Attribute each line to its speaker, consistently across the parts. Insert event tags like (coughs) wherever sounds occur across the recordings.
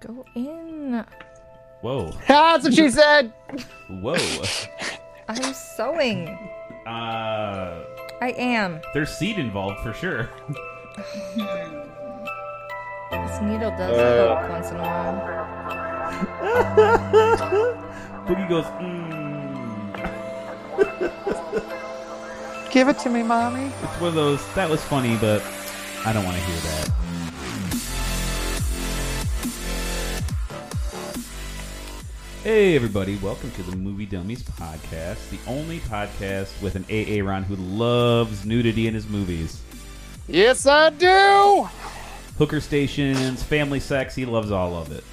Speaker 1: Go in.
Speaker 2: Whoa.
Speaker 3: That's what she said.
Speaker 2: Whoa.
Speaker 1: I'm sewing.
Speaker 2: (laughs) Uh,
Speaker 1: I am.
Speaker 2: there's seed involved for sure. (laughs)
Speaker 1: This needle does
Speaker 3: Uh.
Speaker 1: poke once in a while.
Speaker 2: Boogie goes, mm.
Speaker 3: Give it to me, mommy.
Speaker 2: It's one of those, that was funny, but I don't want to hear that. Hey, everybody, welcome to the Movie Dummies Podcast, the only podcast with an AA Ron who loves nudity in his movies.
Speaker 3: Yes, I do.
Speaker 2: Hooker stations, family sex, he loves all of it.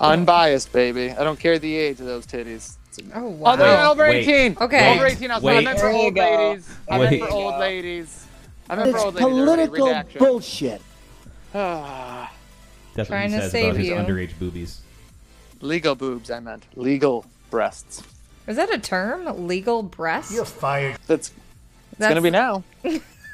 Speaker 3: Unbiased, baby. I don't care the age of those titties.
Speaker 1: Oh wow.
Speaker 3: Other than over
Speaker 2: wait,
Speaker 3: 18.
Speaker 1: Okay.
Speaker 3: Over 18. I was I
Speaker 2: wait.
Speaker 3: meant for
Speaker 4: There you
Speaker 3: old
Speaker 4: go.
Speaker 3: ladies. I meant for
Speaker 2: Wait.
Speaker 3: old ladies. I meant for
Speaker 4: It's
Speaker 3: old ladies.
Speaker 4: political
Speaker 3: bullshit.
Speaker 4: bullshit.
Speaker 2: That's
Speaker 1: Trying
Speaker 2: what
Speaker 1: to
Speaker 2: he says
Speaker 1: save
Speaker 2: about his
Speaker 1: you.
Speaker 2: underage boobies.
Speaker 3: (sighs) Legal boobs, I meant. Legal breasts.
Speaker 1: Is that a term? Legal breast?
Speaker 5: You're fired.
Speaker 3: That's
Speaker 1: That's
Speaker 3: gonna be now.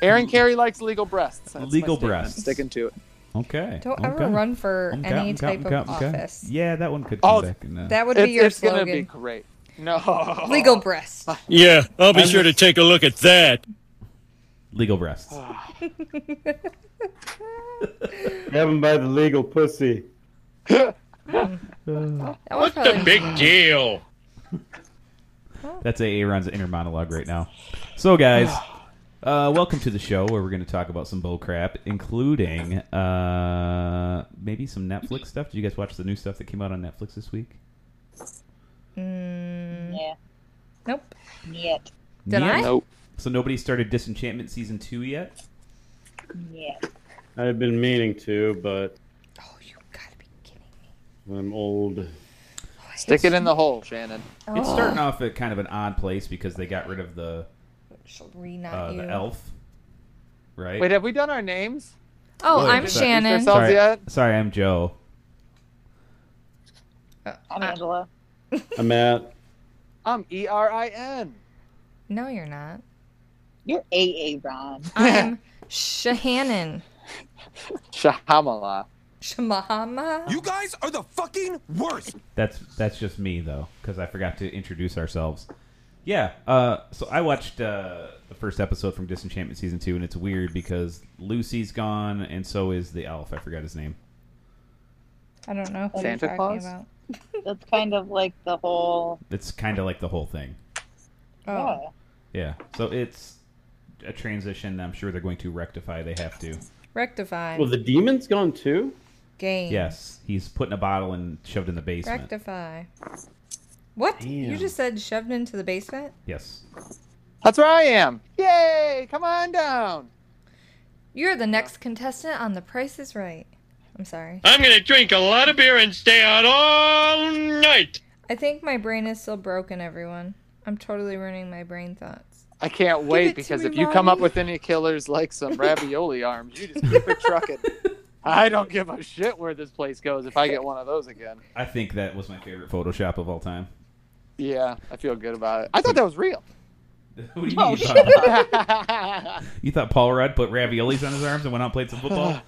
Speaker 3: Aaron Carey likes legal breasts. That's my
Speaker 2: Legal
Speaker 3: statement.
Speaker 2: breasts.
Speaker 3: Sticking to it.
Speaker 2: Okay.
Speaker 1: Don't
Speaker 2: okay.
Speaker 1: ever run for
Speaker 2: Okay,
Speaker 1: any
Speaker 2: okay,
Speaker 1: type
Speaker 2: okay,
Speaker 1: of
Speaker 2: okay.
Speaker 1: office.
Speaker 2: Yeah, that one could come
Speaker 3: Oh,
Speaker 2: back. In, uh,
Speaker 1: That would be
Speaker 3: It's,
Speaker 1: your
Speaker 3: it's gonna be Oh.
Speaker 1: slogan.
Speaker 3: great. No.
Speaker 1: Legal breast.
Speaker 6: Yeah, I'll be sure to take a look at that.
Speaker 2: legal breasts.
Speaker 1: Ah.
Speaker 7: (laughs) Grab him by the legal pussy.
Speaker 1: That would probably
Speaker 6: deal?
Speaker 2: That's Aaron's inner monologue right now. So, guys,
Speaker 1: Ah.
Speaker 2: uh, welcome to the show where we're going to talk about some bull crap, including uh, maybe some Netflix stuff. Did you guys watch the new stuff that came out on Netflix this week?
Speaker 4: Yeah,
Speaker 1: Nope.
Speaker 4: yet,
Speaker 1: Did
Speaker 2: Yeah.
Speaker 1: I?
Speaker 3: (laughs) Nope.
Speaker 2: So nobody started Disenchantment season two yet.
Speaker 4: yet.
Speaker 7: I've been meaning to, but
Speaker 1: Oh, you gotta be kidding me.
Speaker 7: I'm old.
Speaker 3: Stick it in the hole, Shannon.
Speaker 1: Oh,
Speaker 2: It's starting off at kind of an odd place because they got rid of the
Speaker 1: She'll re not
Speaker 2: uh,
Speaker 1: you.
Speaker 2: the elf, right?
Speaker 3: Wait, have we done our names?
Speaker 1: Oh,
Speaker 2: Wait,
Speaker 1: I'm
Speaker 2: is that-
Speaker 1: Shannon.
Speaker 3: Yourself
Speaker 2: sorry,
Speaker 3: yet?
Speaker 2: sorry, I'm Joe.
Speaker 4: I'm
Speaker 3: Uh,
Speaker 4: Angela.
Speaker 7: I'm at.
Speaker 3: I'm E R I N.
Speaker 1: No, you're
Speaker 3: (laughs)
Speaker 1: not.
Speaker 4: You're AA Ron.
Speaker 1: I'm Shahannon.
Speaker 3: Shahamala.
Speaker 1: Shmahama.
Speaker 8: You guys are the fucking worst.
Speaker 2: That's that's just me though, because I forgot to introduce ourselves. Yeah. Uh, so I watched uh, the first episode from Disenchantment season two, and it's weird because Lucy's gone, and so is the elf. I forgot his name.
Speaker 1: I don't know who you're
Speaker 3: Santa
Speaker 1: talking
Speaker 3: Claus?
Speaker 1: about.
Speaker 4: That's kind of like the whole.
Speaker 2: It's kind of like the whole thing.
Speaker 1: Oh.
Speaker 4: Yeah.
Speaker 2: Yeah. So it's a transition. I'm sure they're going to rectify. They have to.
Speaker 1: Rectify.
Speaker 7: Well, the demon's gone too.
Speaker 1: Game.
Speaker 2: Yes. He's put in a bottle and shoved in the basement.
Speaker 1: Rectify. What? You
Speaker 7: Damn.
Speaker 1: just said shoved into the basement?
Speaker 2: yes.
Speaker 3: That's where I am. Yay! Come on down.
Speaker 1: You're the next contestant on The Price is Right. I'm sorry.
Speaker 6: I'm gonna drink a lot of beer and stay out all night.
Speaker 1: I think my brain is still broken, everyone. I'm totally ruining my brain thoughts.
Speaker 3: I can't wait
Speaker 1: it to
Speaker 3: because
Speaker 1: me,
Speaker 3: if you come up
Speaker 1: mommy.
Speaker 3: with any killers like (laughs) some ravioli arms, you just keep (laughs) it trucking. I don't give a shit where this place goes if I get one of those again.
Speaker 2: I think that was my favorite Photoshop of all time. (laughs)
Speaker 3: Yeah, I feel good about it. I thought that was real. (laughs)
Speaker 2: what do you mean? you thought-
Speaker 3: Have
Speaker 2: You thought Paul Rudd put raviolis on his arms and went out and played some football?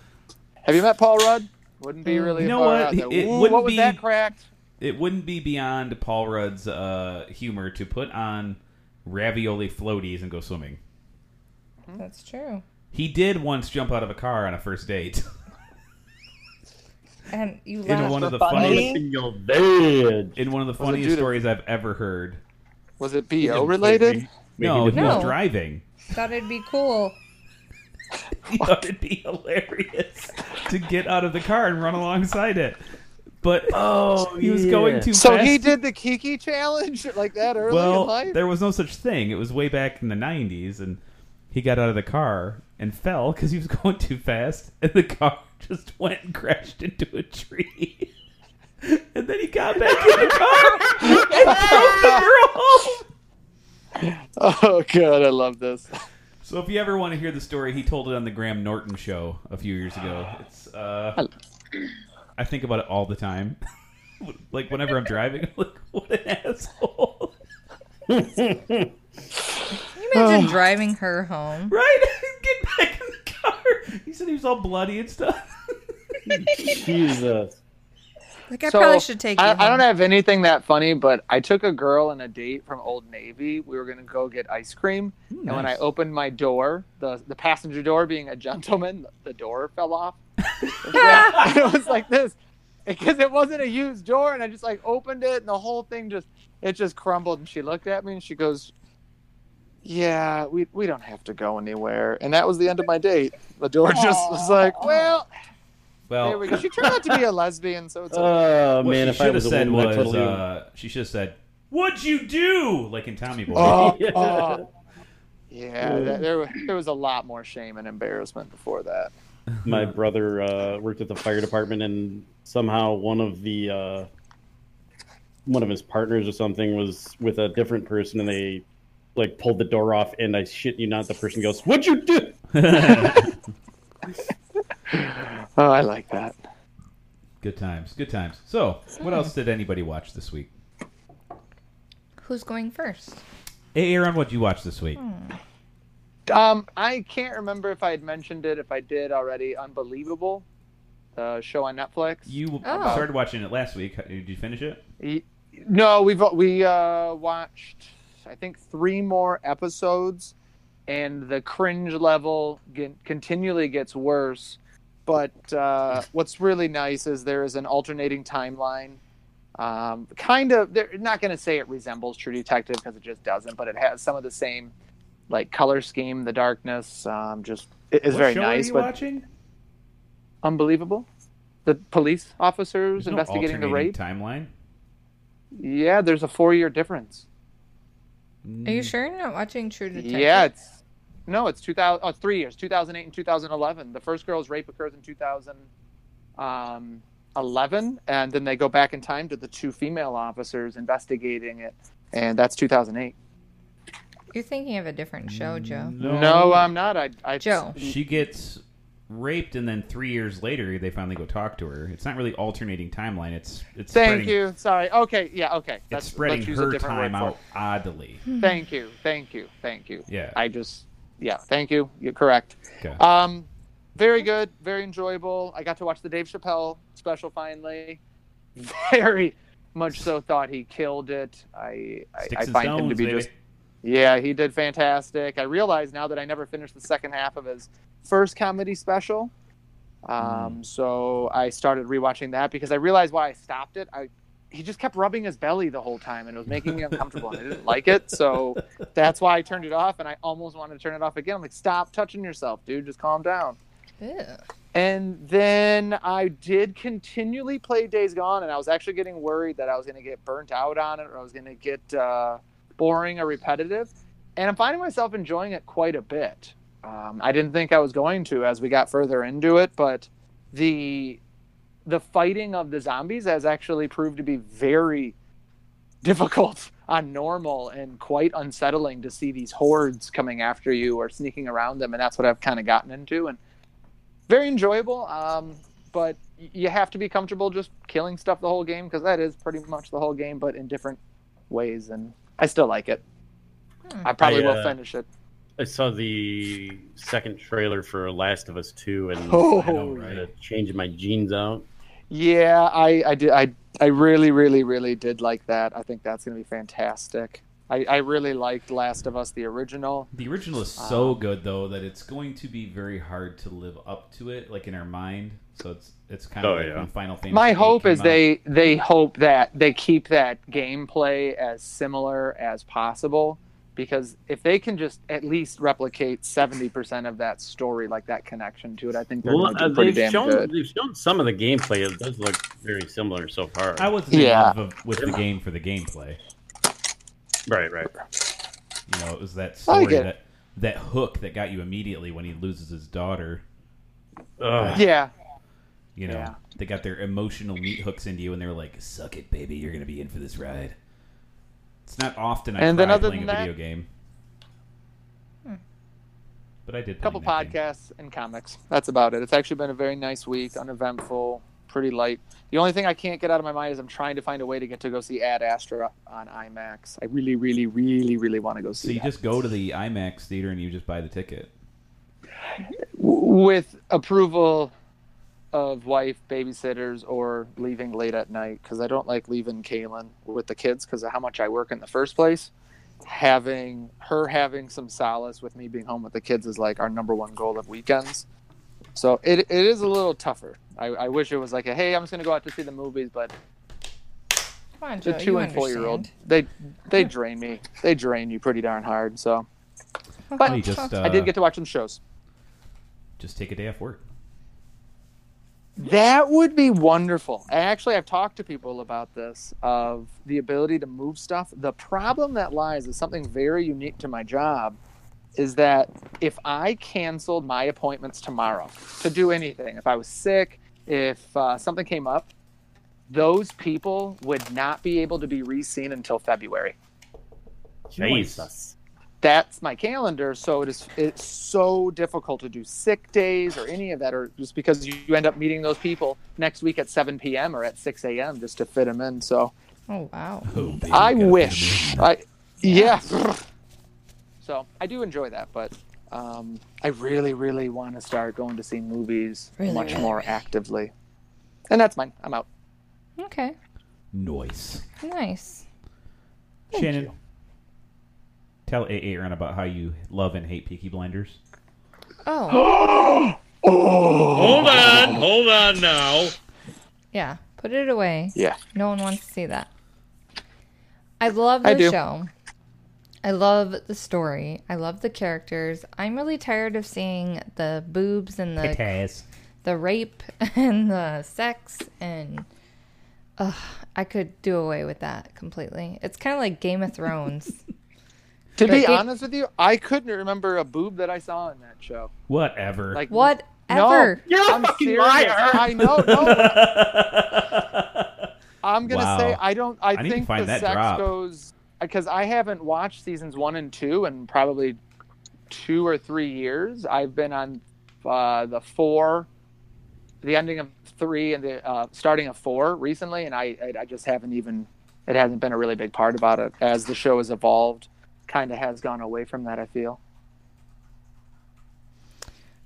Speaker 3: you met Paul Rudd? Wouldn't be really
Speaker 2: Uh, You know
Speaker 3: far
Speaker 2: what?
Speaker 3: out there.
Speaker 2: It
Speaker 3: Ooh,
Speaker 2: wouldn't
Speaker 3: what was
Speaker 2: be-
Speaker 3: that cracked?
Speaker 2: it wouldn't be beyond Paul Rudd's uh, humor to put on ravioli floaties and go swimming.
Speaker 3: Hmm?
Speaker 1: That's true.
Speaker 2: He did once jump out of a car on a first date. (laughs)
Speaker 1: And you
Speaker 2: in
Speaker 1: laughed.
Speaker 2: one of the
Speaker 4: funny.
Speaker 2: funniest,
Speaker 7: In your bed.
Speaker 2: in one of the
Speaker 3: Was it
Speaker 2: funniest
Speaker 3: due to-
Speaker 2: stories I've ever heard.
Speaker 3: Was it BO related?
Speaker 2: No, he was
Speaker 1: No.
Speaker 2: driving. (laughs)
Speaker 1: Thought it'd be cool.
Speaker 2: It would be hilarious to get out of the car and run alongside it. But
Speaker 7: Oh,
Speaker 2: (laughs) he was going too
Speaker 3: So
Speaker 2: fast.
Speaker 3: he did the Kiki challenge (laughs) like that early in
Speaker 2: well,
Speaker 3: life?
Speaker 2: there was no such thing. It was way back in the '90s, and he got out of the car and fell because he was (laughs) going too fast, and the car (laughs) just went and crashed into a tree. (laughs) and then he got back in the car
Speaker 3: (laughs)
Speaker 2: and drove the girl home.
Speaker 3: (laughs) Oh god, I love this.
Speaker 2: So, if you ever want to hear the story, he told it on the Graham Norton show a few years ago. It's uh, I think about it all the time. (laughs) like whenever I'm driving, I'm like, what an (laughs) asshole.
Speaker 1: Can you
Speaker 3: (sighs)
Speaker 1: imagine driving her home?
Speaker 2: (laughs) Right? Get back in the car. He said he was all bloody and stuff.
Speaker 7: (laughs) Jesus.
Speaker 1: Like I
Speaker 3: So,
Speaker 1: probably should take you.
Speaker 3: I, I
Speaker 1: home.
Speaker 3: don't have anything that funny, but I took a girl on a date from Old Navy. We were gonna go get ice cream, and when I opened my door, the the passenger door being a gentleman, the, the door fell off. and it was like (laughs) this because it wasn't a used door, and I just like opened it, and the whole thing just it just crumbled. And she looked at me, and she goes, "Yeah, we we don't have to go anywhere." And that was the end of my date. The door just was like, "Well, there we
Speaker 2: well,
Speaker 3: go." She turned out to be a lesbian, so
Speaker 7: (laughs)
Speaker 3: it's. okay.
Speaker 7: Oh
Speaker 2: what
Speaker 7: man,
Speaker 2: she
Speaker 7: if
Speaker 2: should
Speaker 7: I
Speaker 2: have
Speaker 7: was a
Speaker 2: said
Speaker 7: woman, I
Speaker 2: was
Speaker 7: totally would.
Speaker 2: uh, she should have said, "What'd you do?" Like in Tommy Boy.
Speaker 3: Oh,
Speaker 7: (laughs) Yeah.
Speaker 3: oh. yeah,
Speaker 7: Yeah.
Speaker 3: that, there wa- there was a lot more shame and embarrassment before that.
Speaker 7: my brother uh, worked at the fire department and somehow one of the uh, one of his partners or something was with a different person and they like pulled the door off and I shit you not the person goes what'd
Speaker 2: (laughs)
Speaker 7: you do
Speaker 3: Oh, I like that.
Speaker 2: good times, good times. So, what else did anybody watch this week?
Speaker 1: Who's going first?
Speaker 2: Hey, Aaron, what'd you watch this week?
Speaker 3: Um, I can't remember if I had mentioned it. If I did already, unbelievable, the show on Netflix.
Speaker 2: You
Speaker 1: Oh.
Speaker 2: started watching it last week. Did you finish it?
Speaker 3: Y- No, we've we uh, watched I think three more episodes, and the cringe level get, continually gets worse. But (laughs) uh, what's really nice is there is an alternating timeline. Um, kind of, they're not going to say it resembles True Detective because it just doesn't, but it has some of the same like color scheme, the darkness. Um, just it is
Speaker 2: What
Speaker 3: very
Speaker 2: show
Speaker 3: nice,
Speaker 2: Are you
Speaker 3: but
Speaker 2: watching?
Speaker 3: unbelievable. The police officers
Speaker 2: There's no
Speaker 3: investigating the
Speaker 2: alternating
Speaker 3: rape.
Speaker 2: timeline.
Speaker 3: yeah, there's a four-year difference.
Speaker 1: Are you sure you're not watching True Detective?
Speaker 3: Mm. Yeah, it's no, it's 2000 oh, three years, 2008 and 2011. The first girl's rape occurs in 2011 and then they go back in time to the two female officers investigating it and that's 2008.
Speaker 1: You're thinking of a different show, Joe.
Speaker 3: No, I'm not. I, I
Speaker 1: Joe.
Speaker 2: she gets raped, and then three years later, they finally go talk to her. It's not really alternating timeline. It's it's
Speaker 3: Thank
Speaker 2: spreading,
Speaker 3: you. Sorry. Okay, yeah, okay.
Speaker 2: It's
Speaker 3: Let's-
Speaker 2: spreading
Speaker 3: let's use a
Speaker 2: her
Speaker 3: different
Speaker 2: time
Speaker 3: word for
Speaker 2: out oddly.
Speaker 3: it. Thank you. Thank you. Thank you.
Speaker 2: Yeah.
Speaker 3: I just yeah, thank you. You're correct.
Speaker 2: Okay.
Speaker 3: Um, very good, very enjoyable. I got to watch the Dave Chappelle special finally. (laughs) Very much so thought he killed it. I I,
Speaker 2: Sticks
Speaker 3: I
Speaker 2: and
Speaker 3: find
Speaker 2: stones,
Speaker 3: him to be
Speaker 2: baby.
Speaker 3: just yeah, he did fantastic. I realize now that I never finished the second half of his first comedy special. Um, so I started rewatching that because I realized why I stopped it. I he just kept rubbing his belly the whole time and it was making me uncomfortable and I didn't like it. So that's why I turned it off and I almost wanted to turn it off again. I'm like, stop touching yourself, dude. Just calm down.
Speaker 1: Ew.
Speaker 3: And then I did continually play Days Gone, and I was actually getting worried that I was going to get burnt out on it or I was going to get uh, boring or repetitive. And I'm finding myself enjoying it quite a bit. Um, I didn't think I was going to as we got further into it, but the the fighting of the zombies has actually proved to be very (laughs) difficult on normal and quite unsettling to see these hordes coming after you or sneaking around them, and that's what I've kind of gotten into. And very enjoyable. Um, but y- you have to be comfortable just killing stuff the whole game because that is pretty much the whole game, but in different ways. And I still like it.
Speaker 1: Hmm,
Speaker 3: I probably
Speaker 7: I,
Speaker 3: will
Speaker 7: uh,
Speaker 3: finish it.
Speaker 7: I saw the second trailer for Last of Us 2 and
Speaker 3: Oh.
Speaker 7: I know, right? I'm changing my jeans out
Speaker 3: Yeah, I, I did. I, I really, really, really did like that. I think that's going to be fantastic. I, I really liked Last of Us, the original.
Speaker 2: The original is so
Speaker 3: um,
Speaker 2: good though that it's going to be very hard to live up to it, like in our mind. So it's it's kind of
Speaker 7: Oh,
Speaker 2: like
Speaker 7: yeah.
Speaker 2: when Final Fantasy.
Speaker 3: My
Speaker 2: VIII
Speaker 3: hope
Speaker 2: came
Speaker 3: is
Speaker 2: out.
Speaker 3: they they hope that they keep that gameplay as similar as possible because if they can just at least replicate 70% of that story like that connection to it I think they're
Speaker 7: well
Speaker 3: going
Speaker 7: uh,
Speaker 3: to do pretty
Speaker 7: they've
Speaker 3: damn
Speaker 7: shown
Speaker 3: good.
Speaker 7: they've shown some of the gameplay it does look very similar so far
Speaker 2: I wasn't in
Speaker 3: Yeah.
Speaker 2: love of- with the game for the gameplay.
Speaker 7: right right
Speaker 2: You know, it was that
Speaker 3: I
Speaker 2: story
Speaker 3: get it.
Speaker 2: that that hook that got you immediately when he loses his daughter.
Speaker 7: Ugh.
Speaker 3: Yeah.
Speaker 2: You know,
Speaker 3: Yeah.
Speaker 2: they got their emotional meat hooks into you, and they're like, "Suck it, baby, you're gonna be in for this ride." It's not often I
Speaker 3: And then
Speaker 2: cry
Speaker 3: other
Speaker 2: playing
Speaker 3: than
Speaker 2: a
Speaker 3: that-
Speaker 2: video game, but I did.
Speaker 3: A couple
Speaker 2: playing that game.
Speaker 3: podcasts and comics. That's about it. It's actually been a very nice week, uneventful, pretty light. The only thing I can't get out of my mind is I'm trying to find a way to get to go see Ad Astra on IMAX. I really really really really want to go see
Speaker 2: So you
Speaker 3: that.
Speaker 2: just go to the IMAX theater and you just buy the ticket.
Speaker 3: with approval of wife, babysitters, or leaving late at night because I don't like leaving Kaylin with the kids because of how much I work in the first place. Having her having some solace with me being home with the kids is like our number one goal of weekends. So it, it is a little tougher. I, I wish it was like, a, hey, I'm just going to go out to see the movies, but
Speaker 1: Come on, Joe.
Speaker 3: the two
Speaker 1: you
Speaker 3: and four year old,
Speaker 1: understand.
Speaker 3: they
Speaker 1: (laughs)
Speaker 3: they drain me. They drain you pretty darn hard. So
Speaker 2: Oh, you just, uh,
Speaker 3: I did get to watch some shows.
Speaker 2: just take a day off work.
Speaker 3: That would be wonderful. And Actually, I've talked to people about this of the ability to move stuff. The problem that lies is something very unique to my job is that if I canceled my appointments tomorrow to do anything, if I was sick, if uh, something came up, those people would not be able to be re-seen until February.
Speaker 7: Jesus.
Speaker 3: that's my calendar so it is it's so difficult to do sick days or any of that or just because you, you end up meeting those people next week at 7 p.m or at 6 a.m just to fit them in so
Speaker 1: Oh wow.
Speaker 3: i wish i yeah (laughs) so i do enjoy that but um, i really really want to start going to see movies
Speaker 1: Really,
Speaker 3: much
Speaker 1: really,
Speaker 3: more
Speaker 1: really.
Speaker 3: actively and that's mine i'm out
Speaker 1: Okay.
Speaker 2: Noise.
Speaker 1: Nice.
Speaker 2: Shannon, tell AA Aaron about how you love and hate Peaky Blinders.
Speaker 3: (gasps)
Speaker 1: Oh
Speaker 6: Hold on, hold on now.
Speaker 1: yeah. Put it away.
Speaker 3: yeah
Speaker 1: No one wants to see that. I love the
Speaker 3: I do.
Speaker 1: show. I love the story. I love the characters. I'm really tired of seeing the boobs and the
Speaker 2: Taz.
Speaker 1: the rape (laughs) and the sex and ugh, I could do away with that completely. It's kind of like Game of
Speaker 3: (laughs)
Speaker 1: Thrones.
Speaker 3: to be
Speaker 1: But it-
Speaker 3: honest with you i couldn't remember a boob that i saw in that show
Speaker 2: Whatever.
Speaker 3: like
Speaker 1: Whatever.
Speaker 3: You're a fucking liar. I know. No,
Speaker 2: (laughs)
Speaker 3: I'm gonna
Speaker 2: Wow.
Speaker 3: say I don't. I,
Speaker 2: I need to
Speaker 3: think
Speaker 2: find
Speaker 3: the
Speaker 2: that
Speaker 3: sex
Speaker 2: drop.
Speaker 3: goes because I haven't watched seasons one and two in probably two or three years. I've been on uh, the four, the ending of three, and the uh, starting of four recently, and I, I I just haven't even. It hasn't been a really big part about it as the show has evolved. Kind of has gone away from that. I feel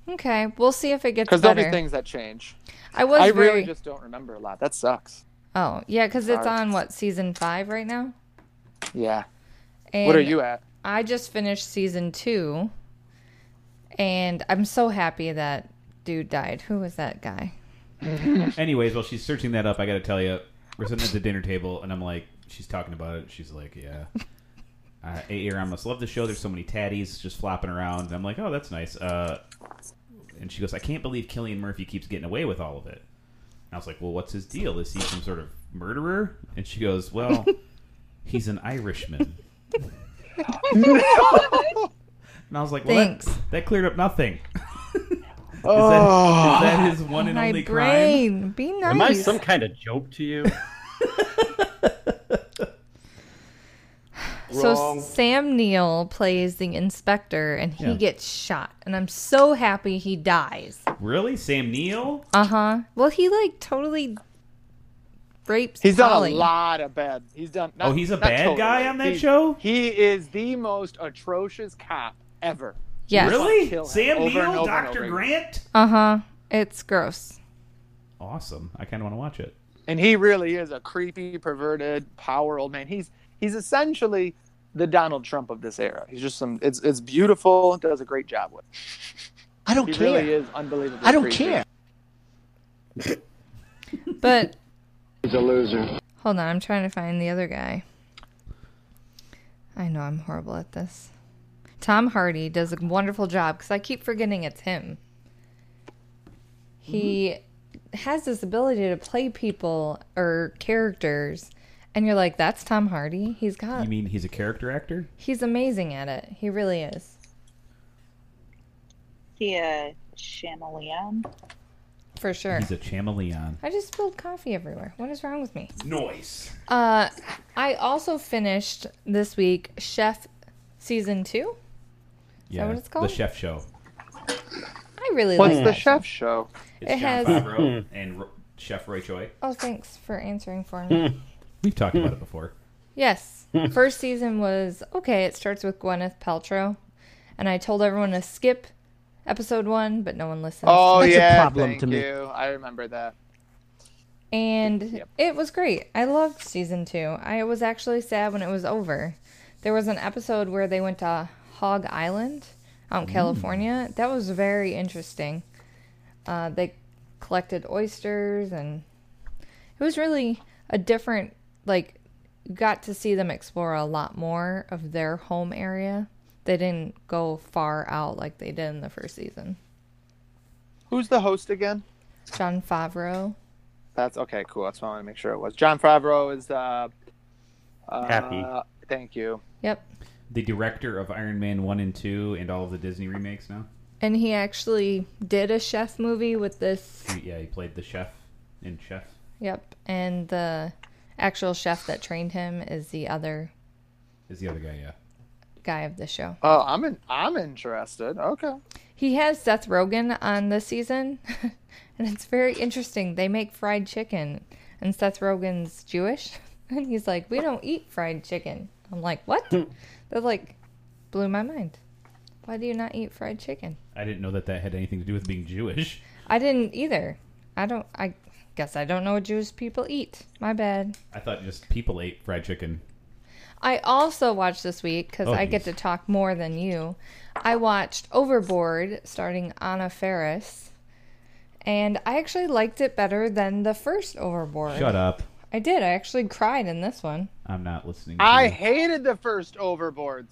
Speaker 1: Okay, we'll see if it gets
Speaker 3: because there'll be
Speaker 1: better.
Speaker 3: things that change.
Speaker 1: I was
Speaker 3: I
Speaker 1: very.
Speaker 3: really just don't remember a lot. That sucks.
Speaker 1: Oh yeah, because it's
Speaker 3: Sorry.
Speaker 1: on what season five right now.
Speaker 3: Yeah.
Speaker 1: And
Speaker 3: what are you at?
Speaker 1: I just finished season two, and I'm so happy that dude died. Who was that guy?
Speaker 2: Anyways, while she's searching that up, I got to tell you, we're sitting at the dinner table, and I'm like, she's talking about it. She's like, yeah. Uh, AA Aaron must love the show. There's so many tatties just flopping around. And I'm like, oh, that's nice. Uh, and she goes, I can't believe Killian Murphy keeps getting away with all of it. And I was like, well, what's his deal? Is he some sort of murderer? And she goes, well, he's an Irishman. and I was like, well, that,
Speaker 1: Thanks.
Speaker 2: that cleared up nothing. (laughs) is, that, is that his one and
Speaker 1: My
Speaker 2: only crime?
Speaker 1: brain. Be nice.
Speaker 7: Am I some kind of joke to you? (laughs)
Speaker 1: So Sam Neill plays the inspector, and he
Speaker 2: Yeah.
Speaker 1: gets shot, and I'm so happy he dies.
Speaker 2: Really, Sam Neill?
Speaker 1: Uh huh. Well, he like totally rapes.
Speaker 3: He's done
Speaker 1: Polly.
Speaker 3: a lot of bad. He's done. not-
Speaker 2: oh, he's a
Speaker 3: not
Speaker 2: bad
Speaker 3: totally.
Speaker 2: guy on that
Speaker 3: He-
Speaker 2: show.
Speaker 3: He is the most atrocious cop ever.
Speaker 1: Yes.
Speaker 2: Really,
Speaker 3: Kill him
Speaker 2: Sam
Speaker 3: over and over
Speaker 2: Neill,
Speaker 3: and
Speaker 2: Doctor
Speaker 3: over again.
Speaker 2: Grant?
Speaker 1: Uh huh. It's gross.
Speaker 2: Awesome. I kind of want to watch it.
Speaker 3: And he really is a creepy, perverted, power old man. He's he's essentially the Donald Trump of this era. He's just some. It's it's beautiful. Does a great job with. it.
Speaker 5: I don't
Speaker 3: He
Speaker 5: care.
Speaker 3: really is unbelievable.
Speaker 5: I don't care.
Speaker 1: But (laughs) he's a loser. Hold on, I'm trying to find the other guy. I know I'm horrible at this. Tom Hardy does a wonderful job because I keep forgetting it's him. He has this ability to play people or characters, and you're like, "That's Tom Hardy. He's got.
Speaker 2: You mean he's a character actor?
Speaker 1: he's amazing at it. He really is."
Speaker 4: See a chameleon.
Speaker 1: For sure.
Speaker 2: He's a chameleon.
Speaker 1: I just spilled coffee everywhere. What is wrong with me?
Speaker 2: Noise.
Speaker 1: Uh, I also finished this week Chef season two.
Speaker 2: Yeah,
Speaker 1: what it's called?
Speaker 2: the Chef Show.
Speaker 1: I really
Speaker 3: What's
Speaker 1: like
Speaker 3: the
Speaker 1: that.
Speaker 3: chef show?
Speaker 2: It's
Speaker 1: It
Speaker 2: John
Speaker 1: has-
Speaker 2: Favreau and Ro- Chef Roy Choi.
Speaker 1: Oh, thanks for answering for
Speaker 3: Hmm.
Speaker 1: me.
Speaker 2: We've talked about it before.
Speaker 1: yes, first season was okay. It starts with Gwyneth Paltrow, and I told everyone to skip episode one, but no one listens.
Speaker 3: Oh
Speaker 5: That's a
Speaker 3: yeah,
Speaker 5: problem
Speaker 3: thank
Speaker 5: to me.
Speaker 3: you. I remember that.
Speaker 1: And
Speaker 3: Yep.
Speaker 1: it was great. I loved season two. I was actually sad when it was over. There was an episode where they went to Hog Island out in California. That was very interesting. Uh, they collected oysters, and it was really a different, like, you got to see them explore a lot more of their home area. They didn't go far out like they did in the first season.
Speaker 3: Who's the host again?
Speaker 1: John Favreau.
Speaker 3: That's okay, cool. That's what I want to make sure it was. John Favreau is uh, uh
Speaker 7: Happy.
Speaker 3: Thank you.
Speaker 1: Yep.
Speaker 2: The director of Iron Man 1 and 2 and all of the Disney remakes now?
Speaker 1: And he actually did a chef movie with this.
Speaker 2: He- yeah, he played the chef in Chef.
Speaker 1: Yep. And the actual chef that trained him is the other
Speaker 2: Is the other guy, yeah.
Speaker 1: guy of the show.
Speaker 3: Oh, I'm in, I'm interested. Okay.
Speaker 1: He has Seth Rogen on this season. (laughs) and it's very interesting. They make fried chicken, and Seth Rogen's Jewish. (laughs) And he's like, We don't eat fried chicken. I'm like, What? They're like, Blew my mind. Why do you not eat fried chicken?
Speaker 2: I didn't know that that had anything to do with being Jewish.
Speaker 1: I didn't either. I don't, I guess I don't know what Jewish people eat. My bad.
Speaker 2: I thought just people ate fried chicken.
Speaker 1: I also watched this week because
Speaker 2: Oh,
Speaker 1: I
Speaker 2: geez.
Speaker 1: get to talk more than you. I watched Overboard starting Anna Ferris, and I actually liked it better than the first Overboard.
Speaker 2: Shut up.
Speaker 1: I did. I actually cried in this one.
Speaker 2: I'm not listening to
Speaker 3: I
Speaker 2: you.
Speaker 3: hated the first overboards.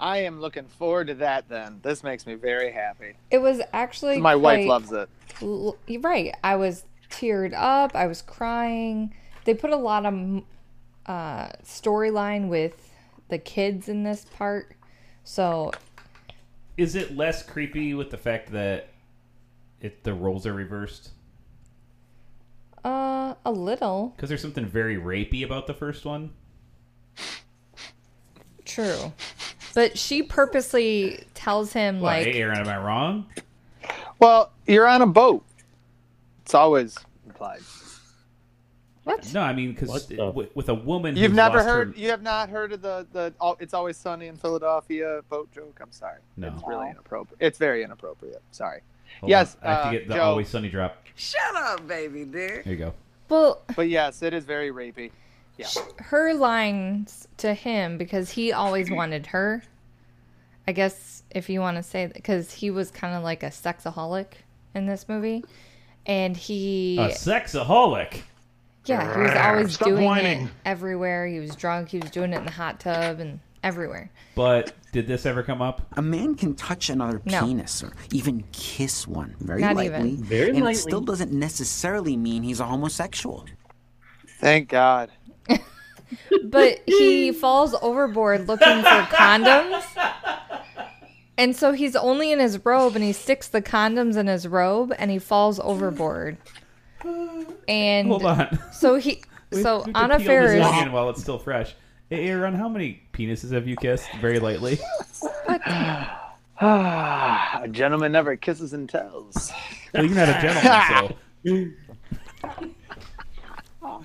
Speaker 3: I am looking forward to that. Then this makes me very happy.
Speaker 1: It was actually
Speaker 3: My wife
Speaker 1: quite-
Speaker 3: loves it.
Speaker 1: l- you're right. I was teared up. I was crying. They put a lot of mm, uh, storyline with the kids in this part, so
Speaker 2: Is it less creepy with the fact that it the roles are reversed?
Speaker 1: uh, a little
Speaker 2: Because there's something very rapey about the first one.
Speaker 1: True. But she purposely tells him,
Speaker 2: Well,
Speaker 1: like,
Speaker 2: hey, Aaron, am I wrong?
Speaker 3: Well, you're on a boat. It's always implied.
Speaker 1: what?
Speaker 2: No, I mean
Speaker 7: What
Speaker 2: because
Speaker 7: the-
Speaker 2: with, with a woman
Speaker 3: You've
Speaker 2: who's
Speaker 3: never
Speaker 2: lost her-
Speaker 3: heard. You have not heard of the the. al- It's always sunny in Philadelphia boat joke. I'm sorry.
Speaker 2: No.
Speaker 3: It's really inappropriate. It's very inappropriate. Sorry.
Speaker 2: Hold
Speaker 3: Yes,
Speaker 2: on. I have
Speaker 3: uh,
Speaker 2: to get the
Speaker 3: Joe.
Speaker 2: always sunny drop.
Speaker 9: Shut up, baby dear.
Speaker 2: There you go.
Speaker 1: Well,
Speaker 3: But yes, it is very rapey. Yeah.
Speaker 1: her lines to him, because he always wanted her. I guess if you want to say that, because he was kind of like a sexaholic in this movie. And he,
Speaker 2: A sexaholic.
Speaker 1: yeah, he was always
Speaker 6: Stop
Speaker 1: doing
Speaker 6: whining.
Speaker 1: it everywhere. He was drunk. He was doing it in the hot tub and everywhere.
Speaker 2: But did this ever come up?
Speaker 5: A man can touch another
Speaker 1: No.
Speaker 5: penis or even kiss one very
Speaker 1: Not
Speaker 5: lightly.
Speaker 1: even.
Speaker 7: Very
Speaker 5: and
Speaker 7: lightly.
Speaker 5: it still doesn't necessarily mean he's a homosexual.
Speaker 3: Thank God.
Speaker 1: But he falls overboard looking
Speaker 2: (laughs)
Speaker 1: for condoms. And so he's only in his robe and he sticks the condoms in his robe and he falls overboard. And
Speaker 2: Hold on.
Speaker 1: so he
Speaker 2: We-
Speaker 1: so
Speaker 2: (laughs) we have to
Speaker 1: Anna
Speaker 2: peel this
Speaker 1: Ferris
Speaker 2: onion while it's still fresh. Hey, Aaron, how many penises have you kissed very lightly?
Speaker 3: (sighs) a gentleman never kisses and tells.
Speaker 2: Well, you're not a gentleman,
Speaker 3: (laughs)
Speaker 2: so.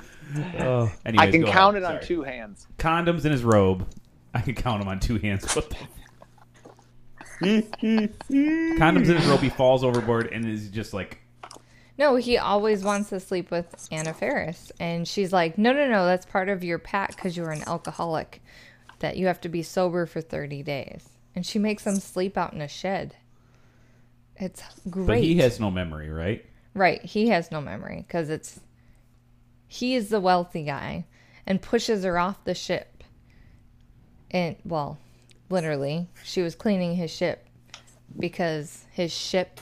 Speaker 2: oh, anyways,
Speaker 3: I can
Speaker 2: go
Speaker 3: count
Speaker 2: ahead.
Speaker 3: it on
Speaker 2: Sorry.
Speaker 3: two hands.
Speaker 2: Condoms in his robe. I can count them on two hands. (laughs) What the? Condoms in his robe. He falls overboard and is just like,
Speaker 1: No, he always wants to sleep with Anna Ferris and she's like, "No, no, no, that's part of your pact cuz you're an alcoholic that you have to be sober for 30 days." And she makes him sleep out in a shed. It's great.
Speaker 2: but he has no memory, right?
Speaker 1: Right. He has no memory because it's. He is the wealthy guy and pushes her off the ship. And, well, literally, she was cleaning his ship because his ship.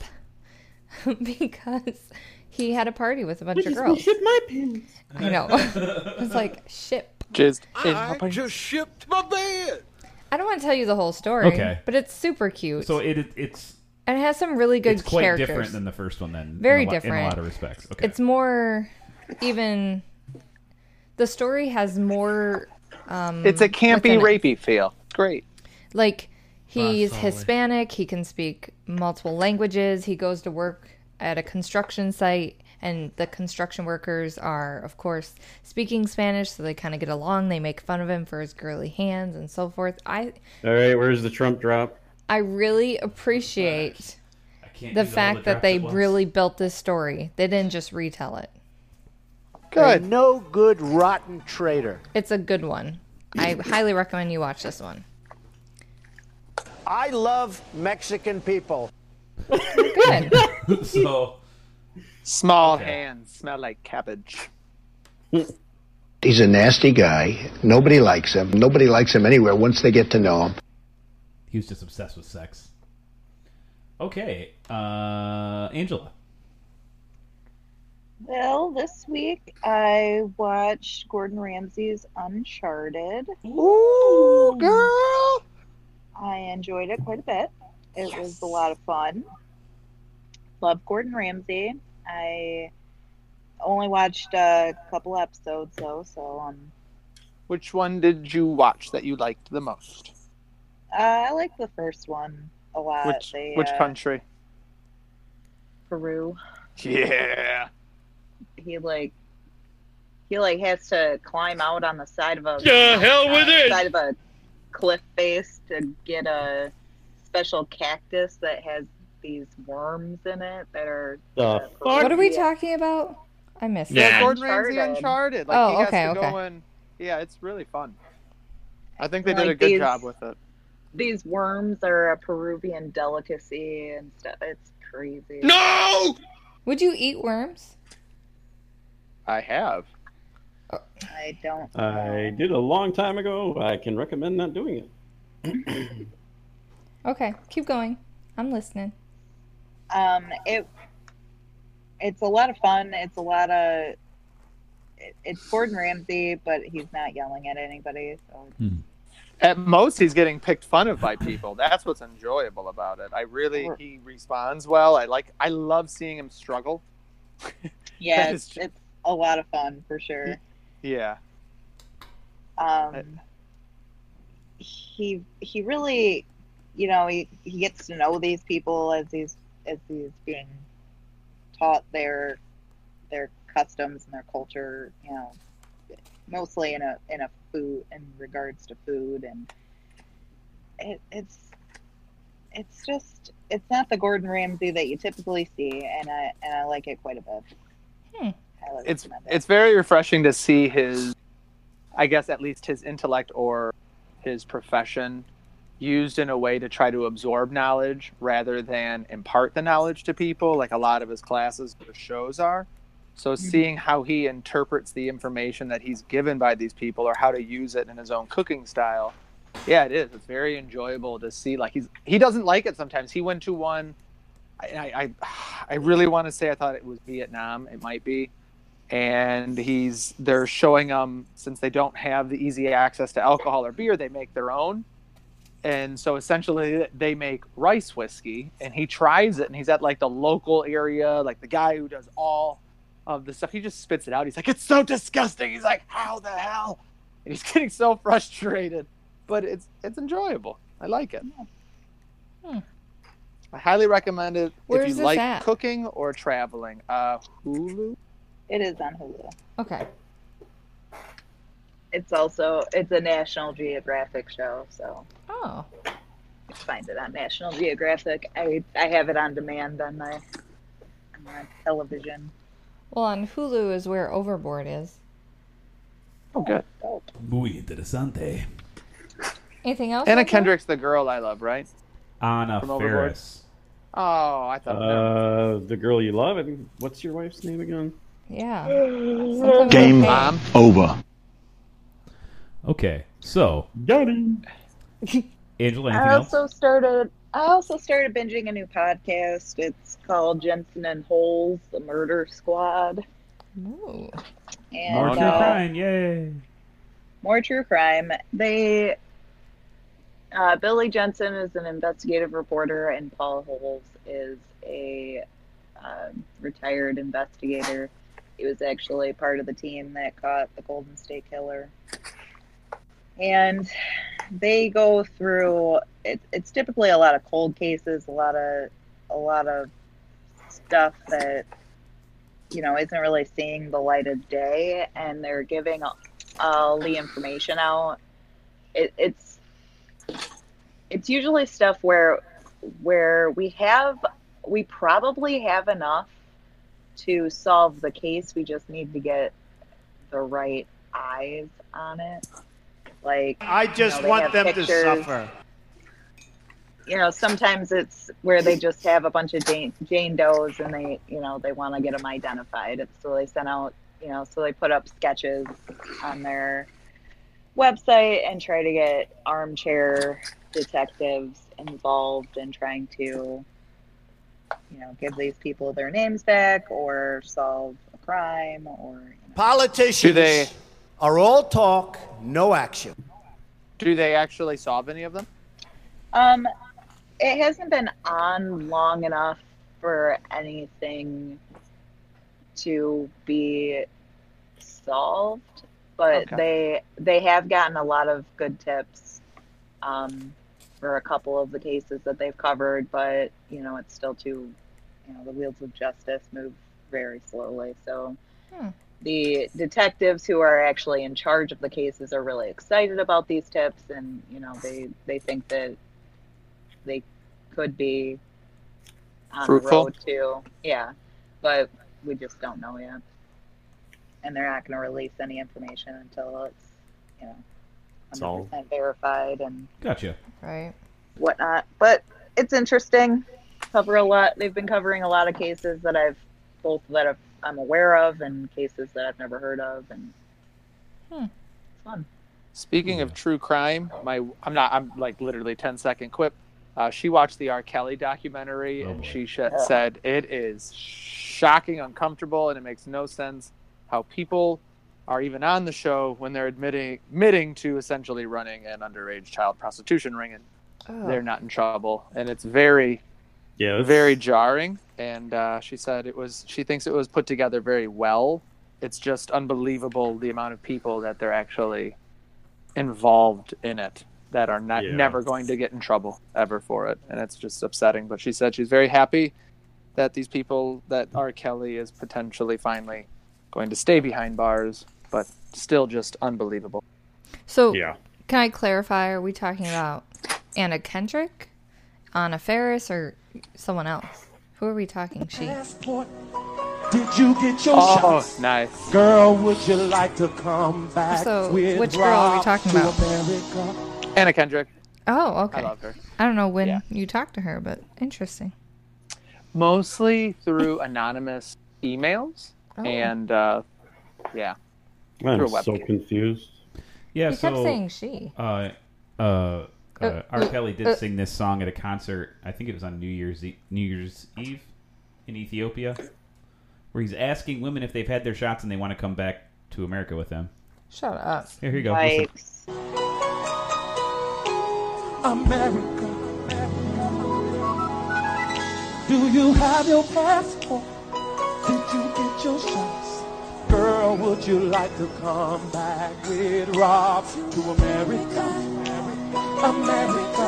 Speaker 1: (laughs) because he had a party with a bunch of girls.
Speaker 7: my pins.
Speaker 1: I
Speaker 2: (laughs)
Speaker 1: know. it's like, ship.
Speaker 3: Just in
Speaker 8: I just shipped my bed.
Speaker 1: I don't want to tell you the whole story,
Speaker 2: Okay.
Speaker 1: but it's super cute.
Speaker 2: So it, it it's
Speaker 1: and it has some really good
Speaker 2: it's quite
Speaker 1: characters.
Speaker 2: different than the first one. Then
Speaker 1: Very
Speaker 2: in a lo- in
Speaker 1: different.
Speaker 2: a lot of respects. Okay,
Speaker 1: it's more even the story has more
Speaker 3: it's a campy,
Speaker 1: within it.
Speaker 3: rapey feel. Great.
Speaker 1: like he's hispanic he can speak multiple languages he goes to work at a construction site and the construction workers are of course speaking spanish so they kind of get along they make fun of him for his girly hands and so forth i
Speaker 7: All right, where's the Trump drop?
Speaker 1: i really appreciate
Speaker 2: can't
Speaker 1: the
Speaker 2: use all
Speaker 1: fact that
Speaker 2: drops
Speaker 1: they
Speaker 2: at once.
Speaker 1: really built this story. They didn't just retell it.
Speaker 3: Good.
Speaker 10: A no good rotten traitor.
Speaker 1: It's a good one. I highly recommend you watch this one.
Speaker 10: I love Mexican people.
Speaker 1: Good.
Speaker 2: (laughs) so
Speaker 3: Small hands smell like cabbage.
Speaker 11: He's a nasty guy. Nobody likes him. Nobody likes him anywhere once they get to know him.
Speaker 2: he was just obsessed with sex. Okay, uh, Angela.
Speaker 4: Well, this week I watched Gordon Ramsay's Uncharted.
Speaker 10: Ooh,
Speaker 3: Hmm.
Speaker 10: girl.
Speaker 4: I enjoyed it quite a bit. It was a lot of fun. Love Gordon Ramsay. I only watched a couple episodes though, so um,
Speaker 3: Which one did you watch that you liked the most?
Speaker 4: uh, I like the first one a lot.
Speaker 3: Which
Speaker 4: They,
Speaker 3: which
Speaker 4: uh,
Speaker 3: country?
Speaker 4: Peru.
Speaker 3: Yeah.
Speaker 4: He like he like has to climb out on the side of a uh,
Speaker 6: The hell with it!
Speaker 4: side of a cliff face to get a special cactus that has these worms in it that are
Speaker 7: The
Speaker 4: uh,
Speaker 7: fuck?
Speaker 1: What are we
Speaker 4: Yeah.
Speaker 1: talking about? I missed
Speaker 6: Yeah.
Speaker 1: it.
Speaker 3: Yeah, Gordon Ramsay
Speaker 4: Uncharted.
Speaker 3: Uncharted. Like
Speaker 1: Oh,
Speaker 3: he has
Speaker 1: okay,
Speaker 3: to go
Speaker 1: okay.
Speaker 3: and yeah, it's really fun. I think they did
Speaker 4: Like
Speaker 3: a good
Speaker 4: these-
Speaker 3: job with it.
Speaker 4: these worms are a Peruvian delicacy and stuff. It's crazy.
Speaker 6: No!
Speaker 1: Would you eat worms?
Speaker 3: I have.
Speaker 4: I don't.
Speaker 7: I did a long time ago. I can recommend not doing it.
Speaker 1: Okay, keep going. I'm listening.
Speaker 4: Um, it it's a lot of fun. It's a lot of it, it's Gordon Ramsay, but he's not yelling at anybody. So
Speaker 3: At most, he's getting picked fun of by people. That's what's enjoyable about it. I really he responds well. I like. I love seeing him struggle.
Speaker 4: yeah,
Speaker 3: That
Speaker 4: it's,
Speaker 3: is-
Speaker 4: it's a lot of fun for sure.
Speaker 3: Yeah.
Speaker 4: um, he he really you know he, he gets to know these people as he's as he's being taught their their customs and their culture you know mostly in a in a food in regards to food and it, it's it's just it's not the Gordon Ramsay that you typically see and I and I like it quite a bit.
Speaker 1: Hmm.
Speaker 4: I like
Speaker 3: It's
Speaker 4: it a bit.
Speaker 3: it's very refreshing to see his, I guess at least his intellect or his profession, used in a way to try to absorb knowledge rather than impart the knowledge to people, like a lot of his classes or shows are. So seeing how he interprets the information that he's given by these people or how to use it in his own cooking style. Yeah, it is. It's very enjoyable to see. Like he's he doesn't like it sometimes. He went to one. I I, I really want to say I thought it was Vietnam. It might be, and he's they're showing them since they don't have the easy access to alcohol or beer, they make their own. And so essentially, they make rice whiskey, and he tries it, and he's at like the local area, like the guy who does all of the stuff. He just spits it out. He's like, "It's so disgusting." He's like, "How the hell?" And he's (laughs) getting so frustrated, but it's it's enjoyable. I like it.
Speaker 1: Hmm.
Speaker 3: I highly recommend it
Speaker 1: Where's
Speaker 3: if you
Speaker 1: this
Speaker 3: like
Speaker 1: at?
Speaker 3: cooking or traveling. Uh, Hulu.
Speaker 4: it is on Hulu.
Speaker 1: Okay.
Speaker 4: it's also it's a National Geographic show, so
Speaker 1: Oh,
Speaker 4: you can find it on National Geographic. I I have it on demand on my on my television.
Speaker 1: well, on Hulu is where Overboard is.
Speaker 3: Oh, good.
Speaker 2: Muy interesante.
Speaker 1: Anything else?
Speaker 3: Anna
Speaker 1: out there?
Speaker 3: Kendrick's the girl I love, right?
Speaker 2: Anna
Speaker 3: From Overboard?
Speaker 2: Ferris.
Speaker 3: Oh, I thought. no.
Speaker 7: Uh, the girl you love. I mean, what's your wife's name again?
Speaker 1: Yeah. Something with
Speaker 11: Game
Speaker 1: a K.
Speaker 3: Mom.
Speaker 11: Over.
Speaker 2: Okay, so
Speaker 7: Got him.
Speaker 2: Angela, anything
Speaker 4: I also
Speaker 2: else?
Speaker 4: started I also started binging a new podcast. It's called Jensen and Holes, the Murder Squad.
Speaker 1: Ooh.
Speaker 4: And
Speaker 2: More true
Speaker 4: uh,
Speaker 2: crime, yay!
Speaker 4: more true crime. They uh, Billy Jensen is an investigative reporter, and Paul Holes is a um retired investigator. He was actually part of the team that caught the Golden State Killer. And they go through it, it's typically a lot of cold cases, a lot of a lot of stuff that you know isn't really seeing the light of day, and they're giving all the information out. It, it's it's usually stuff where where we have we probably have enough to solve the case. We just need to get the right eyes on it. Like
Speaker 10: I
Speaker 4: you know,
Speaker 10: just
Speaker 4: they
Speaker 10: want
Speaker 4: have
Speaker 10: them to
Speaker 4: pictures.
Speaker 10: suffer.
Speaker 4: You know, sometimes it's where they just have a bunch of Jane, Jane Does and they, you know, they want to get them identified. And so they sent out, you know, so they put up sketches on their website and try to get armchair detectives involved in trying to you know give these people their names back or solve a crime or
Speaker 10: Politicians are all talk, no action.
Speaker 3: Do they actually solve any of them?
Speaker 4: um it hasn't been on long enough for anything to be solved but
Speaker 3: Okay.
Speaker 4: they they have gotten a lot of good tips um, for a couple of the cases that they've covered but you know it's still too you know the wheels of justice move very slowly so
Speaker 1: Hmm.
Speaker 4: the detectives who are actually in charge of the cases are really excited about these tips and you know they they think that they could be on
Speaker 3: Fruitful?
Speaker 4: the road to yeah but we just don't know yet and they're not going to release any information until it's you know
Speaker 2: It's all-
Speaker 4: 100% verified and
Speaker 2: Gotcha.
Speaker 1: right
Speaker 4: whatnot. But it's interesting. Cover a lot. They've been covering a lot of cases that I've both that I've, I'm aware of and cases that I've never heard of, and
Speaker 1: Hmm.
Speaker 4: it's fun.
Speaker 3: Speaking of true crime, my I'm not I'm like literally 10 second quip. Uh, she watched the R. Kelly documentary and she sh- said it is shocking, uncomfortable, and it makes no sense how people are even on the show when they're admitting admitting to essentially running an underage child prostitution ring and
Speaker 1: Oh.
Speaker 3: they're not in trouble. And it's very
Speaker 7: Yeah,
Speaker 3: very jarring. And uh, she said it was. She thinks it was put together very well. It's just unbelievable the amount of people that they're actually involved in it that are not
Speaker 7: Yeah.
Speaker 3: never going to get in trouble ever for it, and it's just upsetting. But she said she's very happy that these people that R. Kelly is potentially finally going to stay behind bars, but still just unbelievable.
Speaker 1: So
Speaker 3: yeah,
Speaker 1: Can I clarify? Are we talking about Anna Kendrick, Anna Ferris, or someone else? Who are we talking? She.
Speaker 12: Did you get your
Speaker 3: Oh,
Speaker 12: shots?
Speaker 3: nice.
Speaker 12: Girl, would you like to come back?
Speaker 1: So,
Speaker 12: with
Speaker 1: which girl are we
Speaker 12: Rob
Speaker 1: talking
Speaker 12: to
Speaker 1: about?
Speaker 12: America?
Speaker 3: Anna Kendrick.
Speaker 1: Oh, okay.
Speaker 3: I love her.
Speaker 1: I don't know when you talked to her, but interesting.
Speaker 3: mostly through anonymous emails
Speaker 1: Oh.
Speaker 3: and uh, yeah,
Speaker 7: I'm
Speaker 3: through web.
Speaker 7: so confused.
Speaker 2: Yeah,
Speaker 1: You
Speaker 2: so
Speaker 1: kept saying she.
Speaker 2: Uh, uh,
Speaker 1: Uh,
Speaker 2: uh, R.
Speaker 1: uh,
Speaker 2: Kelly did
Speaker 1: uh.
Speaker 2: sing this song at a concert. I think it was on New Year's e- New Year's Eve in Ethiopia, where he's asking women if they've had their shots and they want to come back to America with them.
Speaker 1: Shut up.
Speaker 2: Here, here you go.
Speaker 1: Like,
Speaker 2: Listen.
Speaker 12: America. Do you have your passport? Did you get your shots? Girl, would you like to come back with Rob to America? America.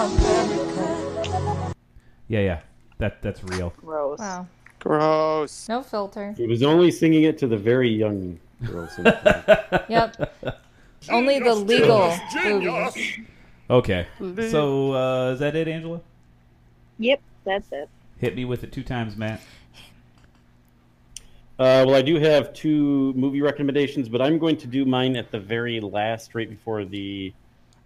Speaker 12: America.
Speaker 2: Yeah, yeah, that that's real.
Speaker 4: Gross.
Speaker 1: Wow.
Speaker 3: Gross.
Speaker 1: No
Speaker 7: (laughs)
Speaker 1: filter.
Speaker 7: He was only singing it to the very young girls.
Speaker 1: Yep. Only the legal
Speaker 6: genius.
Speaker 1: boobies.
Speaker 2: Okay, so uh, is that it, Angela?
Speaker 4: Yep, that's it.
Speaker 2: Hit me with it two times, Matt.
Speaker 7: Uh, well, I do have two movie recommendations, but I'm going to do mine at the very last, right before the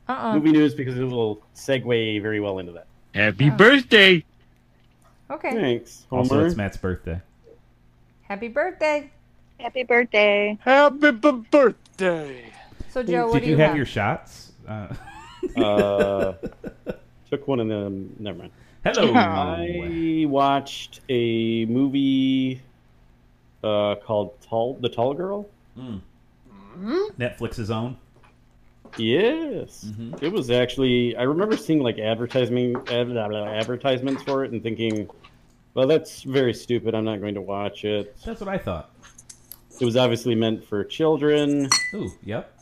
Speaker 1: Uh-uh.
Speaker 7: movie news, because it will segue very well into that.
Speaker 6: Happy birthday!
Speaker 1: Okay.
Speaker 7: Thanks, Homer.
Speaker 2: Also, it's Matt's birthday.
Speaker 1: Happy birthday.
Speaker 4: Happy birthday.
Speaker 3: Happy b- birthday.
Speaker 1: So Joe, what
Speaker 2: did
Speaker 1: do
Speaker 2: you
Speaker 1: you
Speaker 2: have,
Speaker 1: have?
Speaker 2: your shots? Uh, (laughs)
Speaker 7: uh, (laughs) took one and then never mind.
Speaker 2: Hello.
Speaker 7: I watched a movie uh, called Tall, The Tall Girl.
Speaker 2: Mm. Netflix's own.
Speaker 7: Yes, it was actually. I remember seeing like advertising ad- blah, blah, advertisements for it and thinking, "Well, that's very stupid. I'm not going to watch it."
Speaker 2: That's what I thought.
Speaker 7: It was obviously meant for children.
Speaker 2: Ooh, yep.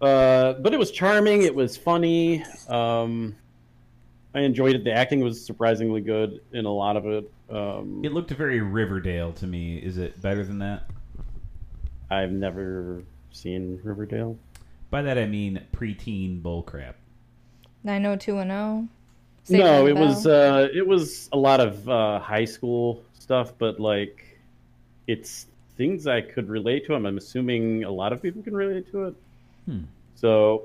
Speaker 7: Uh, but it was charming. It was funny. Um, I enjoyed it. The acting was surprisingly good in a lot of it. Um,
Speaker 2: It looked very Riverdale to me. Is it better than that?
Speaker 7: I've never seen Riverdale.
Speaker 1: oh
Speaker 2: By that I mean preteen bullcrap.
Speaker 1: 90210. Saved by
Speaker 7: no,
Speaker 1: the
Speaker 7: it was
Speaker 1: Bell?
Speaker 7: uh, it was a lot of uh, high school stuff, but like it's things I could relate to. I'm, I'm assuming a lot of people can relate to it.
Speaker 2: Hmm.
Speaker 7: So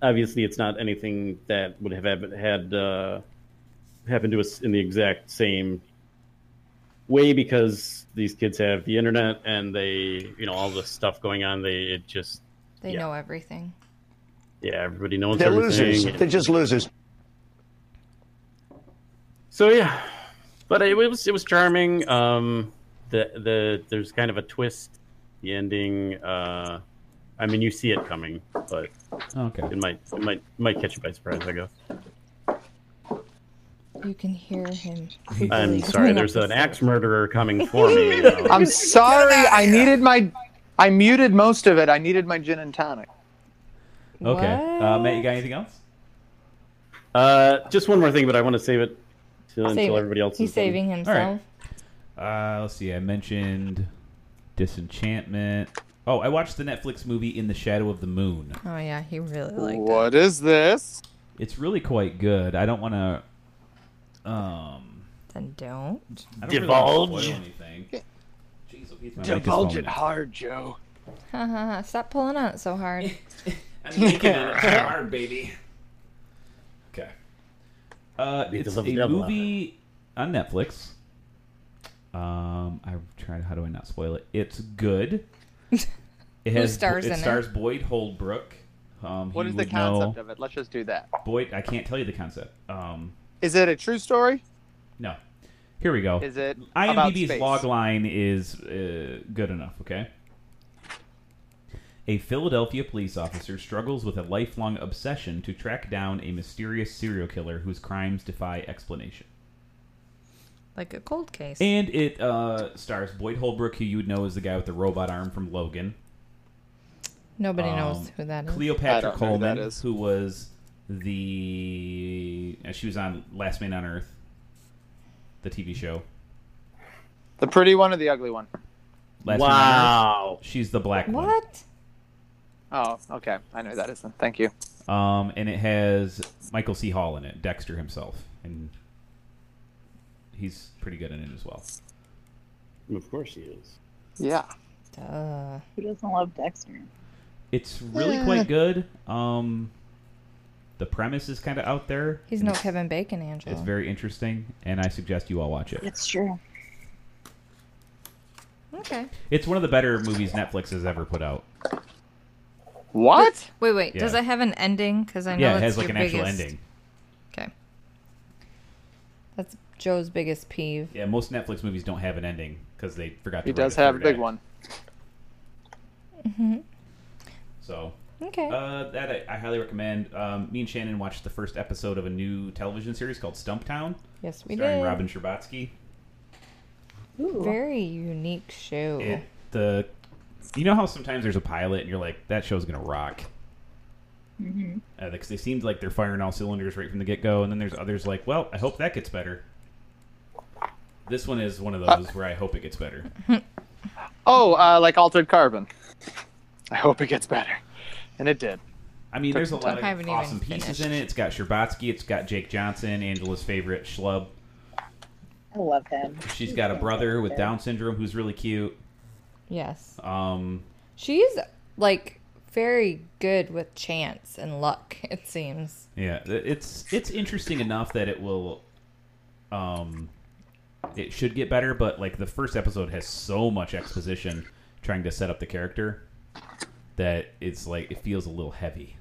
Speaker 7: obviously, it's not anything that would have hap- had uh, happened to us in the exact same way because these kids have the internet and they, you know, all the stuff going on. They it just
Speaker 1: They know everything.
Speaker 7: yeah, everybody knows
Speaker 11: They're
Speaker 7: everything.
Speaker 11: losers.
Speaker 7: and-
Speaker 11: They're just losers.
Speaker 7: So yeah, but it was it was charming. Um, the the there's kind of a twist, the ending. Uh, I mean, you see it coming, but
Speaker 2: okay,
Speaker 7: it might it might might catch you by surprise. I guess.
Speaker 1: You can hear him.
Speaker 7: I'm
Speaker 1: creepily
Speaker 7: sorry.
Speaker 1: going
Speaker 7: There's
Speaker 1: up (laughs)
Speaker 7: an axe murderer coming for me. you know.
Speaker 3: I'm sorry. I needed my. I muted most of it. I needed my gin and tonic.
Speaker 2: Okay, uh, Matt, you got anything else?
Speaker 7: Uh, just one more thing, but I want to save it till,
Speaker 1: Save
Speaker 7: until
Speaker 1: it.
Speaker 7: everybody else.
Speaker 1: He's
Speaker 7: is done.
Speaker 1: saving himself.
Speaker 2: Uh, let's see. I mentioned Disenchantment. Oh, I watched the Netflix movie In the Shadow of the Moon.
Speaker 1: Oh yeah, he really liked
Speaker 3: What is this?
Speaker 2: It's really quite good. I don't want to. Um,
Speaker 1: it. Then don't. (laughs)
Speaker 2: I don't really wanna spoil anything. Jeez, I'll eat my mic this moment.
Speaker 3: hard, Joe.
Speaker 1: Ha, ha, ha. Stop pulling on it so (laughs) hard.
Speaker 2: I'm making it hard, baby. Okay. Uh, it's
Speaker 7: Because
Speaker 2: a
Speaker 7: of the devil.
Speaker 2: movie on Netflix. Um, I tried. How do I not spoil it? It's good. It
Speaker 1: Who stars
Speaker 2: it
Speaker 1: in it?
Speaker 2: stars Boyd Holbrook. Um,
Speaker 3: What
Speaker 2: he
Speaker 3: is the
Speaker 2: would know-
Speaker 3: concept of it? Let's just do that.
Speaker 2: Boyd, I can't tell you the concept. Um,
Speaker 3: Is it a true story?
Speaker 2: no. Here we go.
Speaker 3: Is it about
Speaker 2: IMDb's
Speaker 3: space?
Speaker 2: log line is uh, good enough, okay? A Philadelphia police officer struggles with a lifelong obsession to track down a mysterious serial killer whose crimes defy explanation.
Speaker 1: Like a cold case.
Speaker 2: And it uh, stars Boyd Holbrook, who you would know as the guy with the robot arm from Logan.
Speaker 1: Nobody
Speaker 2: Um,
Speaker 1: knows who that is.
Speaker 3: I
Speaker 2: Cleopatra
Speaker 3: don't know who
Speaker 2: Coleman,
Speaker 3: that
Speaker 2: who was the uh, she was on Last Man on Earth, the TV show.
Speaker 3: The pretty one or the ugly one?
Speaker 2: Last Man on
Speaker 7: Wow.
Speaker 2: Earth. She's the black one.
Speaker 1: What?
Speaker 3: Oh, okay. I know who that isn't. Thank you.
Speaker 2: Um, and it has Michael C. Hall in it, Dexter himself, and he's pretty good in it as well.
Speaker 7: Of course he is.
Speaker 3: Yeah.
Speaker 1: Duh.
Speaker 4: Who doesn't love Dexter?
Speaker 2: It's really quite good. Um, the premise is kind of out there.
Speaker 1: He's no Kevin Bacon, Angela.
Speaker 2: It's very interesting, and I suggest you all watch it.
Speaker 4: It's true.
Speaker 1: Okay.
Speaker 2: It's one of the better movies Netflix has ever put out.
Speaker 3: What?
Speaker 1: Wait, wait. Does
Speaker 2: Yeah.
Speaker 1: it have an ending? Because I know
Speaker 2: Yeah, it
Speaker 1: that's
Speaker 2: has like
Speaker 1: your
Speaker 2: an
Speaker 1: biggest...
Speaker 2: actual ending.
Speaker 1: Okay. That's Joe's biggest peeve.
Speaker 2: Yeah, most Netflix movies don't have an ending because they forgot. to
Speaker 3: He
Speaker 2: write
Speaker 3: does have a
Speaker 2: third
Speaker 3: big
Speaker 2: act.
Speaker 3: one.
Speaker 1: hmm
Speaker 2: So
Speaker 1: Okay.
Speaker 2: uh, that I, I highly recommend. Um, me and Shannon watched the first episode of a new television series called Stumptown.
Speaker 1: Yes, we
Speaker 2: starring
Speaker 1: did.
Speaker 2: Robin Scherbatsky.
Speaker 1: Very unique show.
Speaker 2: It, the you know how sometimes there's a pilot and you're like that show's gonna rock Uh,
Speaker 4: Mm-hmm.
Speaker 2: because they seemed like they're firing all cylinders right from the get go, and then there's others like well I hope that gets better. This one is one of those where I hope it gets better.
Speaker 3: Oh, uh, like altered carbon. I hope it gets better, and it did.
Speaker 2: I mean,
Speaker 3: Took
Speaker 2: there's a
Speaker 3: some
Speaker 2: lot
Speaker 3: time. Haven't
Speaker 2: of
Speaker 3: even
Speaker 2: awesome pieces
Speaker 3: finished.
Speaker 2: in it. It's got Sherbatsky, it's got Jake Johnson, Angela's favorite schlub.
Speaker 4: I love him.
Speaker 2: She's got a brother with Down syndrome who's really cute.
Speaker 1: Yes.
Speaker 2: Um,
Speaker 1: She's like very good with chance and luck, (laughs) it seems.
Speaker 2: Yeah, th- it's it's interesting enough that it will, um, it should get better. But like the first episode has so much exposition trying to set up the character that it's like it feels a little heavy.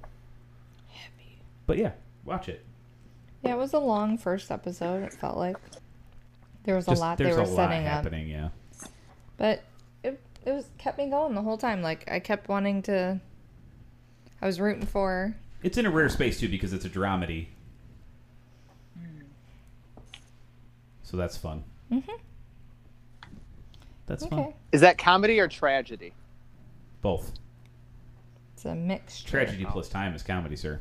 Speaker 2: Heavy. But yeah, watch it.
Speaker 1: Yeah, it was a long first episode, it felt like. There was a
Speaker 2: Just-
Speaker 1: lot they
Speaker 2: there's
Speaker 1: were
Speaker 2: a lot
Speaker 1: setting up.
Speaker 2: happening. Yeah.
Speaker 1: But it it was kept me going the whole time. Like I kept wanting to I was rooting for her.
Speaker 2: It's in a rare space too because it's a dramedy.
Speaker 1: Hmm.
Speaker 2: So that's fun.
Speaker 1: Mhm.
Speaker 2: That's fun.
Speaker 1: Okay.
Speaker 3: Is that comedy or tragedy?
Speaker 2: Both
Speaker 1: It's a mixture.
Speaker 2: tragedy plus time is comedy, sir.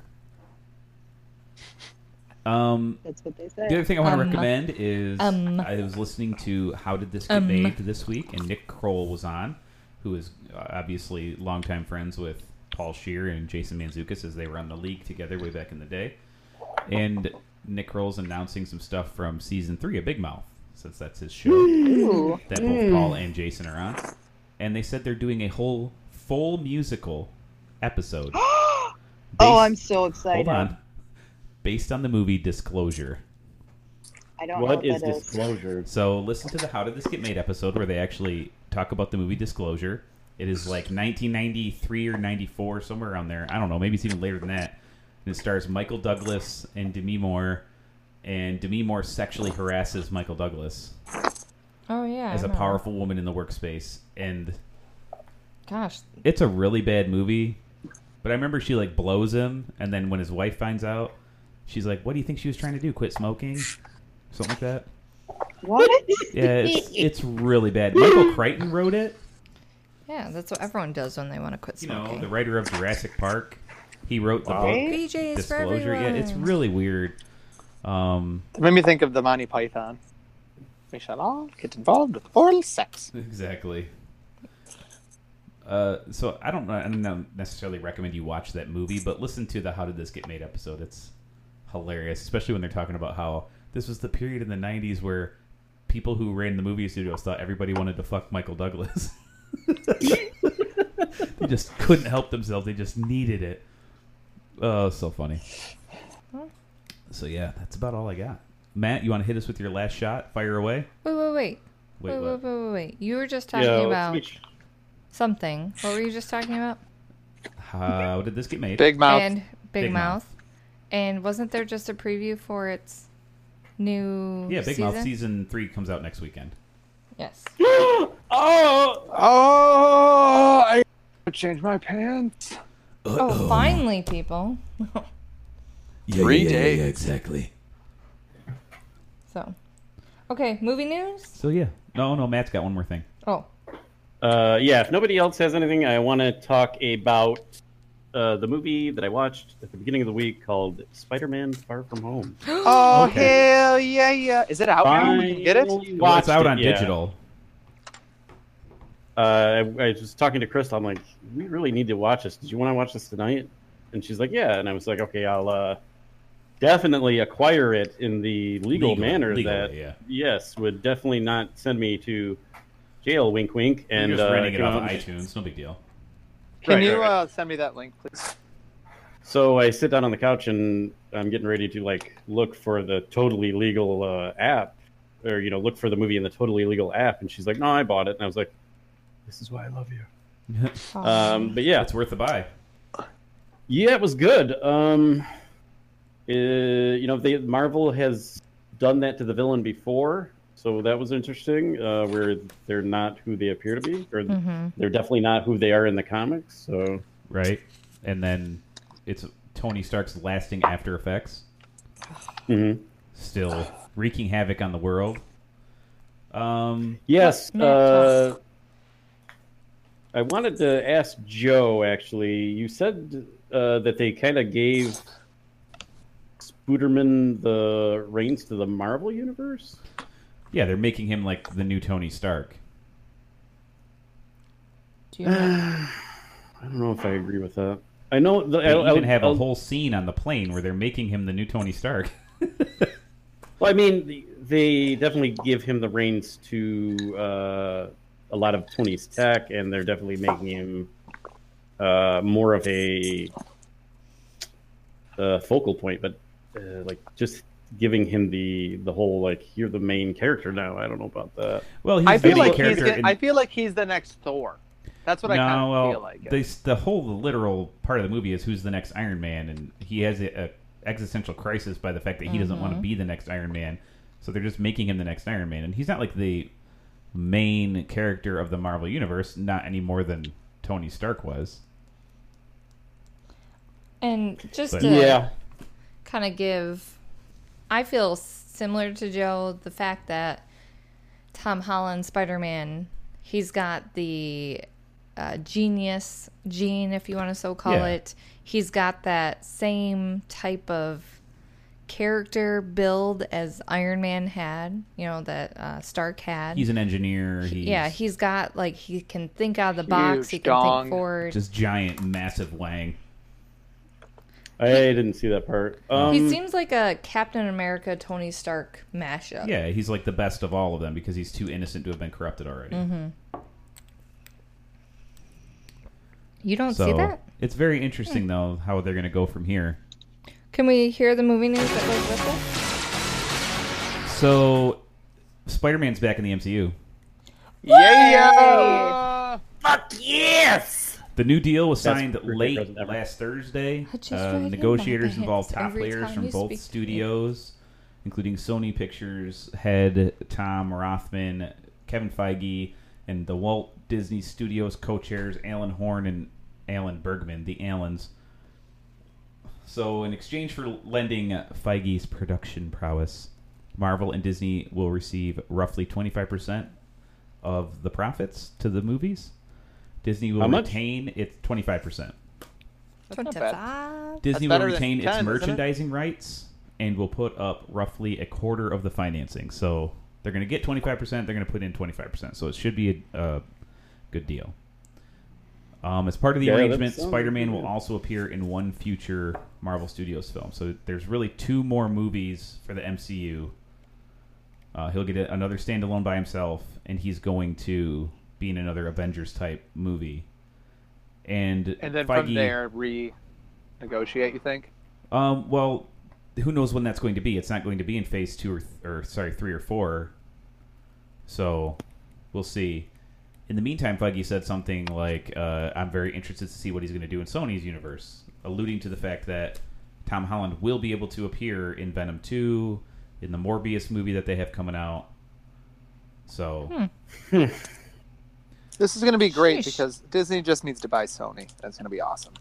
Speaker 2: Um,
Speaker 4: That's what they say.
Speaker 2: The other thing I want
Speaker 1: Um,
Speaker 2: to recommend is
Speaker 1: um,
Speaker 2: I was listening to How Did This Get
Speaker 1: Um.
Speaker 2: Made this week, and Nick Kroll was on, who is uh, obviously longtime friends with Paul Shear and Jason Manzukis as they were on the league together way back in the day. And Nick Roll's announcing some stuff from season three of Big Mouth, since that's his show
Speaker 13: Ooh.
Speaker 2: that both
Speaker 13: Mm.
Speaker 2: Paul and Jason are on. And they said they're doing a whole full musical episode.
Speaker 13: Oh, I'm so excited.
Speaker 2: Hold on. Based on the movie Disclosure.
Speaker 13: I don't
Speaker 2: What
Speaker 13: know what
Speaker 2: is
Speaker 13: that is.
Speaker 7: disclosure?
Speaker 2: So listen to the How Did This Get Made episode where they actually talk about the movie Disclosure. It is like 1993 or 94, somewhere around there. I don't know. Maybe it's even later than that. And it stars Michael Douglas and Demi Moore. And Demi Moore sexually harasses Michael Douglas
Speaker 1: Oh yeah. I
Speaker 2: as a
Speaker 1: remember.
Speaker 2: powerful woman in the workspace. And
Speaker 1: Gosh,
Speaker 2: it's a really bad movie. But I remember she like blows him, and then when his wife finds out, she's like, "What do you think she was trying to do? Quit smoking, something like that." (laughs)
Speaker 13: What?
Speaker 2: Yeah, it's, it's really bad. Michael Crichton wrote it.
Speaker 1: yeah, that's what everyone does when they want to quit
Speaker 2: You know,
Speaker 1: smoking.
Speaker 2: the writer of Jurassic Park. He wrote the
Speaker 1: Wow.
Speaker 2: book
Speaker 1: Right? PJ is for
Speaker 2: Disclosure. Yeah, it's
Speaker 1: everyone.
Speaker 2: really weird. Um,
Speaker 3: It made me think of the Monty Python. We shall all get involved with oral sex.
Speaker 2: Exactly. Uh, so I don't know. I don't necessarily recommend you watch that movie, but listen to the "How Did This Get Made" episode. It's hilarious, especially when they're talking about how this was the period in the '90s where people who ran the movie studios thought everybody wanted to fuck Michael Douglas. (laughs) they just couldn't help themselves; they just needed it. Oh, so funny. So yeah, that's about all I got. Matt, you want to hit us with your last shot? Fire away.
Speaker 1: Wait, wait, wait.
Speaker 2: Wait,
Speaker 1: wait,
Speaker 2: what?
Speaker 1: wait, wait, wait, wait. You were just talking
Speaker 2: Yeah, let's
Speaker 1: about
Speaker 2: make-
Speaker 1: something. What were you just talking about?
Speaker 2: How did this get made?
Speaker 1: And Big, Mouth. And wasn't there just a preview for its new
Speaker 2: Yeah, Big
Speaker 1: season?
Speaker 2: Mouth season three comes out next weekend.
Speaker 1: Yes.
Speaker 3: Oh, oh! I changed my pants.
Speaker 1: Oh, finally, people. (laughs)
Speaker 3: Three days.
Speaker 2: exactly.
Speaker 1: so, okay, movie news.
Speaker 2: So yeah, no, no, Matt's got one more thing.
Speaker 1: Oh,
Speaker 7: Uh, yeah, if nobody else has anything, I want to talk about uh, the movie that I watched at the beginning of the week called Spider Man Far From Home.
Speaker 3: Oh
Speaker 7: Okay.
Speaker 3: hell yeah yeah! Is it out now? We can get it.
Speaker 7: Finally
Speaker 2: Well, it's
Speaker 7: watched
Speaker 2: out
Speaker 7: it,
Speaker 2: on
Speaker 7: yeah.
Speaker 2: digital.
Speaker 7: Uh, I, I was talking to Crystal. I'm like, we really need to watch this. Did you want to watch this tonight? And she's like, yeah. And I was like, okay, I'll uh, definitely acquire it in the legal,
Speaker 2: Legal-
Speaker 7: manner
Speaker 2: legal
Speaker 7: that,
Speaker 2: way, yeah.
Speaker 7: yes, would definitely not send me to jail. Wink, wink. And
Speaker 2: You're just
Speaker 7: uh,
Speaker 2: renting it
Speaker 7: you
Speaker 2: off
Speaker 7: know,
Speaker 2: of iTunes. No big deal.
Speaker 3: Can
Speaker 7: Right,
Speaker 3: you
Speaker 7: right, right.
Speaker 3: Uh, send me that link, please?
Speaker 7: So I sit down on the couch and I'm getting ready to like look for the totally legal uh, app, or you know, look for the movie in the totally legal app. And she's like, "No, I bought it." And I was like, "This is why I love you."
Speaker 1: oh.
Speaker 7: um, but yeah, it's
Speaker 2: worth the buy.
Speaker 7: Yeah, it was good. Um, uh, you know, they, Marvel has done that to the villain before, so that was interesting. Uh, where they're not who they appear to be, or
Speaker 1: Mm-hmm.
Speaker 2: Mhm.
Speaker 7: they're definitely not who they are in the comics. So
Speaker 2: right, and then it's Tony Stark's lasting after effects,
Speaker 7: Mhm.
Speaker 2: still wreaking havoc on the world. Um,
Speaker 7: Yes. Uh, I wanted to ask Joe. Actually, you said uh, that they kind of gave Spooderman the reins to the Marvel universe.
Speaker 2: yeah, they're making him like the new Tony Stark.
Speaker 7: (sighs)
Speaker 1: Do you know?
Speaker 7: I don't know if I agree with that. I know. The,
Speaker 2: They
Speaker 7: I,
Speaker 2: even
Speaker 7: I,
Speaker 2: have
Speaker 7: I,
Speaker 2: a whole scene on the plane where they're making him the new Tony Stark. (laughs)
Speaker 7: Well, I mean, the- they definitely give him the reins to uh, a lot of Tony's tech, and they're definitely making him uh, more of a uh, focal point. But uh, like, just giving him the the whole like, you're the main character now. I don't know about that.
Speaker 2: Well,
Speaker 3: I feel like he's. Gonna, I feel like he's the next Thor. That's what I kind of feel like.
Speaker 2: They, the whole literal part of the movie is who's the next Iron Man, and he has a, a existential crisis by the fact that he doesn't want to
Speaker 1: Mhm.
Speaker 2: be the next Iron Man. So they're just making him the next Iron Man, and he's not like the main character of the Marvel universe, not any more than Tony Stark was.
Speaker 1: And just
Speaker 2: But-
Speaker 1: to
Speaker 2: Yeah.
Speaker 1: kind of give, I feel similar to Joe the fact that Tom Holland Spider Man, he's got the uh, genius gene, if you want to so call
Speaker 13: Yeah.
Speaker 1: it. He's got that same type of character build as Iron Man had, you know, that uh, Stark had.
Speaker 2: He's an engineer. He's
Speaker 1: yeah, he's got like he can think out of the
Speaker 2: Huge
Speaker 1: box. He can
Speaker 2: dong.
Speaker 1: think forward.
Speaker 2: just giant, massive Wang.
Speaker 7: I didn't see that part. Um,
Speaker 1: he seems like a Captain America Tony Stark mashup.
Speaker 2: Yeah, he's like the best of all of them because he's too innocent to have been corrupted already.
Speaker 1: Mm-hmm. You don't see
Speaker 2: So,
Speaker 1: that? Hmm.
Speaker 2: It's very interesting though how they're going to go from here.
Speaker 1: Can we hear the movie news that goes with it?
Speaker 2: So, Spider-Man's back in the MCU.
Speaker 3: Uh, Yeah!
Speaker 5: Fuck yes!
Speaker 2: The new deal was
Speaker 7: Best
Speaker 2: signed
Speaker 7: freaking
Speaker 2: late
Speaker 7: present ever.
Speaker 2: last Thursday.
Speaker 7: I just
Speaker 2: Uh,
Speaker 7: write in
Speaker 2: negotiators
Speaker 7: my
Speaker 2: involved
Speaker 7: hands
Speaker 2: top
Speaker 7: every
Speaker 2: players
Speaker 7: time
Speaker 2: from
Speaker 7: you
Speaker 2: both
Speaker 7: speak to
Speaker 2: studios, including Sony Pictures head Tom Rothman, Kevin Feige, and the Walt Disney Studios co-chairs Alan Horn and Alan Bergman, the Allens. So, in exchange for lending Feige's production prowess, Marvel and Disney will receive roughly 25% of the profits to the movies. Disney will
Speaker 7: How much?
Speaker 2: retain its 25%.
Speaker 1: Twenty-five.
Speaker 2: Disney will retain its merchandising rights and will put up roughly a quarter of the financing. So, they're going to get 25%, they're going to put in 25%. So, it should be a, a good deal. Um, as part of the
Speaker 7: Yeah, that
Speaker 2: arrangement,
Speaker 7: sounds
Speaker 2: Spider Man will
Speaker 7: good.
Speaker 2: also appear in one future Marvel Studios film. So there's really two more movies for the MCU. Uh, he'll get a, another standalone by himself, and he's going to be in another Avengers type movie. And,
Speaker 3: And then
Speaker 2: Feige-
Speaker 3: from there, renegotiate. You think?
Speaker 2: um, well, who knows when that's going to be? It's not going to be in phase two or, th- or sorry, three or four. So we'll see. In the meantime, Feige said something like, uh, "I'm very interested to see what he's going to do in Sony's universe," alluding to the fact that Tom Holland will be able to appear in Venom Two, in the Morbius movie that they have coming out. So
Speaker 3: This is going to be great because Disney just needs to buy Sony. That's going to be awesome.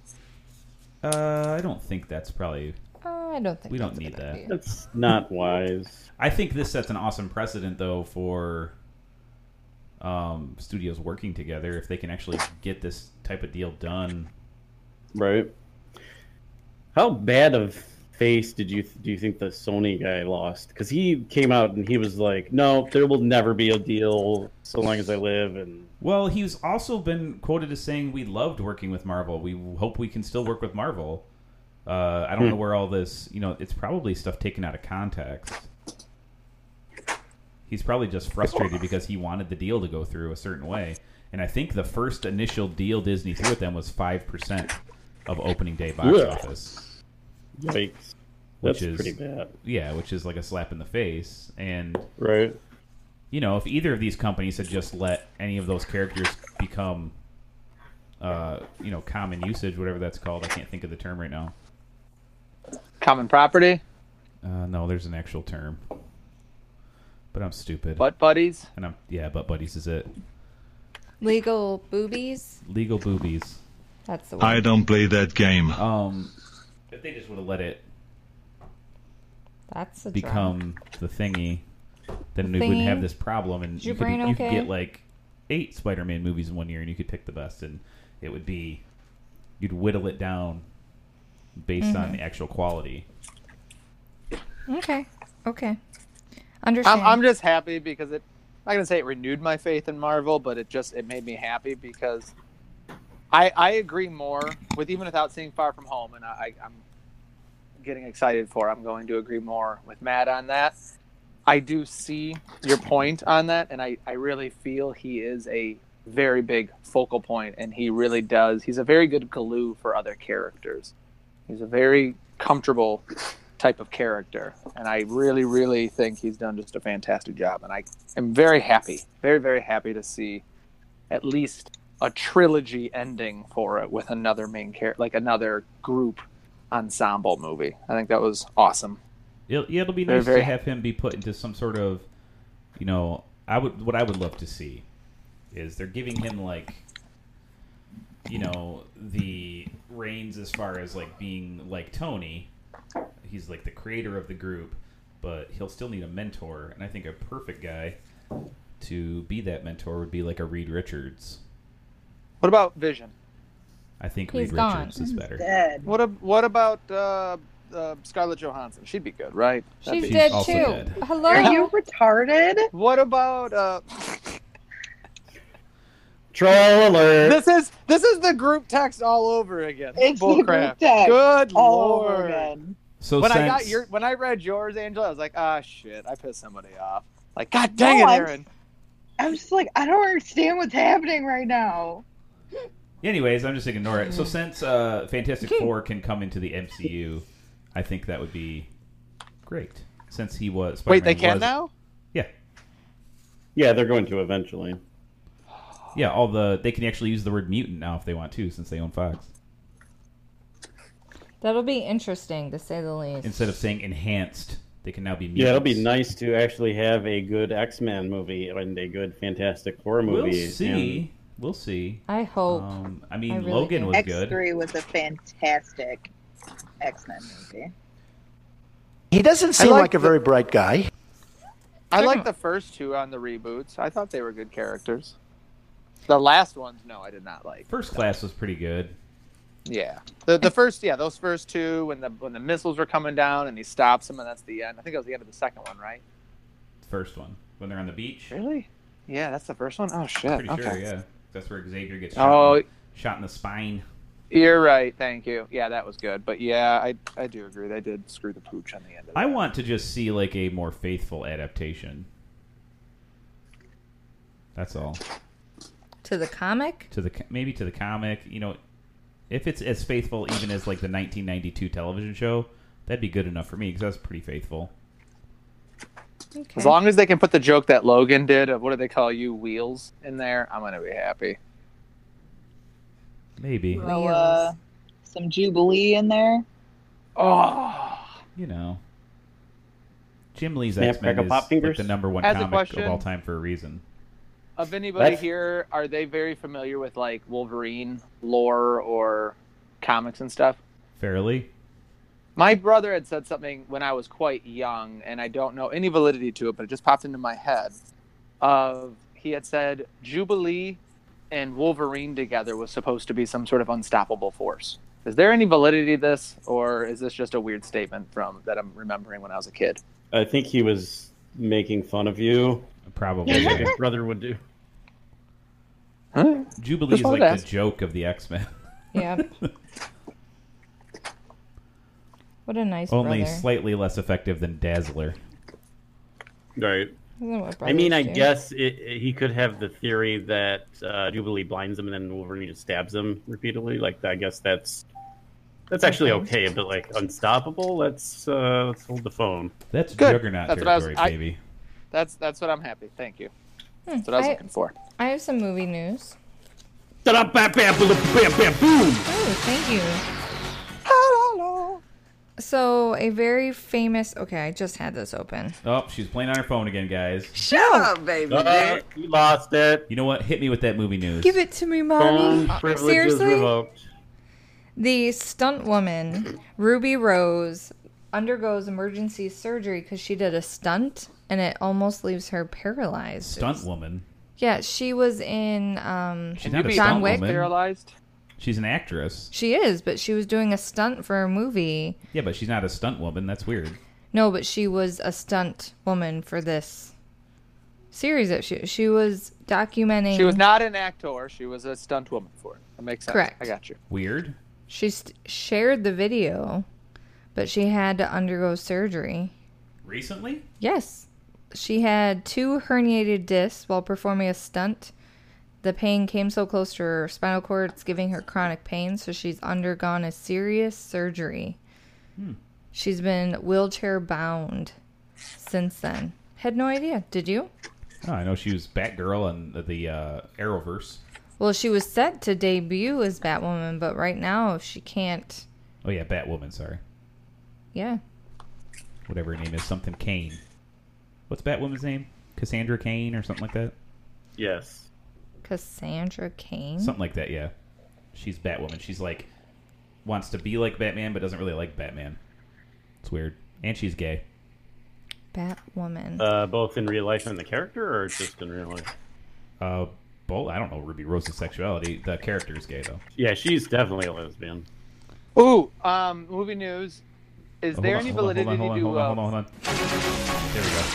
Speaker 2: uh, I don't think that's probably
Speaker 1: I don't think
Speaker 2: we
Speaker 1: that's
Speaker 2: don't
Speaker 1: a
Speaker 2: need
Speaker 1: good
Speaker 2: that.
Speaker 1: idea.
Speaker 7: That's not wise.
Speaker 2: I think this sets an awesome precedent, though, for um, studios working together if they can actually get this type of deal done.
Speaker 7: Right. How bad of face did you do you think the Sony guy lost? Because he came out and he was like, "No, there will never be a deal so long as I live." And
Speaker 2: Well, he's also been quoted as saying, "We loved working with Marvel. We hope we can still work with Marvel." Uh, I don't
Speaker 7: Hmm.
Speaker 2: know where all this, you know, it's probably stuff taken out of context. He's probably just frustrated because he wanted the deal to go through a certain way. And I think the first initial deal Disney threw at them was 5% of opening day box
Speaker 7: Ugh.
Speaker 2: office.
Speaker 7: Yikes.
Speaker 2: Which
Speaker 7: That's
Speaker 2: is
Speaker 7: pretty bad.
Speaker 2: Yeah, which is like a slap in the face. And
Speaker 7: right.
Speaker 2: You know, if either of these companies had just let any of those characters become uh, you know, common usage, whatever that's called. I can't think of the term right now.
Speaker 3: Common property,
Speaker 2: Uh, no, there's an actual term. But I'm stupid.
Speaker 3: butt buddies.
Speaker 2: And I'm yeah, butt buddies is it.
Speaker 1: Legal boobies.
Speaker 2: Legal boobies.
Speaker 1: That's the word.
Speaker 14: I don't play that game.
Speaker 2: Um, if they just would have let it
Speaker 1: That's a drop.
Speaker 2: become the thingy, then
Speaker 1: The
Speaker 2: we wouldn't
Speaker 1: thingy?
Speaker 2: have this problem. And
Speaker 1: Is
Speaker 2: you
Speaker 1: your
Speaker 2: could,
Speaker 1: brain
Speaker 2: you could
Speaker 1: okay?
Speaker 2: get like eight Spider-Man movies in one year, and you could pick the best, and it would be you'd whittle it down based on
Speaker 1: Mhm.
Speaker 2: the actual quality.
Speaker 1: Okay. Okay.
Speaker 3: I'm,
Speaker 1: Understand.
Speaker 3: I'm just happy because it. I'm not gonna say it renewed my faith in Marvel, but it just it made me happy because I I agree more with even without seeing Far From Home, and I, I I'm getting excited for. I'm going to agree more with Matt on that. I do see your point on that, and I I really feel he is a very big focal point, and he really does. He's a very good glue for other characters. He's a very comfortable type of character, and I really, really think he's done just a fantastic job. And I am very happy, very, very happy to see at least a trilogy ending for it with another main character, like another group ensemble movie. I think that was awesome.
Speaker 2: It'll, yeah, it'll be
Speaker 3: Very,
Speaker 2: nice
Speaker 3: very
Speaker 2: to have him be put into some sort of, you know, I would what I would love to see is they're giving him like, you know, the reins as far as like being like Tony. He's like the creator of the group, but he'll still need a mentor, and I think a perfect guy to be that mentor would be like a Reed Richards.
Speaker 3: What about Vision?
Speaker 2: I think
Speaker 3: He's
Speaker 2: Reed
Speaker 3: gone.
Speaker 2: Richards is better.
Speaker 3: What ab- what about uh, uh, Scarlett Johansson. She'd be good, right?
Speaker 1: She's dead too. Hello.
Speaker 13: Are you retarded?
Speaker 3: What about uh,
Speaker 7: Troll alert.
Speaker 3: this is this is the group text all over again.
Speaker 13: It's
Speaker 3: Bull
Speaker 13: the
Speaker 3: crap.
Speaker 13: group text
Speaker 3: Good
Speaker 13: all
Speaker 3: lord.
Speaker 13: over again.
Speaker 2: So
Speaker 3: when I
Speaker 2: since
Speaker 3: got your when I read yours, Angela, I was like, ah, shit, I pissed somebody off. Like, god dang
Speaker 13: No,
Speaker 3: it,
Speaker 13: I'm-
Speaker 3: Aaron.
Speaker 13: I'm just like, I don't understand what's happening right now.
Speaker 2: Anyways, I'm just gonna ignore it. So since uh, Fantastic Four can come into the MCU, I think that would be great. Since he was
Speaker 3: Wait, they
Speaker 2: Spider-Man
Speaker 3: can
Speaker 2: was-
Speaker 3: now?
Speaker 7: Yeah, they're going to eventually.
Speaker 2: Yeah, all the they can actually use the word mutant now if they want to, since they own Fox.
Speaker 1: That'll be interesting to say the least.
Speaker 2: Instead of saying enhanced, they can now be mutants.
Speaker 7: Yeah, it'll be nice to actually have a good X Men movie and a good Fantastic Four movie.
Speaker 2: We'll see.
Speaker 7: and-
Speaker 2: We'll see.
Speaker 1: I hope.
Speaker 2: Um, I mean,
Speaker 13: I really
Speaker 2: Logan
Speaker 13: do.
Speaker 2: was
Speaker 13: X3
Speaker 2: good.
Speaker 13: was a fantastic X Men movie.
Speaker 11: He doesn't seem
Speaker 3: like
Speaker 11: like, a very bright guy.
Speaker 3: I like the first two on the reboots. I thought they were good characters. The last ones, no, I did not like.
Speaker 2: First Class was pretty good.
Speaker 3: Yeah. The the first yeah, those first two when the when the missiles were coming down and he stops them and that's the end. I think that was the end of the second one, right?
Speaker 2: First one when they're on the beach.
Speaker 3: Really? Yeah, that's the first one? Oh shit.
Speaker 2: Pretty
Speaker 3: okay.
Speaker 2: sure. Yeah, that's where Xavier gets shot.
Speaker 3: Oh.
Speaker 2: in- shot in the spine.
Speaker 3: You're right, thank you. Yeah, that was good. But yeah, I I do agree. They did screw the pooch on the end of
Speaker 2: I want to just see like a more faithful adaptation. That's all.
Speaker 1: to the comic?
Speaker 2: To the co- maybe to the comic, you know, if it's as faithful even as like the 1992 television show, that'd be good enough for me because that's pretty faithful.
Speaker 3: it. As long as they can put the joke that Logan did of what do they call you, wheels in there, I'm gonna be happy.
Speaker 2: Maybe
Speaker 13: Throw, uh, some Jubilee in there.
Speaker 3: Oh,
Speaker 2: you know, Jim Lee's
Speaker 7: Snap,
Speaker 2: X Men
Speaker 7: crackle,
Speaker 2: is
Speaker 7: pop
Speaker 2: like
Speaker 7: fingers?
Speaker 2: the number one
Speaker 3: As a
Speaker 2: comic
Speaker 3: question-
Speaker 2: of all time for a reason.
Speaker 3: Of anybody
Speaker 2: That's-
Speaker 3: here, are they very familiar with like Wolverine lore or comics and stuff?
Speaker 2: Fairly,
Speaker 3: My brother had said something when I was quite young, and I don't know any validity to it, but it just popped into my head. Of he had said Jubilee and Wolverine together was supposed to be some sort of unstoppable force. Is there any validity to this, or is this just a weird statement from that I'm remembering when I was a kid?
Speaker 7: I think he was making fun of you.
Speaker 2: Probably.
Speaker 3: (laughs)
Speaker 7: As a good brother would do.
Speaker 2: Jubilee
Speaker 7: Just
Speaker 2: is
Speaker 7: wanted
Speaker 2: like
Speaker 7: to
Speaker 2: the
Speaker 7: ask.
Speaker 2: joke of the X Men.
Speaker 1: Yep. what a nice
Speaker 2: (laughs) Only
Speaker 1: brother.
Speaker 2: slightly less effective than Dazzler.
Speaker 7: Right.
Speaker 1: Isn't what
Speaker 7: I mean,
Speaker 1: brothers
Speaker 7: I
Speaker 1: do?
Speaker 7: guess it, it- he could have the theory that uh, Jubilee blinds him and then Wolverine just stabs him repeatedly. Like, I guess that's that's actually okay, but like unstoppable. Let's uh, let's hold the phone.
Speaker 2: That's
Speaker 3: Good.
Speaker 2: Juggernaut
Speaker 3: That's what I was-
Speaker 2: territory,
Speaker 3: I-
Speaker 2: baby.
Speaker 3: That's that's what I'm happy. Thank you.
Speaker 1: Hmm,
Speaker 3: That's what I was looking for.
Speaker 1: I have some movie news. Oh, thank you. So, a very famous. Okay, I just had this open.
Speaker 2: Oh, she's playing on her phone again, guys.
Speaker 9: Shut up, baby.
Speaker 7: Uh,
Speaker 9: dick.
Speaker 7: you lost it.
Speaker 2: You know what? Hit me with that movie news.
Speaker 1: Give it to me, mommy.
Speaker 7: Phone
Speaker 1: Uh,
Speaker 7: privileges
Speaker 1: Seriously?
Speaker 7: revoked.
Speaker 1: The stunt woman, Ruby Rose, undergoes emergency surgery because she did a stunt and it almost leaves her paralyzed.
Speaker 2: Stunt woman.
Speaker 1: Yeah, she was in um,
Speaker 2: She's not a
Speaker 1: John
Speaker 2: stunt
Speaker 1: Wick.
Speaker 2: woman.
Speaker 3: Paralyzed.
Speaker 2: She's an actress.
Speaker 1: She is, but she was doing a stunt for a movie.
Speaker 2: Yeah, but she's not a stunt woman. That's weird.
Speaker 1: No, but she was a stunt woman for this series that she she was documenting.
Speaker 3: She was not an actor. She was a stunt woman for it. That makes sense.
Speaker 1: Correct.
Speaker 3: I got you.
Speaker 2: Weird.
Speaker 1: She st- shared the video, but she had to undergo surgery.
Speaker 2: Recently?
Speaker 1: Yes. She had two herniated discs while performing a stunt. The pain came so close to her spinal cord, it's giving her chronic pain, so she's undergone a serious surgery.
Speaker 2: Hmm.
Speaker 1: She's been wheelchair bound since then. Had no idea. Did you?
Speaker 2: Oh, I know she was Batgirl in the, the uh, Arrowverse.
Speaker 1: Well, she was set to debut as Batwoman, but right now she can't.
Speaker 2: Oh yeah, Batwoman. Sorry,
Speaker 1: Yeah.
Speaker 2: whatever her name is, something Kane. What's Batwoman's name? Cassandra Kane or something like that.
Speaker 7: Yes.
Speaker 1: Cassandra Kane?
Speaker 2: Something like that. Yeah, she's Batwoman. She's like wants to be like Batman, but doesn't really like Batman. It's weird, and she's gay.
Speaker 1: Batwoman.
Speaker 7: Uh, both in real life and the character, or just in real life?
Speaker 2: Uh, both. I don't know Ruby Rose's sexuality. The character is gay though.
Speaker 7: Yeah, she's definitely a lesbian.
Speaker 3: Ooh, um, movie news. Is
Speaker 2: Oh,
Speaker 3: there
Speaker 2: hold
Speaker 3: any
Speaker 2: on, hold on,
Speaker 3: validity
Speaker 2: hold on,
Speaker 3: to
Speaker 2: hold on, hold on,
Speaker 3: uh,
Speaker 2: hold on, hold on. There we go.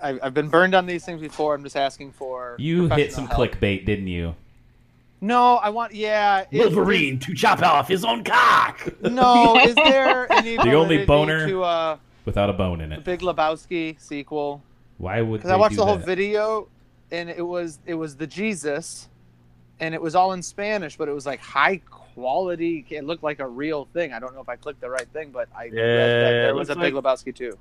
Speaker 3: I, I've been burned on these things before. I'm just asking for.
Speaker 2: You hit
Speaker 3: professional
Speaker 2: some
Speaker 3: help.
Speaker 2: clickbait, didn't you?
Speaker 3: No, I want. Yeah. is-
Speaker 2: Wolverine
Speaker 5: to chop off his own cock.
Speaker 3: No,
Speaker 2: (laughs)
Speaker 3: is there any
Speaker 2: The only
Speaker 3: validity
Speaker 2: boner
Speaker 3: to uh,
Speaker 2: without a bone in it.
Speaker 3: Big Lebowski sequel?
Speaker 2: Why would
Speaker 3: Because
Speaker 2: they
Speaker 3: I watched
Speaker 2: do
Speaker 3: the whole
Speaker 2: that?
Speaker 3: video, and it was it was the Jesus, and it was all in Spanish, but it was like high quality. It looked like a real thing. I don't know if I clicked the right thing, but I read that
Speaker 7: Yeah,
Speaker 3: there
Speaker 7: it
Speaker 3: was a
Speaker 7: looks
Speaker 3: Big
Speaker 7: like-
Speaker 3: Lebowski too.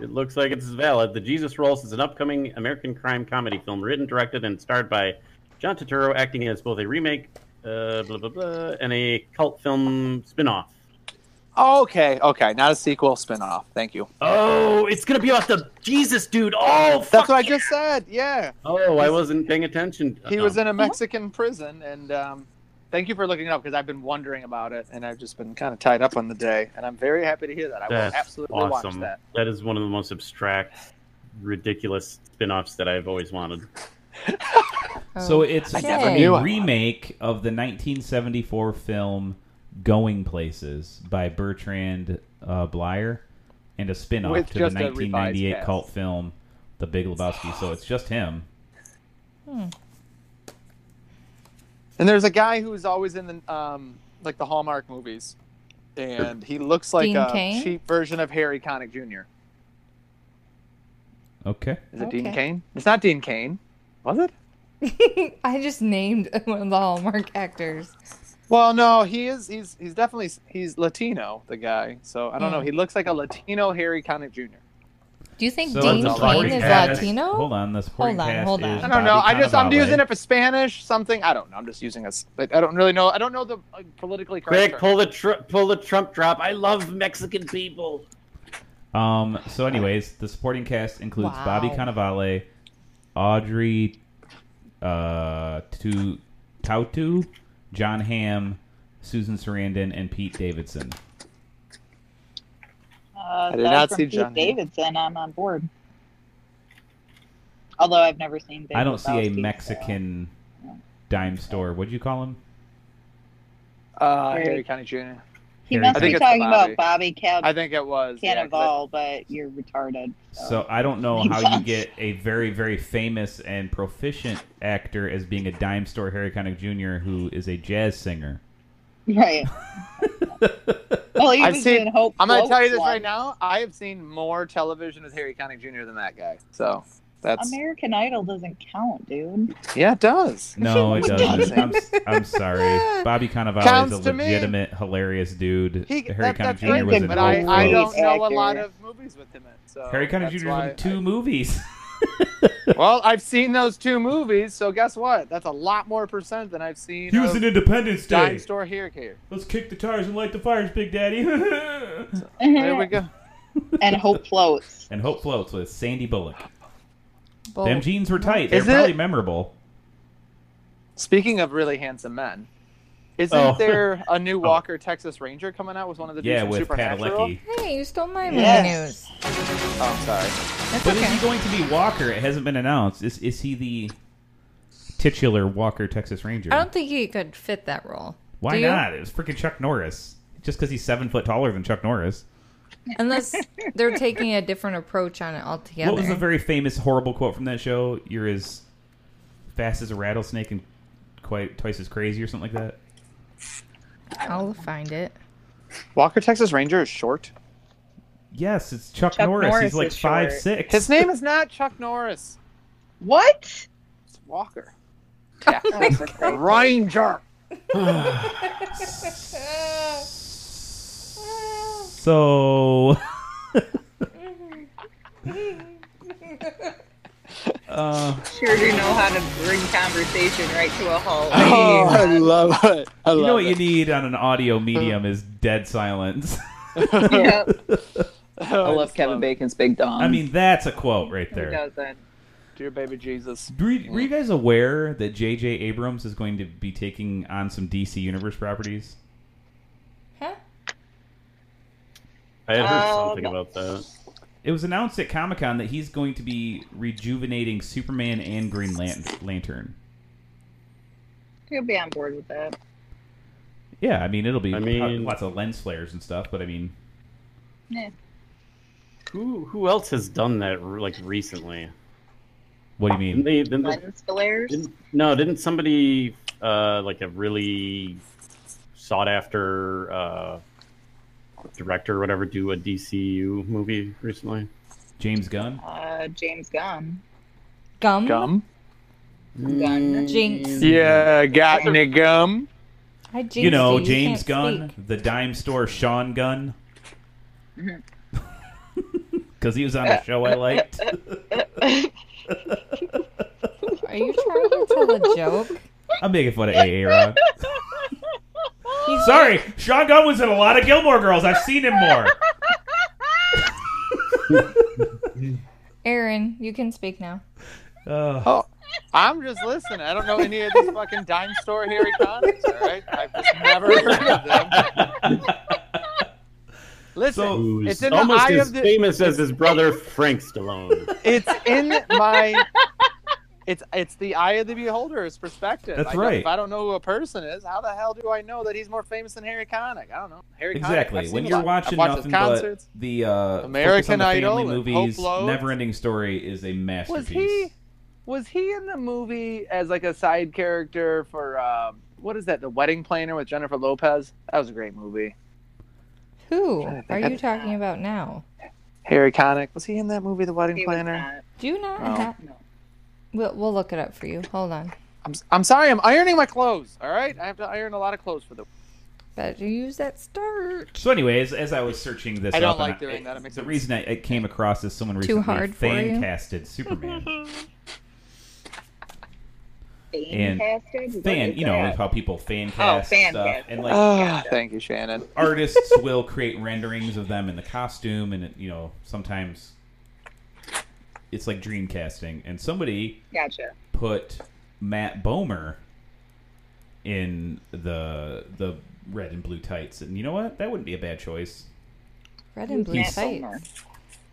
Speaker 7: It looks like it's valid. The Jesus Rolls is an upcoming American crime comedy film written, directed, and starred by John Turturro, acting as both a remake, uh, blah blah blah, and a cult film spin-off.
Speaker 3: Okay, okay, not a sequel spin-off. Thank you.
Speaker 7: Oh, it's gonna be about the Jesus dude. Oh,
Speaker 3: that's what I just said. Yeah,
Speaker 7: Oh, I wasn't paying attention. Oh,
Speaker 3: he was in a Mexican prison, and um, thank you for looking it up because I've been wondering about it, and I've just been kind of tied up on the day. And I'm very happy to hear that. I
Speaker 7: That's
Speaker 3: will absolutely watch
Speaker 7: awesome.
Speaker 3: that.
Speaker 7: that is one of the most abstract, ridiculous spin-offs that I've always wanted.
Speaker 1: Oh.
Speaker 2: So it's
Speaker 7: I never knew I
Speaker 2: a remake of the 1974 film Going Places by Bertrand uh, Blier and a spin off
Speaker 3: With
Speaker 2: to the
Speaker 3: just a revised
Speaker 2: 1998
Speaker 3: cast.
Speaker 2: cult film The Big Lebowski. So it's just him.
Speaker 3: And there's a guy who's always in the um, like the Hallmark movies, and he looks like
Speaker 1: Dean
Speaker 3: a
Speaker 1: Cain?
Speaker 3: cheap version of Harry Connick Jr.
Speaker 2: Okay.
Speaker 3: Is it Dean
Speaker 1: Okay.
Speaker 3: Kane? It's not Dean Kane, was it?
Speaker 1: (laughs) I just named one of the Hallmark actors.
Speaker 3: Well, no, he is. He's he's definitely he's Latino, the guy. So I don't know.
Speaker 1: Hmm.
Speaker 3: He looks like a Latino Harry Connick Jr.
Speaker 1: Do you think
Speaker 2: So
Speaker 1: Dean Kane
Speaker 2: the
Speaker 1: is
Speaker 2: supporting cast-
Speaker 1: Latino?
Speaker 2: Hold on, the supporting
Speaker 1: on,
Speaker 2: cast
Speaker 1: hold on.
Speaker 2: is
Speaker 3: I don't know.
Speaker 2: Bobby
Speaker 3: I just I'm
Speaker 2: Cannavale.
Speaker 3: using it for Spanish something. I don't know. I'm just using a. s- I don't really know. I don't know the like, politically correct.
Speaker 7: Quick,
Speaker 3: term.
Speaker 7: pull the tr- pull the Trump drop. I love Mexican people.
Speaker 2: Um. So, anyways, the supporting cast includes
Speaker 7: Wow.
Speaker 2: Bobby Cannavale, Audrey, uh, Tu Tautu, John Hamm, Susan Sarandon, and Pete Davidson.
Speaker 4: Uh,
Speaker 2: I did
Speaker 4: aside
Speaker 2: not
Speaker 4: from
Speaker 2: see
Speaker 4: Pete
Speaker 2: John.
Speaker 4: Davidson. I'm on board. Although I've never seen. Big
Speaker 2: I don't see a
Speaker 4: Lebowski, so-
Speaker 2: Mexican dime store. What'd you call him?
Speaker 3: Uh,
Speaker 4: Harry.
Speaker 3: Harry Connick Jr.
Speaker 4: He
Speaker 2: Harry Connick.
Speaker 4: must be
Speaker 2: I think
Speaker 4: talking
Speaker 3: it's
Speaker 4: about Bobby Cal-
Speaker 3: I think it was yeah, 'cause I-
Speaker 4: Cannavale, but you're retarded.
Speaker 13: (laughs)
Speaker 2: So I don't know how you get a very, very famous and proficient actor as being a dime store Harry Connick Jr. who is a jazz singer.
Speaker 4: Right. well, he
Speaker 3: I've
Speaker 4: was
Speaker 3: seen-
Speaker 4: in Hope.
Speaker 3: I'm going to
Speaker 4: Floats
Speaker 3: tell you this
Speaker 4: once.
Speaker 3: right now. I have seen more television with Harry Connick Jr. than that guy. So that's
Speaker 4: American Idol doesn't count, dude.
Speaker 3: yeah, it does.
Speaker 2: No, it doesn't. I'm, I'm sorry. Bobby Cannavale is
Speaker 3: Counts
Speaker 2: a
Speaker 3: to me.
Speaker 2: legitimate, hilarious dude.
Speaker 3: He,
Speaker 2: Harry
Speaker 3: that,
Speaker 2: Connick
Speaker 3: that's
Speaker 2: Jr.
Speaker 3: great,
Speaker 2: was an
Speaker 3: but I,
Speaker 2: old
Speaker 3: I
Speaker 2: goat.
Speaker 3: don't know a lot
Speaker 4: actor.
Speaker 3: of movies with him in. So
Speaker 2: Harry Connick
Speaker 3: that's
Speaker 2: Jr. was
Speaker 3: why
Speaker 2: in two
Speaker 3: (laughs)
Speaker 2: movies. (laughs)
Speaker 3: well, I've seen those two movies. So guess what? That's a lot more percent than I've seen.
Speaker 2: He was
Speaker 3: of
Speaker 2: in Independence Day.
Speaker 3: Dime Store Harry Connick.
Speaker 2: Let's kick the tires and light the fires, Big Daddy. (laughs)
Speaker 3: There
Speaker 4: (laughs)
Speaker 3: we go.
Speaker 4: and Hope Floats.
Speaker 2: and Hope Floats with Sandy Bullock.
Speaker 4: Bullock.
Speaker 2: Them jeans were tight. They're
Speaker 3: Oh. Is it-
Speaker 2: probably memorable.
Speaker 3: Speaking of really handsome men, isn't
Speaker 2: Oh.
Speaker 3: there
Speaker 2: (laughs)
Speaker 3: a new Walker Texas Ranger coming out? Was one of the dudes
Speaker 2: Yeah,
Speaker 3: from
Speaker 2: with
Speaker 3: Supernatural?
Speaker 2: Padalecki.
Speaker 1: Hey, you stole my
Speaker 3: Yes.
Speaker 1: news.
Speaker 3: Oh, I'm sorry.
Speaker 2: But is he going to be Walker? It hasn't been announced. Is is he the titular Walker Texas Ranger?
Speaker 1: I don't think he could fit that role.
Speaker 2: Why
Speaker 1: Do you?
Speaker 2: not? It was freaking Chuck Norris. Just because he's seven foot taller than Chuck Norris.
Speaker 1: (laughs) Unless they're taking a different approach on it altogether.
Speaker 2: What was the very famous horrible quote from that show? You're as fast as a rattlesnake and quite twice as crazy, or something like that.
Speaker 1: I'll find it.
Speaker 3: Walker Texas Ranger is short.
Speaker 2: Yes, it's Chuck,
Speaker 1: Chuck
Speaker 2: Norris.
Speaker 1: Norris
Speaker 2: He's like
Speaker 1: is
Speaker 2: five
Speaker 1: short.
Speaker 2: six.
Speaker 3: His name is not Chuck Norris.
Speaker 4: What?
Speaker 3: It's Walker. Ranger.
Speaker 1: (laughs)
Speaker 2: so. uh,
Speaker 4: Sure do know how to bring conversation right to a halt.
Speaker 2: Oh, I
Speaker 3: love it. I
Speaker 2: you
Speaker 3: love
Speaker 2: know what
Speaker 3: it. Mm.
Speaker 2: you need on an audio medium is dead silence. (laughs)
Speaker 4: (laughs) I love Kevin Bacon's Big Dong.
Speaker 2: I mean, that's a quote right
Speaker 4: Who
Speaker 2: there.
Speaker 4: doesn't?
Speaker 3: Dear baby Jesus.
Speaker 2: Were you, were you guys aware that J.J. Abrams is going to be taking on some DC Universe properties?
Speaker 7: I had heard
Speaker 2: Um,
Speaker 7: something about that.
Speaker 2: It was announced at Comic Con that he's going to be rejuvenating Superman and Green Lan- Lantern.
Speaker 4: He'll be on board with that.
Speaker 2: Yeah, I mean it'll be
Speaker 7: I mean-
Speaker 2: lots of lens flares and stuff, but I mean
Speaker 7: Who who else has done that like recently?
Speaker 2: What do you mean?
Speaker 7: They, didn't they-
Speaker 4: Lens flares.
Speaker 7: no, didn't somebody uh, like a really sought after uh, director or whatever do a DCU movie recently?
Speaker 2: James Gunn.
Speaker 4: Uh, James Gunn.
Speaker 1: Gum?
Speaker 3: Gum?
Speaker 2: Mm.
Speaker 4: Gunn.
Speaker 1: Jinx.
Speaker 3: Yeah, got any gum?
Speaker 1: I jinxed
Speaker 2: you know
Speaker 1: you
Speaker 2: James
Speaker 1: can't
Speaker 2: Gunn, the dime store Sean Gunn, (laughs)
Speaker 4: Mhm.
Speaker 2: because he was on a show I liked.
Speaker 1: speak. Are you trying to tell a
Speaker 3: (laughs)
Speaker 1: joke?
Speaker 2: I'm making fun of AA Ron. Sorry, Sean Gunn was in a lot of Gilmore Girls. I've seen him more.
Speaker 1: Aaron, you can speak now.
Speaker 3: Oh, I'm just listening. I don't know any of these fucking dime store Harry Connors. All right, I've just never heard of
Speaker 2: (laughs)
Speaker 3: them. Listen,
Speaker 7: Who's
Speaker 3: Oh, it's in the
Speaker 7: almost
Speaker 3: eye
Speaker 7: as
Speaker 3: of the. (laughs)
Speaker 7: famous as his brother Frank Stallone.
Speaker 3: It's in my. It's it's the eye of the beholder's perspective.
Speaker 7: That's
Speaker 3: I don't-
Speaker 7: right.
Speaker 3: If I don't know who a person is, how the hell do I know that he's more famous than Harry Connick? I don't know. Harry Connick. I've
Speaker 2: Exactly.
Speaker 3: seen
Speaker 2: When
Speaker 3: a
Speaker 2: you're
Speaker 3: lot. I've
Speaker 2: watching
Speaker 3: watched
Speaker 2: nothing
Speaker 3: his concerts.
Speaker 2: but the uh,
Speaker 3: American
Speaker 2: Focus on the
Speaker 3: Idol
Speaker 2: family
Speaker 3: and
Speaker 2: movies,
Speaker 3: Hope Loves.
Speaker 2: Never Ending Story is a
Speaker 3: was
Speaker 2: masterpiece.
Speaker 3: he was he in the movie as like a side character for um, what is that the wedding planner with jennifer lopez that was a great movie
Speaker 1: Who
Speaker 3: I think
Speaker 1: are
Speaker 3: I-
Speaker 1: you talking about now?
Speaker 3: harry connick was he in that movie the wedding
Speaker 1: He was
Speaker 3: planner
Speaker 1: Do you not
Speaker 3: Oh.
Speaker 1: have. We'll, we'll look it up for you. Hold on.
Speaker 3: I'm, I'm sorry i'm ironing my clothes all right i have to iron a lot of clothes for the
Speaker 1: Better use that starch.
Speaker 2: So, anyways, as I was searching this,
Speaker 3: I don't
Speaker 2: up, and
Speaker 3: like doing that. It makes
Speaker 2: the
Speaker 3: me-
Speaker 2: reason I, it came across is someone recently
Speaker 1: hard for you?
Speaker 2: fan casted Superman. And
Speaker 4: Fantastic. What
Speaker 2: fan,
Speaker 4: is
Speaker 2: you know
Speaker 4: that?
Speaker 2: how people fan
Speaker 4: Oh,
Speaker 2: cast
Speaker 4: fan
Speaker 2: stuff,
Speaker 4: cast.
Speaker 2: and like
Speaker 3: Ah, thank you shannon
Speaker 2: artists will create renderings of them in the costume, and it, you know sometimes it's like dream casting. And somebody
Speaker 4: Gotcha.
Speaker 2: put Matt Bomer in the the red and blue tights, and you know what? That wouldn't be a bad choice.
Speaker 1: Red and blue
Speaker 2: He's-
Speaker 1: tights.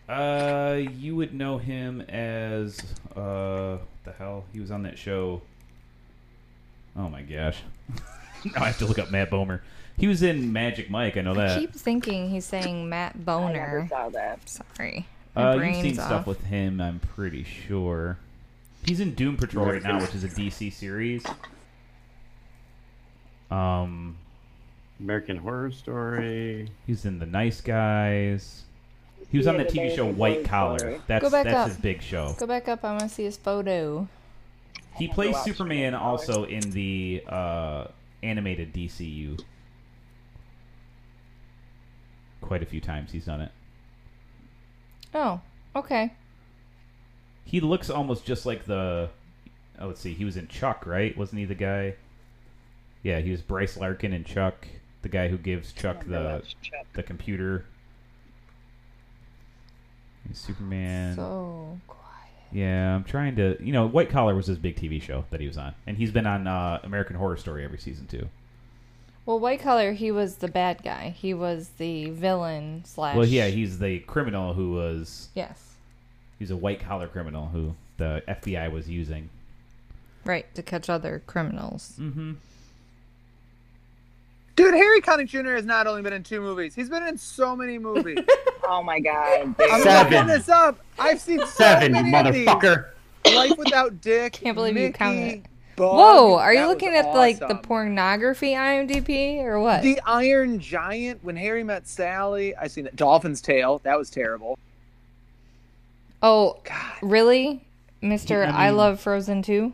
Speaker 2: Uh, you would know him as uh, what the hell? He was on that show. Oh my gosh! (laughs) now I have to look up Matt Bomer. He was in Magic Mike. I know
Speaker 1: I
Speaker 2: that.
Speaker 1: keep thinking he's saying Matt Boner.
Speaker 4: never saw that.
Speaker 1: Sorry. My
Speaker 2: uh, you've
Speaker 1: brain's
Speaker 2: seen
Speaker 1: off.
Speaker 2: stuff with him. I'm pretty sure. He's in Doom Patrol right now, which is a DC series. Um,
Speaker 7: American
Speaker 3: (laughs)
Speaker 7: Horror Story.
Speaker 2: He's in The Nice Guys. He was on that TV show White Collar. That's
Speaker 1: Go back
Speaker 2: that's
Speaker 1: up.
Speaker 2: his big show.
Speaker 1: Go back up. I want to see his photo.
Speaker 2: He plays Superman also in the uh, animated DCU. Quite a few times he's done it.
Speaker 1: Oh, okay.
Speaker 2: He looks almost just like the. Oh, let's see. He was in Chuck, right? Wasn't he the guy? Yeah, he was Bryce Larkin in Chuck, the guy who gives Chuck
Speaker 4: never
Speaker 2: the
Speaker 4: watched Chuck.
Speaker 2: the computer. He's Superman.
Speaker 1: So quiet.
Speaker 2: Yeah, I'm trying to. You know, White Collar was his big TV show that he was on, and he's been on uh, American Horror Story every season too.
Speaker 1: Well, White Collar, he was the bad guy. He was the villain slash.
Speaker 2: Well, yeah, he's the criminal who was.
Speaker 1: Yes.
Speaker 2: He's a white collar criminal who the FBI was using.
Speaker 1: Right, to catch other criminals.
Speaker 2: Mm-hmm.
Speaker 3: dude harry connick jr has not only been in two movies he's been in so many movies
Speaker 4: Oh
Speaker 2: (laughs)
Speaker 4: my god.
Speaker 3: i'm
Speaker 4: Seven.
Speaker 3: looking this up i've seen so
Speaker 4: Seven,
Speaker 3: many of these.
Speaker 4: motherfucker.
Speaker 3: life without dick
Speaker 1: Can't believe you
Speaker 3: Mickey,
Speaker 1: counted.
Speaker 3: Bug.
Speaker 1: Whoa, are you
Speaker 3: That was
Speaker 1: looking at like the
Speaker 3: awesome.
Speaker 1: pornography IMDb or what?
Speaker 3: The Iron Giant, when Harry met Sally, I seen it. Dolphin's Tail, that was terrible.
Speaker 1: oh, really, Mister?
Speaker 3: I
Speaker 1: I,
Speaker 3: mean-
Speaker 1: love Frozen too.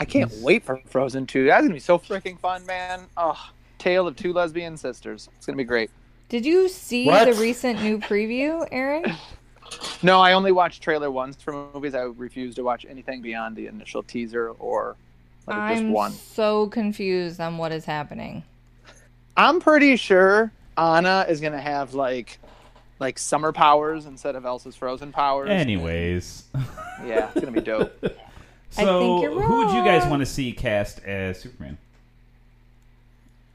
Speaker 3: I can't wait for Frozen 2. That's gonna be so freaking fun, man. Oh, Tale of Two Lesbian Sisters. It's gonna be great.
Speaker 1: Did you see
Speaker 3: What?
Speaker 1: the recent new preview,
Speaker 2: (laughs)
Speaker 1: Aaron?
Speaker 3: No, I only watch trailer once for movies. I refuse to watch anything beyond the initial teaser or like just
Speaker 1: I'm
Speaker 3: one.
Speaker 1: so confused on what is (laughs) happening.
Speaker 3: I'm pretty sure Anna is gonna have like like summer powers instead of Elsa's frozen powers.
Speaker 2: Anyways,
Speaker 3: Yeah, it's gonna be dope.
Speaker 2: so who would you guys want to see cast as Superman?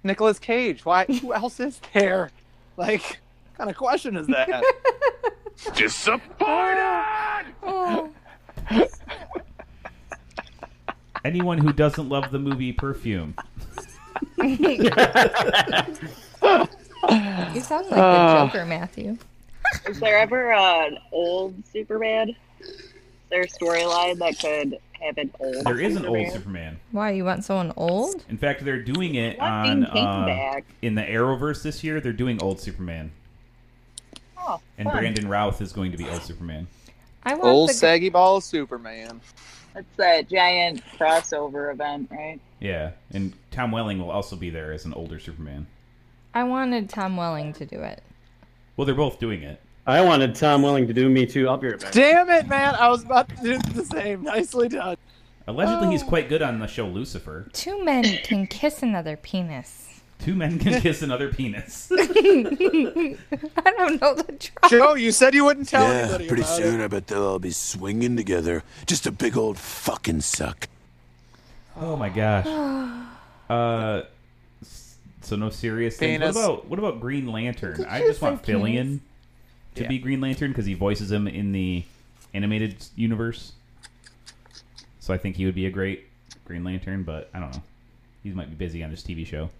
Speaker 3: Nicolas Cage. Why? Who else is there? Like, what kind of question is (laughs) that?
Speaker 1: Disappointed. Oh,
Speaker 2: Anyone who doesn't love the movie Perfume.
Speaker 1: you sound like the Joker, Matthew.
Speaker 4: Is there ever an old Superman? Is there a storyline that could have an old?
Speaker 2: There is an old Superman.
Speaker 1: Why you want someone old?
Speaker 2: In fact, they're doing it
Speaker 4: What
Speaker 2: on
Speaker 4: thing came
Speaker 2: uh,
Speaker 4: back?
Speaker 2: in the Arrowverse this year. They're doing old Superman,
Speaker 4: Oh,
Speaker 2: and
Speaker 4: fun.
Speaker 2: Brandon Routh is going to be old Superman.
Speaker 1: I want
Speaker 3: Old
Speaker 1: the g-
Speaker 3: saggy ball Superman.
Speaker 4: That's that giant crossover event, right?
Speaker 2: Yeah, and Tom Welling will also be there as an older Superman.
Speaker 1: I wanted Tom Welling to do it.
Speaker 2: Well, they're both doing it.
Speaker 7: I wanted Tom Welling to do me too. I'll be right back.
Speaker 3: Damn it, man! I was about to do the same. Nicely done.
Speaker 2: Allegedly,
Speaker 8: Oh.
Speaker 2: he's quite good on the show Lucifer.
Speaker 1: Two men can kiss another penis. (laughs)
Speaker 2: Two men can kiss another penis. (laughs)
Speaker 1: I don't know the truth.
Speaker 3: Joe, you said you wouldn't tell
Speaker 8: yeah,
Speaker 3: anybody
Speaker 8: pretty
Speaker 3: about
Speaker 8: soon
Speaker 3: it.
Speaker 8: I bet they'll all be swinging together. Just a big old fucking suck.
Speaker 2: Oh
Speaker 8: (sighs)
Speaker 2: my gosh. Uh, s- so no serious things. What
Speaker 8: Penis.
Speaker 2: about what about Green Lantern?
Speaker 8: Did
Speaker 2: I
Speaker 8: you
Speaker 2: just want
Speaker 8: say
Speaker 2: Fillion to
Speaker 8: Yeah.
Speaker 2: be Green Lantern because he voices him in the animated s- universe. So I think he would be a great Green Lantern, but I don't know. He might be busy on his TV show.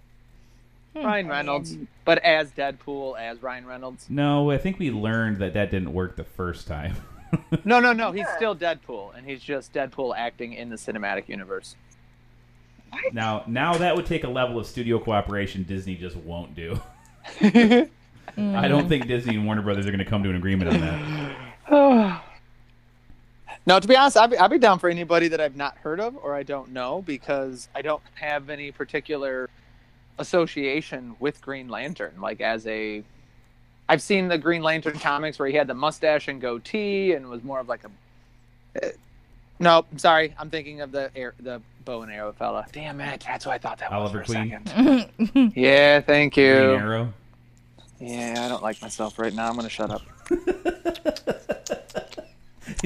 Speaker 3: Ryan Reynolds, but as Deadpool, as Ryan Reynolds.
Speaker 2: No, I think we learned that that didn't work the first time. (laughs)
Speaker 3: No, no, no. He's still Deadpool, and he's just Deadpool acting in the cinematic universe.
Speaker 2: now, now that would take a level of studio cooperation Disney just won't
Speaker 3: (laughs)
Speaker 2: do. I don't think Disney and Warner Brothers are going to come to an agreement on that.
Speaker 3: now, to be honest, I'd be, I'd be down for anybody that I've not heard of or I don't know because I don't have any particular association with Green Lantern. Like, as a. I've seen the Green Lantern comics where he had the mustache and goatee and was more of like a. eh, No, I'm sorry. I'm thinking of the air, the bow and arrow fella. Damn it! That's what I thought that
Speaker 2: Oliver
Speaker 3: was for
Speaker 2: Queen.
Speaker 3: a second. yeah, thank you.
Speaker 2: Green Arrow.
Speaker 3: Yeah, I don't like myself right now. I'm gonna shut up.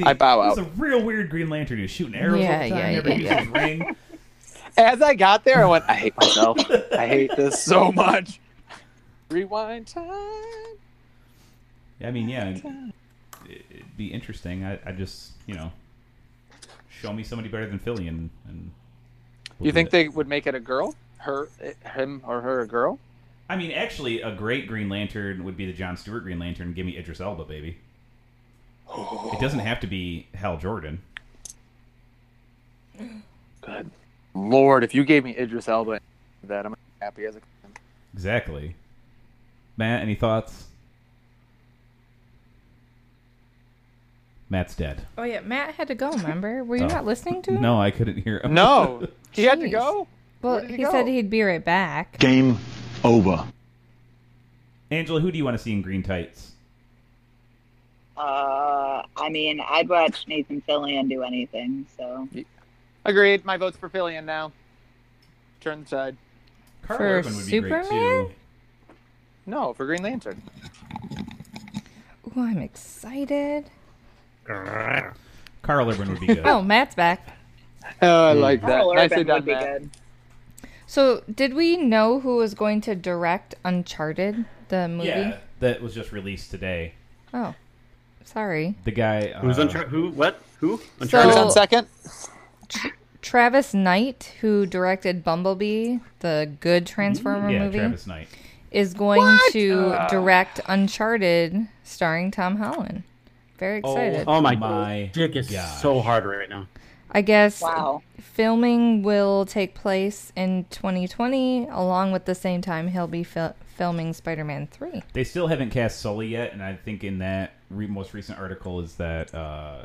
Speaker 3: I bow
Speaker 2: This
Speaker 3: out.
Speaker 2: is a real weird Green Lantern who's shooting arrows all
Speaker 3: Yeah,
Speaker 2: the time.
Speaker 3: yeah,
Speaker 2: never
Speaker 3: yeah,
Speaker 2: uses
Speaker 3: yeah.
Speaker 2: his ring.
Speaker 3: As I got there, I went, I hate myself. (laughs) I hate this so much. Rewind time.
Speaker 2: I mean, yeah, it'd- it'd be interesting. I, I just, you know, show me somebody better than Fillion, and we'll
Speaker 3: You
Speaker 2: do
Speaker 3: think
Speaker 2: it.
Speaker 3: they would make it a girl? Her, him, or her a girl?
Speaker 2: I mean, actually, a great Green Lantern would be the John Stewart Green Lantern. Give me Idris Elba, baby. It doesn't have to be Hal Jordan.
Speaker 3: Good lord, if you gave me Idris Elba, that I'm happy (laughs) as a.
Speaker 2: Exactly. Matt, any thoughts? Matt's dead.
Speaker 1: Oh yeah, Matt had to go. Remember? Were you
Speaker 2: Oh.
Speaker 1: not listening to him?
Speaker 2: No, I couldn't hear him.
Speaker 3: (laughs) No, he had to
Speaker 1: Jeez.
Speaker 3: go.
Speaker 1: Well,
Speaker 3: did he
Speaker 1: he,
Speaker 3: go?
Speaker 1: said he'd be right back.
Speaker 2: Game over. Angela, who do you want to see in green tights?
Speaker 4: Uh, I mean, I'd watch Nathan Fillion do anything. So
Speaker 3: Agreed. My vote's for Fillion now. Turn the tide.
Speaker 2: Carl For Urban would be great, Superman? too.
Speaker 3: No, for Green Lantern.
Speaker 1: Ooh, I'm excited.
Speaker 2: Carl Urban would be good.
Speaker 1: Oh, Matt's back.
Speaker 3: Oh, I like that.
Speaker 4: Carl Urban
Speaker 3: Nicely
Speaker 4: would
Speaker 3: done,
Speaker 4: be
Speaker 3: Matt.
Speaker 4: good.
Speaker 1: So, did we know who was going to direct Uncharted, the movie?
Speaker 2: Yeah, that was just released today.
Speaker 1: Oh, sorry.
Speaker 2: The guy uh,
Speaker 7: Who's Unchar- Who? What? Who?
Speaker 1: Uncharted?
Speaker 3: Who's on second?
Speaker 1: Travis Knight, who directed Bumblebee, the good Transformer
Speaker 2: yeah,
Speaker 1: movie,
Speaker 2: Travis Knight.
Speaker 1: is going
Speaker 2: What?
Speaker 1: to
Speaker 2: Uh.
Speaker 1: direct Uncharted, starring Tom Holland. Very excited.
Speaker 2: um,
Speaker 7: Oh, my,
Speaker 2: my
Speaker 7: dick is so hard right now.
Speaker 1: I guess
Speaker 4: Wow.
Speaker 1: filming will take place in 2020, along with the same time he'll be fil- filming Spider-Man 3.
Speaker 2: They still haven't cast Sully yet, and I think in that re- most recent article is that uh,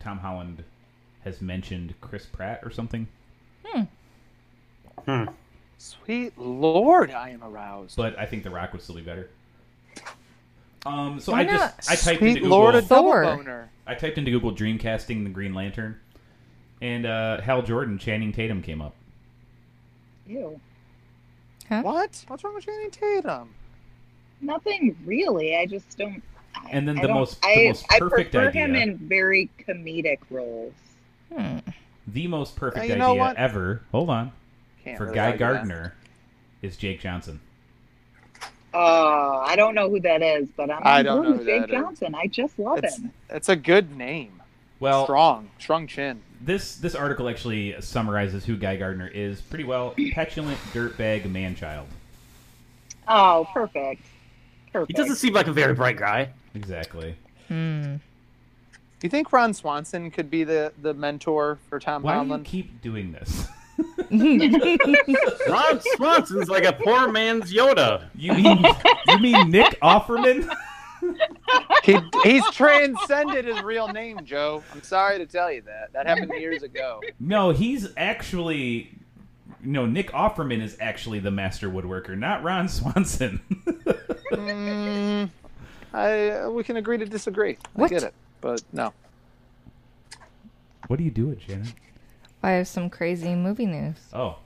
Speaker 2: Tom Holland has mentioned Chris Pratt or something.
Speaker 3: Sweet lord, I am aroused.
Speaker 2: But I think The Rock would still be better. Um, so
Speaker 3: Why
Speaker 2: I just
Speaker 3: not?
Speaker 2: I typed
Speaker 3: Sweet
Speaker 2: into Google
Speaker 3: Lord of Double Thor. Boner.
Speaker 2: I typed into Google Dreamcasting the Green Lantern, and uh, Hal Jordan, Channing Tatum came up.
Speaker 4: Ew.
Speaker 3: What? What's wrong with Channing Tatum?
Speaker 4: Nothing really. I just don't. I-
Speaker 2: And then
Speaker 4: I
Speaker 2: the
Speaker 4: don't-
Speaker 2: most- the
Speaker 4: I,
Speaker 2: most
Speaker 4: I
Speaker 2: perfect
Speaker 4: prefer
Speaker 2: idea.
Speaker 4: him in very comedic roles.
Speaker 1: Hmm.
Speaker 2: The most perfect
Speaker 4: you know
Speaker 2: idea
Speaker 4: what?
Speaker 2: ever. Hold on.
Speaker 4: Can't
Speaker 2: for
Speaker 4: really
Speaker 2: Guy
Speaker 4: argue that.
Speaker 2: Gardner is Jake Johnson.
Speaker 4: Oh, I don't know who that is, but I'm
Speaker 3: I
Speaker 4: on
Speaker 3: don't
Speaker 4: board
Speaker 3: know
Speaker 4: with
Speaker 3: who
Speaker 4: Jake
Speaker 3: that is.
Speaker 4: Johnson. I just love
Speaker 3: It's,
Speaker 4: him.
Speaker 3: it's a good name.
Speaker 2: Well,
Speaker 3: strong, strong chin.
Speaker 2: this this article actually summarizes who Guy Gardner is pretty well. Petulant dirtbag manchild.
Speaker 4: Oh, perfect. Perfect.
Speaker 5: He doesn't seem like a very bright guy.
Speaker 2: Exactly.
Speaker 1: Hmm.
Speaker 3: Do you think Ron Swanson could be the, the mentor for Tom
Speaker 2: Why do you
Speaker 3: Tomlin?
Speaker 2: keep doing this? (laughs)
Speaker 7: Ron Swanson's like a poor man's Yoda.
Speaker 2: You mean you mean Nick Offerman?
Speaker 3: he, he's transcended his real name, Joe. I'm sorry to tell you that. That happened
Speaker 2: (laughs)
Speaker 3: years ago.
Speaker 2: No, he's actually no. Nick Offerman is actually the master woodworker, not Ron Swanson. (laughs)
Speaker 3: Mm, I, we can agree to disagree. I get it, but no.
Speaker 2: what do you do it, Shannon?
Speaker 1: I have some crazy movie news.
Speaker 2: Oh,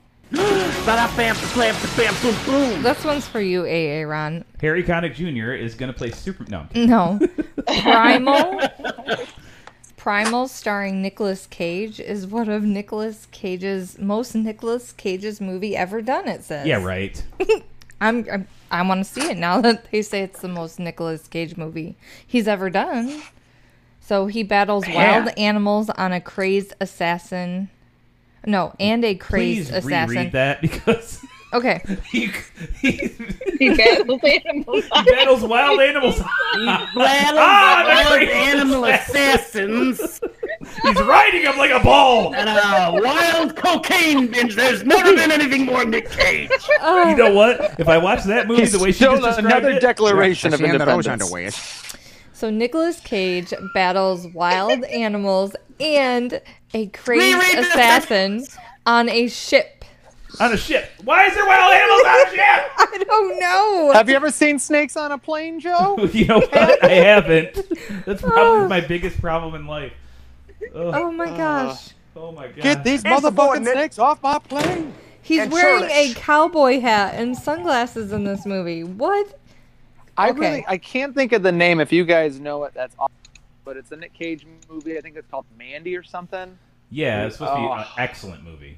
Speaker 1: This one's for you, AA Ron.
Speaker 2: Harry Connick Jr. is going to play Super. No,
Speaker 1: No.
Speaker 2: (laughs)
Speaker 1: Primal. Primal, starring Nicolas Cage, is one of Nicolas Cage's most Nicolas Cage's movie ever done. It says.
Speaker 2: yeah, right.
Speaker 1: I'm, I'm I want to see it now (laughs) that they say it's the most Nicolas Cage movie he's ever done. So he battles
Speaker 13: Man.
Speaker 1: wild animals on a crazed assassin. No, and a crazed
Speaker 2: Please
Speaker 1: assassin.
Speaker 2: reread that because (laughs)
Speaker 1: Okay.
Speaker 2: he,
Speaker 4: He battles animals.
Speaker 2: battles wild animals.
Speaker 5: Well,
Speaker 2: Ah,
Speaker 5: well,
Speaker 2: that's right.
Speaker 5: animal assassins.
Speaker 2: He's riding him like a ball.
Speaker 5: And a wild cocaine binge. There's never been anything more Nick Cage.
Speaker 7: (laughs)
Speaker 2: you know what? If I watch that movie the way she
Speaker 3: Still
Speaker 2: just described
Speaker 3: another
Speaker 2: it,
Speaker 3: declaration of
Speaker 14: Sam that always
Speaker 3: independence.
Speaker 14: underwear.
Speaker 1: So Nicolas Cage battles (laughs) wild animals and a crazed
Speaker 2: Reread this.
Speaker 1: assassin on a ship.
Speaker 2: on a ship. Why is there wild animals on a ship?
Speaker 1: I don't know.
Speaker 3: Have you ever seen snakes on a
Speaker 2: (laughs)
Speaker 3: plane, Joe?
Speaker 2: You know what? I haven't. That's probably my biggest problem in life. Ugh.
Speaker 1: Oh
Speaker 3: Uh,
Speaker 1: my gosh.
Speaker 2: Oh my god.
Speaker 3: Get these motherfucking snakes off my plane.
Speaker 1: He's
Speaker 3: And
Speaker 1: wearing a
Speaker 3: shirtless.
Speaker 1: cowboy hat and sunglasses in this movie. What?
Speaker 3: I
Speaker 1: Okay.
Speaker 3: really I can't think of the name. If you guys know it, that's awesome. But it's a Nick Cage movie. I think it's called Mandy or something.
Speaker 2: Yeah, it's supposed to be an
Speaker 3: Oh.
Speaker 2: excellent movie.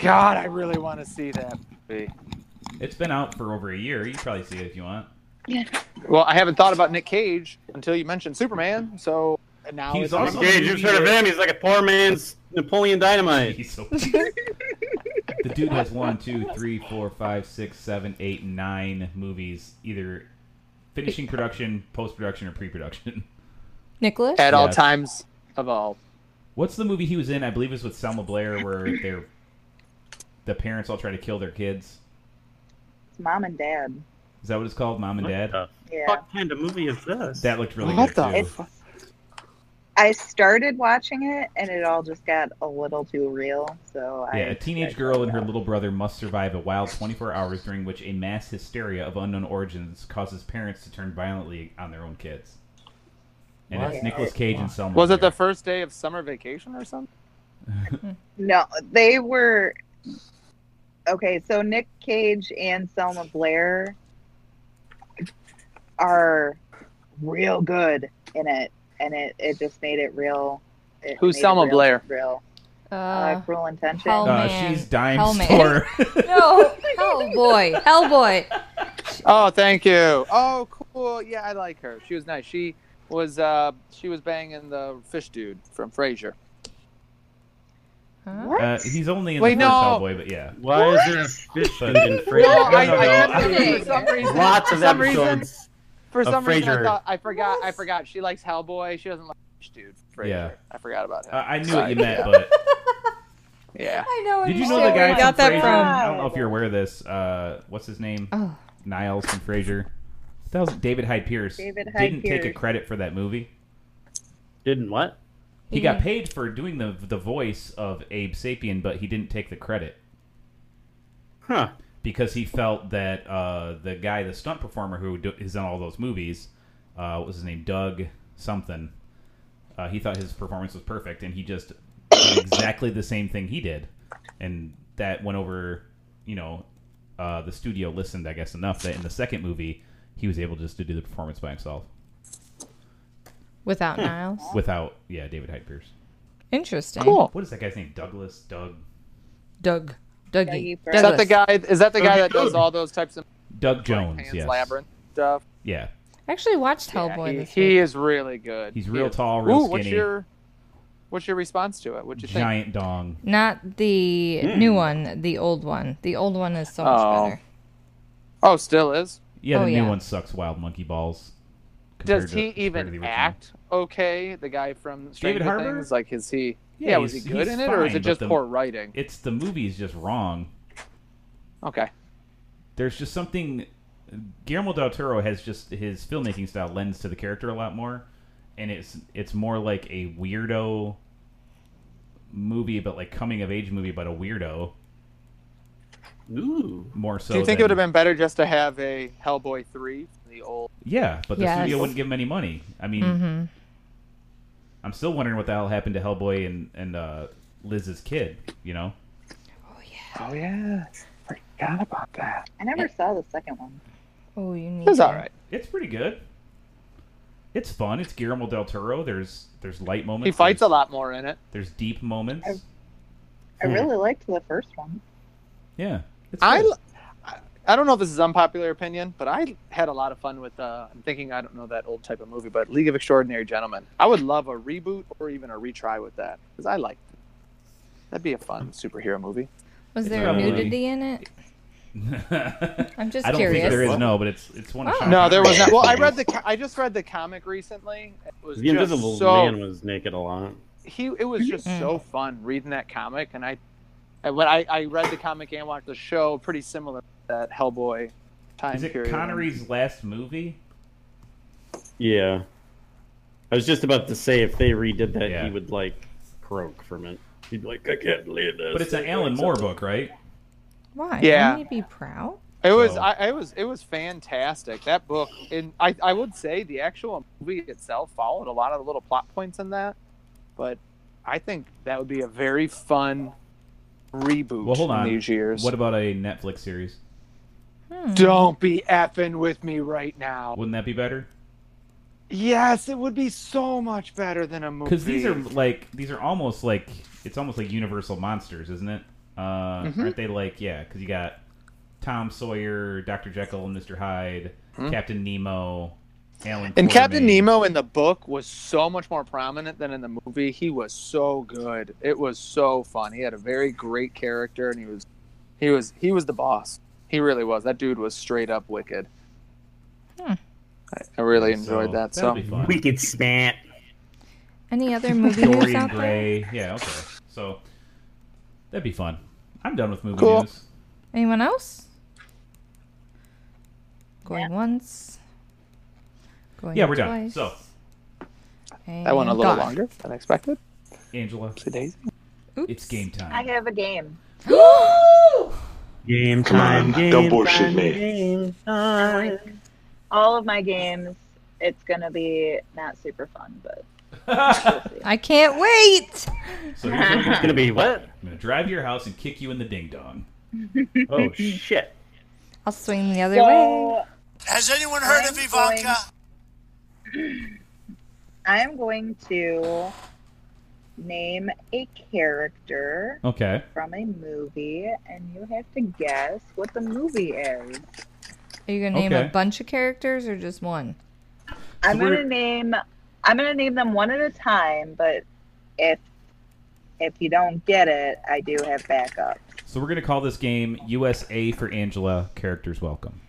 Speaker 3: God, I really want to see that movie.
Speaker 2: It's been out for over a year. You can probably see it if you want.
Speaker 3: Well, I haven't thought about Nick Cage until you mentioned Superman. So and now
Speaker 2: He's
Speaker 3: it's
Speaker 2: also
Speaker 3: Nick
Speaker 2: the
Speaker 3: Cage.
Speaker 7: Dude, you've heard of him. He's like a poor man's Napoleon Dynamite.
Speaker 2: He's so- The dude has one, two, three, four, five, six, seven, eight, nine movies, either finishing production, post production, or pre production.
Speaker 1: Nicholas?
Speaker 3: At all
Speaker 2: Yes.
Speaker 3: times of all.
Speaker 2: What's the movie he was in? I believe it was with Selma Blair, where they're the parents all try to kill their kids.
Speaker 4: It's mom and dad.
Speaker 2: Is that what it's called, Mom and Dad?
Speaker 4: Yeah.
Speaker 7: What kind of movie is this?
Speaker 2: That looked really
Speaker 3: What
Speaker 2: good
Speaker 3: the
Speaker 2: too.
Speaker 4: I started watching it and it all just got a little too real. So I
Speaker 2: Yeah, a teenage girl and her little brother must survive a wild 24 hours during which a mass hysteria of unknown origins causes parents to turn violently on their own kids. And
Speaker 3: What?
Speaker 2: it's Nicolas Cage and Selma.
Speaker 3: Was it
Speaker 2: Blair.
Speaker 3: the first day of summer vacation or something?
Speaker 4: No, they were okay. So Nick Cage and Selma Blair are real good in it, and it, it just made it real. it
Speaker 3: Who's
Speaker 4: made it
Speaker 3: Selma
Speaker 4: real-
Speaker 3: Blair?
Speaker 4: Real.
Speaker 1: Uh,
Speaker 4: Uh, Cruel Intention.
Speaker 2: Uh,
Speaker 1: man.
Speaker 2: she's dime
Speaker 1: Hellman. (laughs)
Speaker 2: store.
Speaker 1: no,
Speaker 3: (laughs)
Speaker 1: Hellboy. Hellboy.
Speaker 3: Oh, thank you. Oh, cool. Yeah, I like her. She was nice. She was uh she was banging the fish dude from Frasier.
Speaker 1: Huh?
Speaker 4: What?
Speaker 2: uh, he's only in
Speaker 3: Wait,
Speaker 2: the first
Speaker 3: no.
Speaker 2: Hellboy, but yeah.
Speaker 7: Why is there a fish
Speaker 2: But-
Speaker 7: food in Frasier?
Speaker 3: No, I,
Speaker 2: no,
Speaker 3: I
Speaker 2: no.
Speaker 3: couldn't
Speaker 4: (laughs)
Speaker 3: believe it for some reason.
Speaker 7: Lots
Speaker 3: for
Speaker 7: of
Speaker 3: some reason,
Speaker 7: episodes.
Speaker 3: for
Speaker 7: of
Speaker 3: some reason, I
Speaker 7: Frasier.
Speaker 3: thought I forgot. I forgot. She likes Hellboy. She doesn't like fish dude. Frasier.
Speaker 2: Yeah.
Speaker 3: I forgot about him.
Speaker 2: Uh, I knew what you
Speaker 3: Sorry.
Speaker 2: meant, but
Speaker 3: Yeah.
Speaker 1: I know.
Speaker 2: did you
Speaker 1: understand
Speaker 2: know the
Speaker 1: where
Speaker 2: guy
Speaker 1: you got
Speaker 2: from
Speaker 1: that
Speaker 2: Frasier?
Speaker 1: from?
Speaker 2: I don't know if you're aware of this. Uh, what's his name?
Speaker 1: Oh.
Speaker 2: Niles from Frasier. That was David Hyde Pierce.
Speaker 4: David Hyde
Speaker 2: didn't take a
Speaker 4: Pierce.
Speaker 2: credit for that movie.
Speaker 7: Didn't what?
Speaker 2: He
Speaker 1: Yeah.
Speaker 2: got paid for doing the the voice of Abe Sapien, but he didn't take the credit
Speaker 7: Huh.
Speaker 2: because he felt that uh, the guy, the stunt performer who do, is in all those movies, uh, what was his name, Doug something. Uh, he thought his performance was perfect, and he just did exactly the same thing he did, and that went over. You know, uh, the studio listened, I guess, enough that in the second movie he was able just to do the performance by himself
Speaker 1: Without Niles.
Speaker 2: without, yeah, David Hyde Pierce.
Speaker 1: Interesting.
Speaker 3: Cool.
Speaker 2: What is that guy's name? Douglas Doug.
Speaker 1: Doug. Dougie.
Speaker 4: Dougie Fresh.
Speaker 3: Is that
Speaker 1: Douglas.
Speaker 3: the guy? Is that the guy that does
Speaker 7: Dude.
Speaker 3: all those types of
Speaker 2: Doug Jones,
Speaker 3: hands
Speaker 2: yes.
Speaker 3: labyrinth stuff?
Speaker 2: Yeah.
Speaker 1: I actually watched Hellboy
Speaker 3: he,
Speaker 1: this
Speaker 3: he
Speaker 1: week.
Speaker 3: is really good.
Speaker 2: He's
Speaker 3: He
Speaker 2: real
Speaker 3: is-
Speaker 2: tall, real
Speaker 3: Ooh, what's
Speaker 2: skinny.
Speaker 3: your What's your response to it? What you think?
Speaker 2: Giant dong.
Speaker 1: Not the
Speaker 3: Mm.
Speaker 1: new one, the old one. The old one is so much
Speaker 3: Oh.
Speaker 1: better.
Speaker 3: Oh, still is.
Speaker 2: Yeah, the
Speaker 1: Oh,
Speaker 2: new
Speaker 1: yeah.
Speaker 2: one sucks. Wild monkey balls. compared
Speaker 3: Does
Speaker 2: to-
Speaker 3: he
Speaker 2: compared to the
Speaker 3: even
Speaker 2: original.
Speaker 3: act okay? The guy from Stranger
Speaker 2: Harbour?
Speaker 3: Things, like, is he? Yeah, was he
Speaker 2: he's-
Speaker 3: good
Speaker 2: he's
Speaker 3: in it, or
Speaker 2: fine,
Speaker 3: is it
Speaker 2: but
Speaker 3: just
Speaker 2: the-
Speaker 3: poor writing?
Speaker 2: It's the movie is just wrong.
Speaker 3: Okay.
Speaker 2: There's just something. Guillermo del Toro has just his filmmaking style lends to the character a lot more, and it's it's more like a weirdo movie, but like coming of age movie, but a weirdo.
Speaker 7: Ooh.
Speaker 2: More so.
Speaker 3: Do you think it would
Speaker 2: than-
Speaker 3: have been better just to have a Hellboy three, the old?
Speaker 2: Yeah, but the
Speaker 3: Yes.
Speaker 2: studio wouldn't give him any money. I mean,
Speaker 1: Mm-hmm.
Speaker 3: Mhm.
Speaker 2: I'm still wondering what the hell happened to Hellboy and and uh, Liz's kid. You know,
Speaker 3: Oh yeah, forgot about that.
Speaker 13: I never saw the second one.
Speaker 1: Oh, you need.
Speaker 3: It's all right.
Speaker 2: It's pretty good. It's fun. It's Guillermo del Toro. There's there's light moments.
Speaker 3: He fights
Speaker 2: there's,
Speaker 3: a lot more in it.
Speaker 2: There's deep moments.
Speaker 13: I really liked the first one.
Speaker 2: Yeah. It's
Speaker 3: I,
Speaker 2: good. (laughs)
Speaker 3: I- I don't know if this is unpopular opinion, but I had a lot of fun with. Uh, I'm thinking I don't know that old type of movie, but League of Extraordinary Gentlemen. I would love a reboot or even a retry with that because I liked. It. That'd be a fun superhero movie.
Speaker 1: Was there
Speaker 2: probably-
Speaker 1: nudity in it? I'm just
Speaker 2: I don't
Speaker 1: curious.
Speaker 2: think there is no, but it's it's one of Sean
Speaker 3: Oh. No, there was not.
Speaker 2: Connery's
Speaker 3: Well, I
Speaker 2: movies.
Speaker 3: read the. co- I just read the comic recently. It was
Speaker 7: The
Speaker 3: just
Speaker 7: Invisible
Speaker 3: so
Speaker 7: Man was naked a lot.
Speaker 3: he it was just so fun reading that comic and i and when I, I read the comic and watched the show pretty similar to that hellboy time
Speaker 2: Is it
Speaker 3: period
Speaker 2: Connery's last movie?
Speaker 7: Yeah. I was just about to say if they redid that, he would like croak from it. He'd be like, I can't believe this.
Speaker 2: But it's an Alan Moore book, right?
Speaker 1: Why?
Speaker 7: Yeah.
Speaker 1: Wouldn't you be proud?
Speaker 3: it was
Speaker 7: So-
Speaker 3: I, it was it was fantastic that book and I, I would say the actual movie itself followed a lot of the little plot points in that but i think that would be a very fun reboot
Speaker 2: Well, hold on.
Speaker 3: in these years
Speaker 2: What about a Netflix series?
Speaker 3: don't be effing with me right now
Speaker 2: Wouldn't that be better?
Speaker 3: yes it would be so much better than a movie
Speaker 2: Because these are like these are almost like it's almost like Universal monsters, isn't it? Uh,
Speaker 3: Mhm.
Speaker 2: Aren't they like yeah? Because you got Tom Sawyer, Doctor Jekyll, and Mister Hyde, Captain Nemo, Alan,
Speaker 3: And
Speaker 2: Quartermain.
Speaker 3: Captain Nemo in the book was so much more prominent than in the movie. He was so good. It was so fun. He had a very great character and he was he was he was the boss. He really was. That dude was straight up wicked.
Speaker 1: Hmm.
Speaker 3: I, I really enjoyed
Speaker 2: So,
Speaker 3: that.
Speaker 2: that'll
Speaker 3: So
Speaker 2: be fun.
Speaker 5: Wicked spat.
Speaker 1: Any other movie news
Speaker 2: Dorian
Speaker 1: out there?
Speaker 2: Gray. Yeah, okay. So that'd be fun. I'm done with movie
Speaker 1: Cool.
Speaker 2: news.
Speaker 1: Anyone else? Going once. Going
Speaker 2: Yeah, we're done.
Speaker 1: twice.
Speaker 2: So
Speaker 3: that went a little
Speaker 1: Gone.
Speaker 3: longer than expected.
Speaker 2: Angela,
Speaker 3: Today's
Speaker 2: it's game time.
Speaker 4: I have a game.
Speaker 5: Game
Speaker 4: Come
Speaker 5: time.
Speaker 4: on,
Speaker 5: game
Speaker 4: don't
Speaker 8: bullshit
Speaker 5: time,
Speaker 8: me.
Speaker 4: (laughs)
Speaker 5: game time.
Speaker 4: All of my games, it's gonna be not super fun, but
Speaker 1: I can't wait.
Speaker 2: (laughs) So here's what
Speaker 5: It's gonna be what?
Speaker 2: I'm
Speaker 7: (laughs)
Speaker 2: gonna drive to your house and kick you in the ding dong.
Speaker 5: Oh shit.
Speaker 1: I'll swing the other way.
Speaker 4: so
Speaker 8: Has anyone
Speaker 4: heard of (clears throat) Ivanka? I am going to name a character
Speaker 2: Okay.
Speaker 4: from a movie, and you have to guess what the movie is.
Speaker 1: Are you gonna name
Speaker 2: Okay.
Speaker 1: a bunch of characters or just one?
Speaker 4: I'm
Speaker 2: we're-
Speaker 4: gonna name I'm gonna name them one at a time, but if if you don't get it, I do have backup.
Speaker 2: So we're gonna call this game USA for Angela. Characters welcome.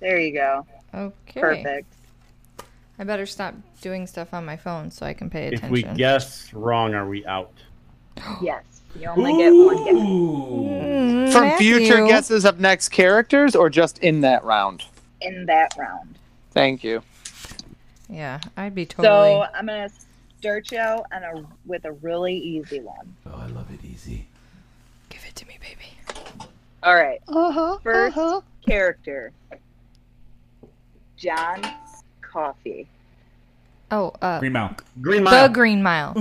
Speaker 4: There you go.
Speaker 1: Okay.
Speaker 4: Perfect.
Speaker 1: I better stop doing stuff on my phone so I can pay attention.
Speaker 7: If we guess wrong, are we out?
Speaker 4: Yes. You only get one guess.
Speaker 1: Mm,
Speaker 3: from
Speaker 1: Matthew.
Speaker 3: future guesses of next characters or just in that round.
Speaker 4: in that round.
Speaker 3: Thank you.
Speaker 1: Yeah, I'd be totally.
Speaker 4: So I'm gonna start you out on a with a really easy one.
Speaker 2: Oh, I love it easy.
Speaker 1: Give it to me, baby.
Speaker 4: All right.
Speaker 3: Uh-huh.
Speaker 4: 1st character. John Coffee.
Speaker 1: Oh, uh,
Speaker 2: Green Mile.
Speaker 7: Green
Speaker 1: the Green Mile.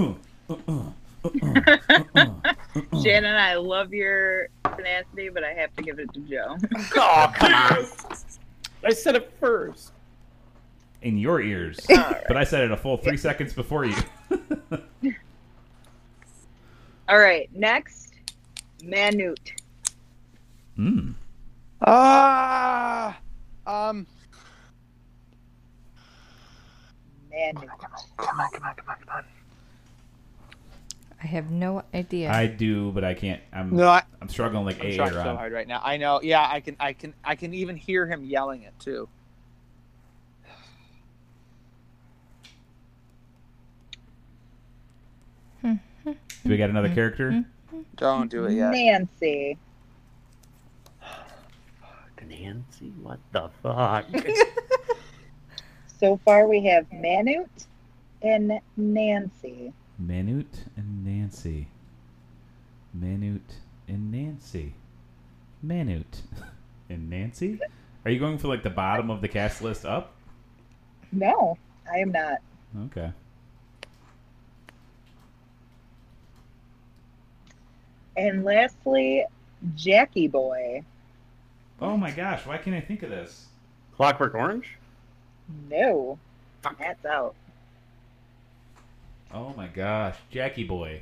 Speaker 4: Shannon, I love your tenacity, but I have to give it to Joe. (laughs)
Speaker 5: Oh come on. I said it first.
Speaker 2: In your
Speaker 3: (laughs)
Speaker 2: ears. But I said it a full three seconds before you.
Speaker 4: All right, next, Manute.
Speaker 2: Mm.
Speaker 3: Ah. um
Speaker 4: Manute.
Speaker 3: Oh come on, come on, come on, come on.
Speaker 1: I have no idea.
Speaker 2: I do, but I can't. I'm
Speaker 3: No, I-
Speaker 2: I'm struggling like
Speaker 3: I'm
Speaker 2: a
Speaker 3: trying so
Speaker 2: Aaron.
Speaker 3: hard right now. I know. Yeah, I can. I can. I can even hear him yelling it too.
Speaker 2: Do we got another
Speaker 3: Mm-hmm.
Speaker 2: character?
Speaker 3: Don't do it yet.
Speaker 4: Nancy.
Speaker 7: Nancy, what the
Speaker 1: (laughs)
Speaker 7: fuck?
Speaker 4: So far, we have Manute and Nancy.
Speaker 2: Manute and Nancy. Manute and Nancy. Manute (laughs) and Nancy. Are you going for like the bottom of the cast list up?
Speaker 4: No, I am not.
Speaker 2: Okay.
Speaker 4: And lastly, Jackie Boy.
Speaker 2: Oh my gosh! Why can't I think of this?
Speaker 7: Clockwork Orange.
Speaker 4: No, that's out.
Speaker 2: Oh my gosh, Jackie Boy.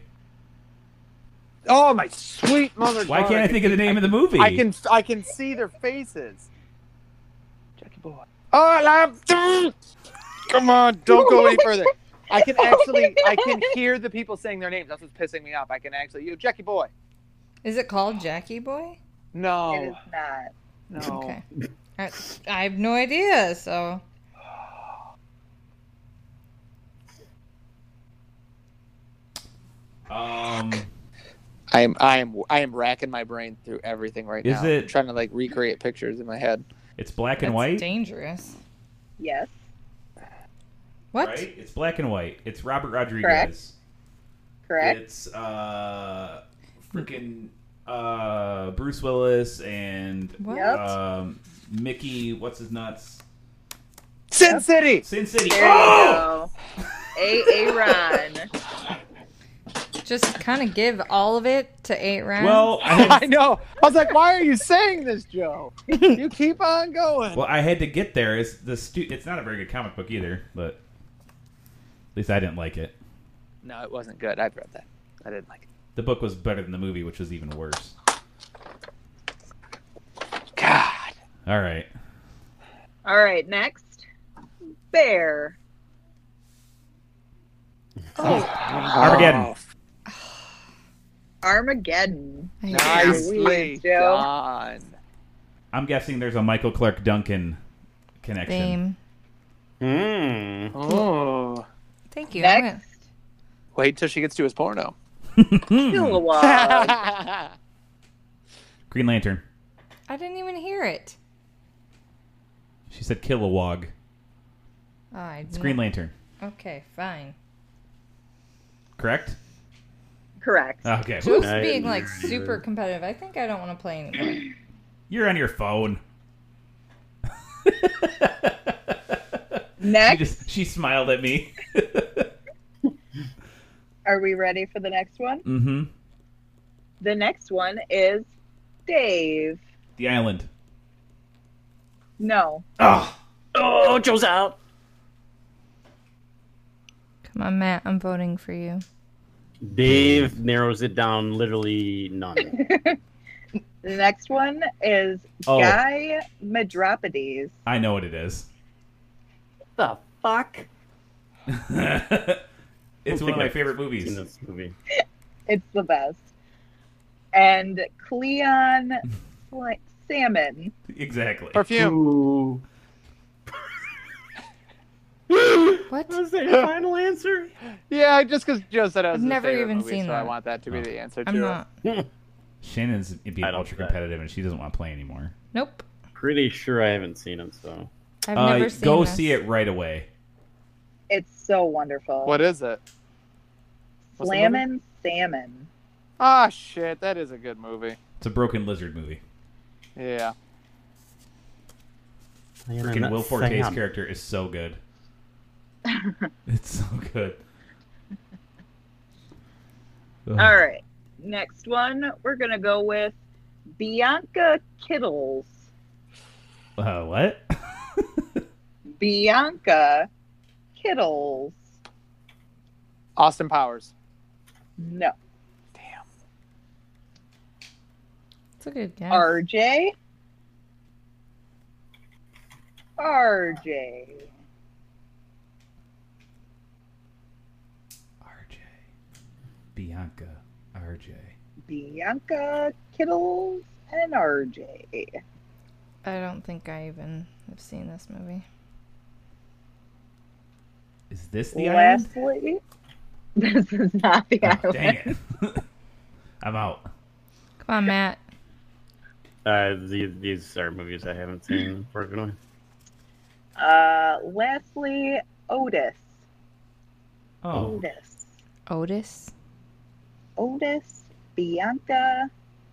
Speaker 3: Oh my sweet mother!
Speaker 2: Why
Speaker 3: darling.
Speaker 2: can't I think of the name of the movie?
Speaker 3: I can. I can see their faces. Jackie boy. Oh, I'm- (laughs) come on! Don't go any further. I can actually. I
Speaker 1: (laughs)
Speaker 3: can hear the people saying their names. That's what's pissing me off. I can actually. You, Jackie boy.
Speaker 1: Is it called Jackie Boy?
Speaker 3: No.
Speaker 1: It is
Speaker 2: Oh.
Speaker 3: No.
Speaker 4: not.
Speaker 1: Okay. I, I have no idea, so.
Speaker 2: Um.
Speaker 3: I am. I am. I am racking my brain through everything right
Speaker 2: Is
Speaker 3: now.
Speaker 2: it-
Speaker 3: trying to like recreate pictures in my head?
Speaker 2: It's black and
Speaker 1: That's
Speaker 2: white.
Speaker 1: dangerous.
Speaker 4: Yes.
Speaker 1: What?
Speaker 2: Right? It's black and white. It's Robert
Speaker 1: Correct.
Speaker 2: Rodriguez.
Speaker 4: Correct.
Speaker 2: It's uh freaking uh Bruce Willis and
Speaker 4: What? Yep.
Speaker 2: um Mickey what's his nuts?
Speaker 3: Sin City.
Speaker 2: Sin City. Oh!
Speaker 4: There you go. Aaron.
Speaker 1: Just kind of give all of it to eight rounds.
Speaker 2: Well, I
Speaker 3: (laughs)
Speaker 2: had-
Speaker 4: (laughs)
Speaker 3: I know. I was like, why are you saying this, Joe? You keep on going.
Speaker 2: Well, I had to get there. It's the stu- it's not a very good comic book either, but at least I didn't like it.
Speaker 3: (laughs) No, it wasn't good. I've read that. I didn't like it.
Speaker 2: The book was better than the movie, which was even worse. God. All right.
Speaker 4: All right, next. Bear.
Speaker 2: Armageddon.
Speaker 4: Armageddon.
Speaker 3: Nicely
Speaker 4: Joe.
Speaker 3: done.
Speaker 2: I'm guessing there's a Michael Clark Duncan
Speaker 1: Theme.
Speaker 2: connection.
Speaker 7: Hmm.
Speaker 2: Mm.
Speaker 3: Oh.
Speaker 1: Thank you. I'm gonna-
Speaker 4: Next.
Speaker 3: Wait till she gets to his porno.
Speaker 2: (laughs)
Speaker 4: Kilowog.
Speaker 2: Green Lantern.
Speaker 1: I didn't even hear it.
Speaker 2: She said Kilowog.
Speaker 1: Oh, I
Speaker 2: It's
Speaker 1: didn't-
Speaker 2: Green Lantern,
Speaker 1: Okay, fine.
Speaker 2: correct?
Speaker 4: Correct.
Speaker 2: Okay.
Speaker 1: Joe's being like super competitive. I think I don't want to play anymore.
Speaker 2: You're on your phone.
Speaker 4: Next.
Speaker 2: She, just, she smiled at me.
Speaker 4: Are we ready for the next one?
Speaker 2: mm-hmm.
Speaker 4: The next one is Dave.
Speaker 2: The island.
Speaker 4: No.
Speaker 2: Oh.
Speaker 5: Oh, Joe's out.
Speaker 1: Come on, Matt. I'm voting for you.
Speaker 7: Dave narrows it down literally none.
Speaker 4: The next one is
Speaker 2: Oh.
Speaker 4: Guy Madropides.
Speaker 2: I know what it is.
Speaker 7: The fuck?
Speaker 2: (laughs) It's
Speaker 7: Don't
Speaker 2: one of my
Speaker 7: think I've
Speaker 2: favorite movies.
Speaker 7: seen this movie.
Speaker 4: It's the best. And
Speaker 3: (laughs)
Speaker 4: Cleon Sla- Salmon.
Speaker 2: Exactly.
Speaker 3: Perfume.
Speaker 1: What?
Speaker 7: Was that your final answer?
Speaker 3: (laughs) Yeah, just because Joe said I was
Speaker 1: I've
Speaker 3: his
Speaker 1: never
Speaker 3: favorite
Speaker 1: even
Speaker 3: movie,
Speaker 1: seen
Speaker 3: so I
Speaker 1: that.
Speaker 3: want that to be the answer.
Speaker 1: I'm
Speaker 3: to
Speaker 1: not.
Speaker 7: it.
Speaker 2: Shannon's being ultra competitive and she doesn't want to play anymore.
Speaker 1: Nope.
Speaker 7: Pretty sure I haven't seen it, so.
Speaker 1: I've
Speaker 2: Uh,
Speaker 1: never seen
Speaker 2: go
Speaker 1: this.
Speaker 2: see it right away.
Speaker 4: It's so wonderful.
Speaker 3: What is it? What's the movie?
Speaker 4: Slamming Salmon.
Speaker 3: Ah, shit. That is a good movie.
Speaker 2: It's a broken lizard movie.
Speaker 3: Yeah.
Speaker 2: Freaking
Speaker 7: not
Speaker 2: Will Forte's
Speaker 7: Sam.
Speaker 2: character is so good. it's so good. Ugh.
Speaker 4: All right. Next one, we're going to go with Bianca Kittles.
Speaker 2: Uh, what?
Speaker 4: Bianca Kittles.
Speaker 3: Austin Powers.
Speaker 4: No.
Speaker 1: It's a good guess.
Speaker 4: RJ. RJ.
Speaker 2: Bianca, RJ.
Speaker 4: Bianca, Kittles, and RJ.
Speaker 1: I don't think I even have seen this movie.
Speaker 2: Is this the island?
Speaker 4: Lastly, (laughs) this is not the
Speaker 2: Oh,
Speaker 4: island.
Speaker 2: dang it. (laughs) I'm out.
Speaker 1: Come on, Matt.
Speaker 7: Uh, these, these are movies I haven't seen, unfortunately.
Speaker 4: Uh, lastly, Otis.
Speaker 7: Oh.
Speaker 4: Otis.
Speaker 1: Otis.
Speaker 4: Otis, Bianca,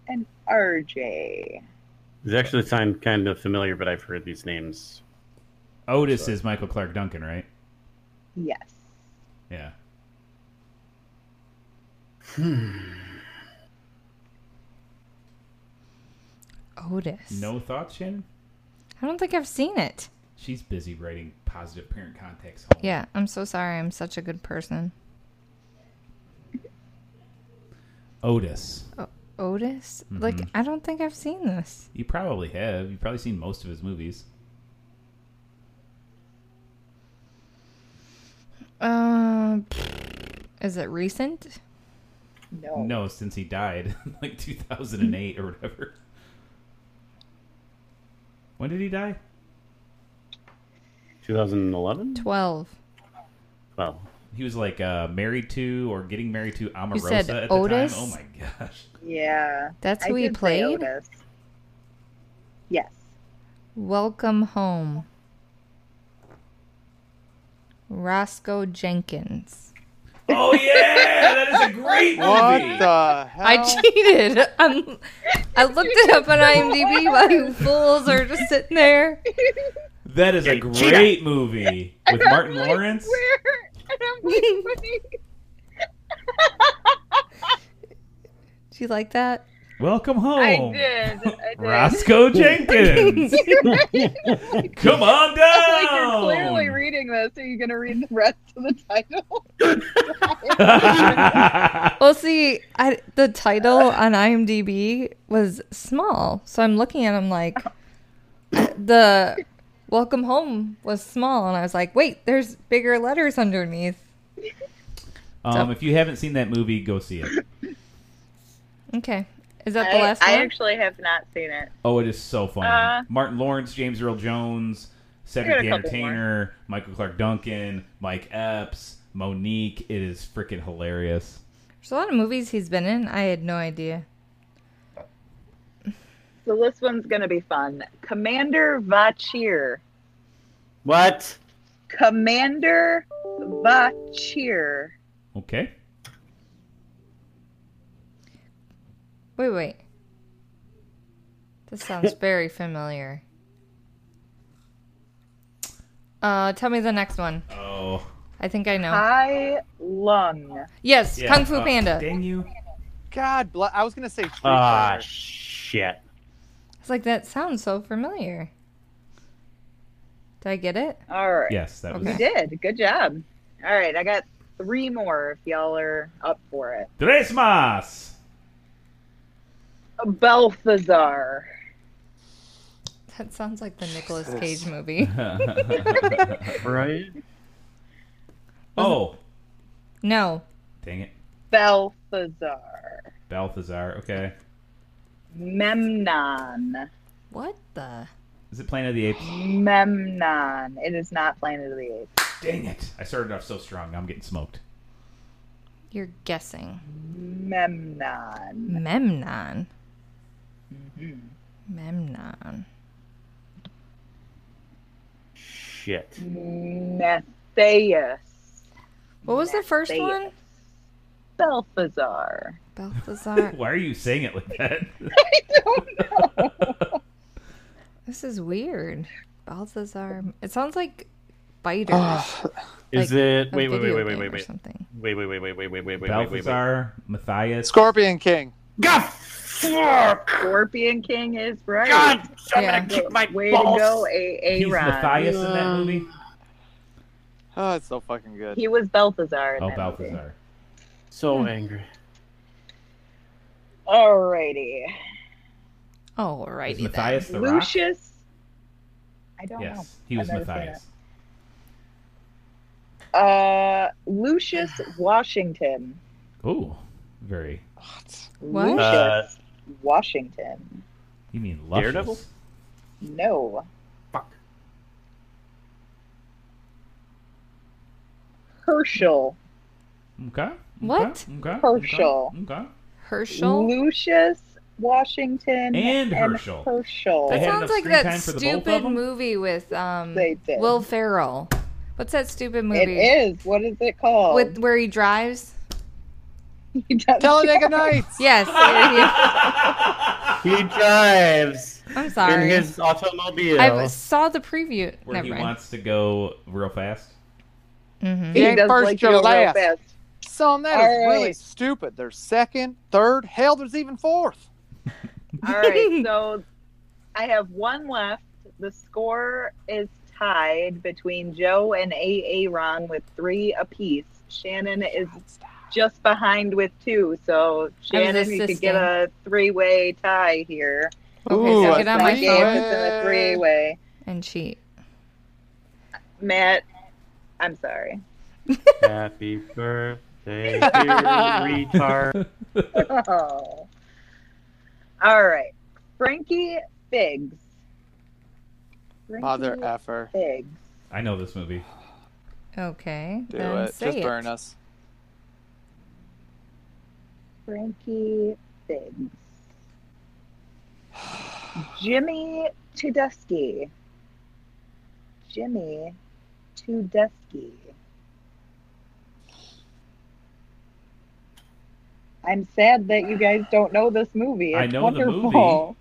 Speaker 4: and RJ.
Speaker 7: These actually sound kind of familiar, but I've heard these names.
Speaker 2: Otis is Michael Clark Duncan, right?
Speaker 4: Yes.
Speaker 2: Yeah.
Speaker 1: Otis.
Speaker 2: No thoughts, Shannon?
Speaker 1: I don't think I've seen it.
Speaker 2: She's busy writing positive parent contacts home.
Speaker 1: Yeah, I'm so sorry. I'm such a good person.
Speaker 2: Otis.
Speaker 1: O- Otis? Like,
Speaker 2: Mhm.
Speaker 1: I don't think I've seen this.
Speaker 2: You probably have. You've probably seen most of his movies.
Speaker 1: Um, is it recent?
Speaker 4: No.
Speaker 2: No, since he died (laughs) in like 2008 or whatever. When did he die?
Speaker 7: 2011?
Speaker 1: 12.
Speaker 7: Well,
Speaker 2: He was like uh, married to or getting married to Omarosa
Speaker 1: said
Speaker 2: at the
Speaker 1: Otis?
Speaker 2: time. Oh my gosh.
Speaker 4: Yeah.
Speaker 1: That's
Speaker 4: I
Speaker 1: who he
Speaker 4: did say
Speaker 1: played?
Speaker 4: Otis.
Speaker 1: (laughs)
Speaker 4: Yes.
Speaker 1: Welcome Home. Roscoe Jenkins.
Speaker 2: Oh, yeah! That is a great
Speaker 3: What
Speaker 2: movie!
Speaker 3: (laughs) the
Speaker 1: I cheated. i I looked it up
Speaker 4: (laughs)
Speaker 1: on IMDb while you fools are just sitting there.
Speaker 2: That is a
Speaker 7: cheetah.
Speaker 2: great movie with Martin
Speaker 13: like,
Speaker 2: Lawrence.
Speaker 1: Do you like that?
Speaker 2: Welcome home.
Speaker 13: did. I
Speaker 4: (laughs)
Speaker 13: did.
Speaker 2: Roscoe Jenkins. (laughs) Come on
Speaker 13: Like you're
Speaker 2: down. (laughs)
Speaker 13: clearly reading this. Are you gonna read the rest of the
Speaker 4: (laughs)
Speaker 13: title?
Speaker 1: Well, see, I, the title on IMDb was small, so I'm looking at him like (coughs) the "Welcome Home" was small, and I was like, "Wait, there's bigger letters underneath."
Speaker 2: um, if you haven't seen that movie, go see it.
Speaker 1: Okay, is that the
Speaker 4: I-
Speaker 1: last
Speaker 4: I
Speaker 1: one?
Speaker 4: actually have not seen it.
Speaker 2: Oh, it is so fun.
Speaker 4: Uh,
Speaker 2: Martin Lawrence, James Earl Jones,
Speaker 4: I
Speaker 2: Cedric
Speaker 4: got a
Speaker 2: the
Speaker 4: couple more.
Speaker 2: Entertainer, Michael Clark Duncan, Mike Epps, Monique. It is freaking hilarious.
Speaker 1: There's a lot of movies he's been in. I had no idea.
Speaker 4: So this one's going to be fun. Commander Vachir.
Speaker 7: What?
Speaker 4: Commander Vachir.
Speaker 2: Okay.
Speaker 1: Wait, wait. This sounds very familiar. Uh, tell me the next one.
Speaker 2: Oh.
Speaker 1: I think I know.
Speaker 4: High Lung.
Speaker 1: Yes, Kung Fu Panda.
Speaker 2: uh, dang you.
Speaker 3: God bless. I was gonna say. Street
Speaker 7: Ah,
Speaker 3: Fighter.
Speaker 7: shit.
Speaker 1: It's like that sounds so familiar. Did I get it?
Speaker 4: All right.
Speaker 2: Yes, that was
Speaker 4: You did. Good job. All right. I got three more if y'all are up for it.
Speaker 2: Tres (laughs) Mas.
Speaker 4: Balthazar.
Speaker 1: That sounds like the Nicolas Cage movie. (laughs)
Speaker 7: right?
Speaker 2: Oh,
Speaker 1: no,
Speaker 2: dang it.
Speaker 4: Balthazar.
Speaker 2: Balthazar. Okay.
Speaker 4: Memnon.
Speaker 1: What the?
Speaker 2: Is it Planet of the Apes?
Speaker 4: Memnon. It is not Planet of the Apes.
Speaker 2: (gasps) Dang it. I started off so strong. Now I'm getting smoked.
Speaker 1: You're guessing.
Speaker 4: Memnon.
Speaker 1: Memnon. Memnon.
Speaker 7: Shit.
Speaker 4: Matthias.
Speaker 1: What was the first one?
Speaker 4: Balthazar.
Speaker 1: Balthazar.
Speaker 2: Why are you saying it like (laughs) that?
Speaker 1: this is weird. Balthazar. It sounds like biters.
Speaker 7: Is
Speaker 1: Like a
Speaker 7: it? Wait, wait, wait,
Speaker 1: video
Speaker 7: wait,
Speaker 1: game
Speaker 7: wait, wait,
Speaker 1: or
Speaker 7: wait.
Speaker 1: something.
Speaker 7: Wait, wait, wait, wait, wait, wait, wait, wait, wait, wait, wait.
Speaker 2: Balthazar, Matthias.
Speaker 3: Scorpion King.
Speaker 4: Scorpion King is right.
Speaker 5: God, I'm
Speaker 1: Yeah.
Speaker 5: gonna kick my
Speaker 4: Way
Speaker 5: balls.
Speaker 4: to go, A.
Speaker 2: He's Matthias in that movie.
Speaker 3: Oh, it's so fucking good.
Speaker 4: He was Balthazar. In
Speaker 2: Oh,
Speaker 4: that Movie.
Speaker 2: Balthazar.
Speaker 7: So angry.
Speaker 4: Alrighty.
Speaker 2: Is
Speaker 1: Alrighty
Speaker 2: Matthias the Rock?
Speaker 4: Lucius. I don't know.
Speaker 2: Yes, he was
Speaker 4: I've never seen
Speaker 2: Matthias.
Speaker 4: it. Uh, Lucius Washington.
Speaker 2: Ooh, very.
Speaker 13: Lucius
Speaker 2: Uh,
Speaker 13: Washington.
Speaker 2: you mean luscious?
Speaker 13: Daredevil? No. Fuck. Herschel.
Speaker 2: Okay.
Speaker 13: What?
Speaker 2: Okay. okay,
Speaker 13: Herschel.
Speaker 2: Okay.
Speaker 1: Herschel?
Speaker 13: Lucius Washington.
Speaker 2: And Herschel.
Speaker 13: Herschel.
Speaker 1: That sounds like that stupid movie with um Will Ferrell. What's that stupid movie?
Speaker 13: It is. What is it called? (laughs)
Speaker 1: With where he drives.
Speaker 13: (laughs)
Speaker 4: (laughs)
Speaker 3: Talladega Nights.
Speaker 1: Yes.
Speaker 7: He drives.
Speaker 2: (laughs)
Speaker 1: I'm sorry.
Speaker 7: In his automobile.
Speaker 1: I was- saw the preview.
Speaker 2: Where
Speaker 1: Never
Speaker 2: he
Speaker 1: mind.
Speaker 2: wants to go real fast.
Speaker 1: Mhm.
Speaker 3: He ain't first
Speaker 13: to go
Speaker 3: or
Speaker 13: real
Speaker 3: last.
Speaker 13: fast.
Speaker 3: Some that is
Speaker 13: All
Speaker 3: really
Speaker 13: right.
Speaker 3: stupid. There's second, third, hell, there's even fourth.
Speaker 4: All
Speaker 13: (laughs)
Speaker 4: right, so I have one left. The score is tied between Joe and Aaron with three apiece. Shannon is just behind with two, so Shannon, you could get a three-way tie here.
Speaker 1: Okay, so get on my
Speaker 4: That game
Speaker 1: phone.
Speaker 4: is in a three-way.
Speaker 1: And cheat.
Speaker 4: Matt, I'm sorry.
Speaker 7: (laughs) Happy birthday, dear
Speaker 1: (laughs)
Speaker 7: retard. (laughs)
Speaker 4: oh. All right, Frankie Figs.
Speaker 3: Mother
Speaker 4: Frankie
Speaker 3: effer.
Speaker 4: Figs.
Speaker 2: I know this movie.
Speaker 1: Okay.
Speaker 3: Do
Speaker 1: then
Speaker 3: it.
Speaker 1: Say
Speaker 3: Just
Speaker 1: it.
Speaker 3: burn us.
Speaker 4: Frankie Figs. (sighs) Jimmy Tudusky. Jimmy Tudusky.
Speaker 13: I'm sad that you guys don't know this movie. It's
Speaker 2: I know the
Speaker 13: wonderful.
Speaker 2: movie.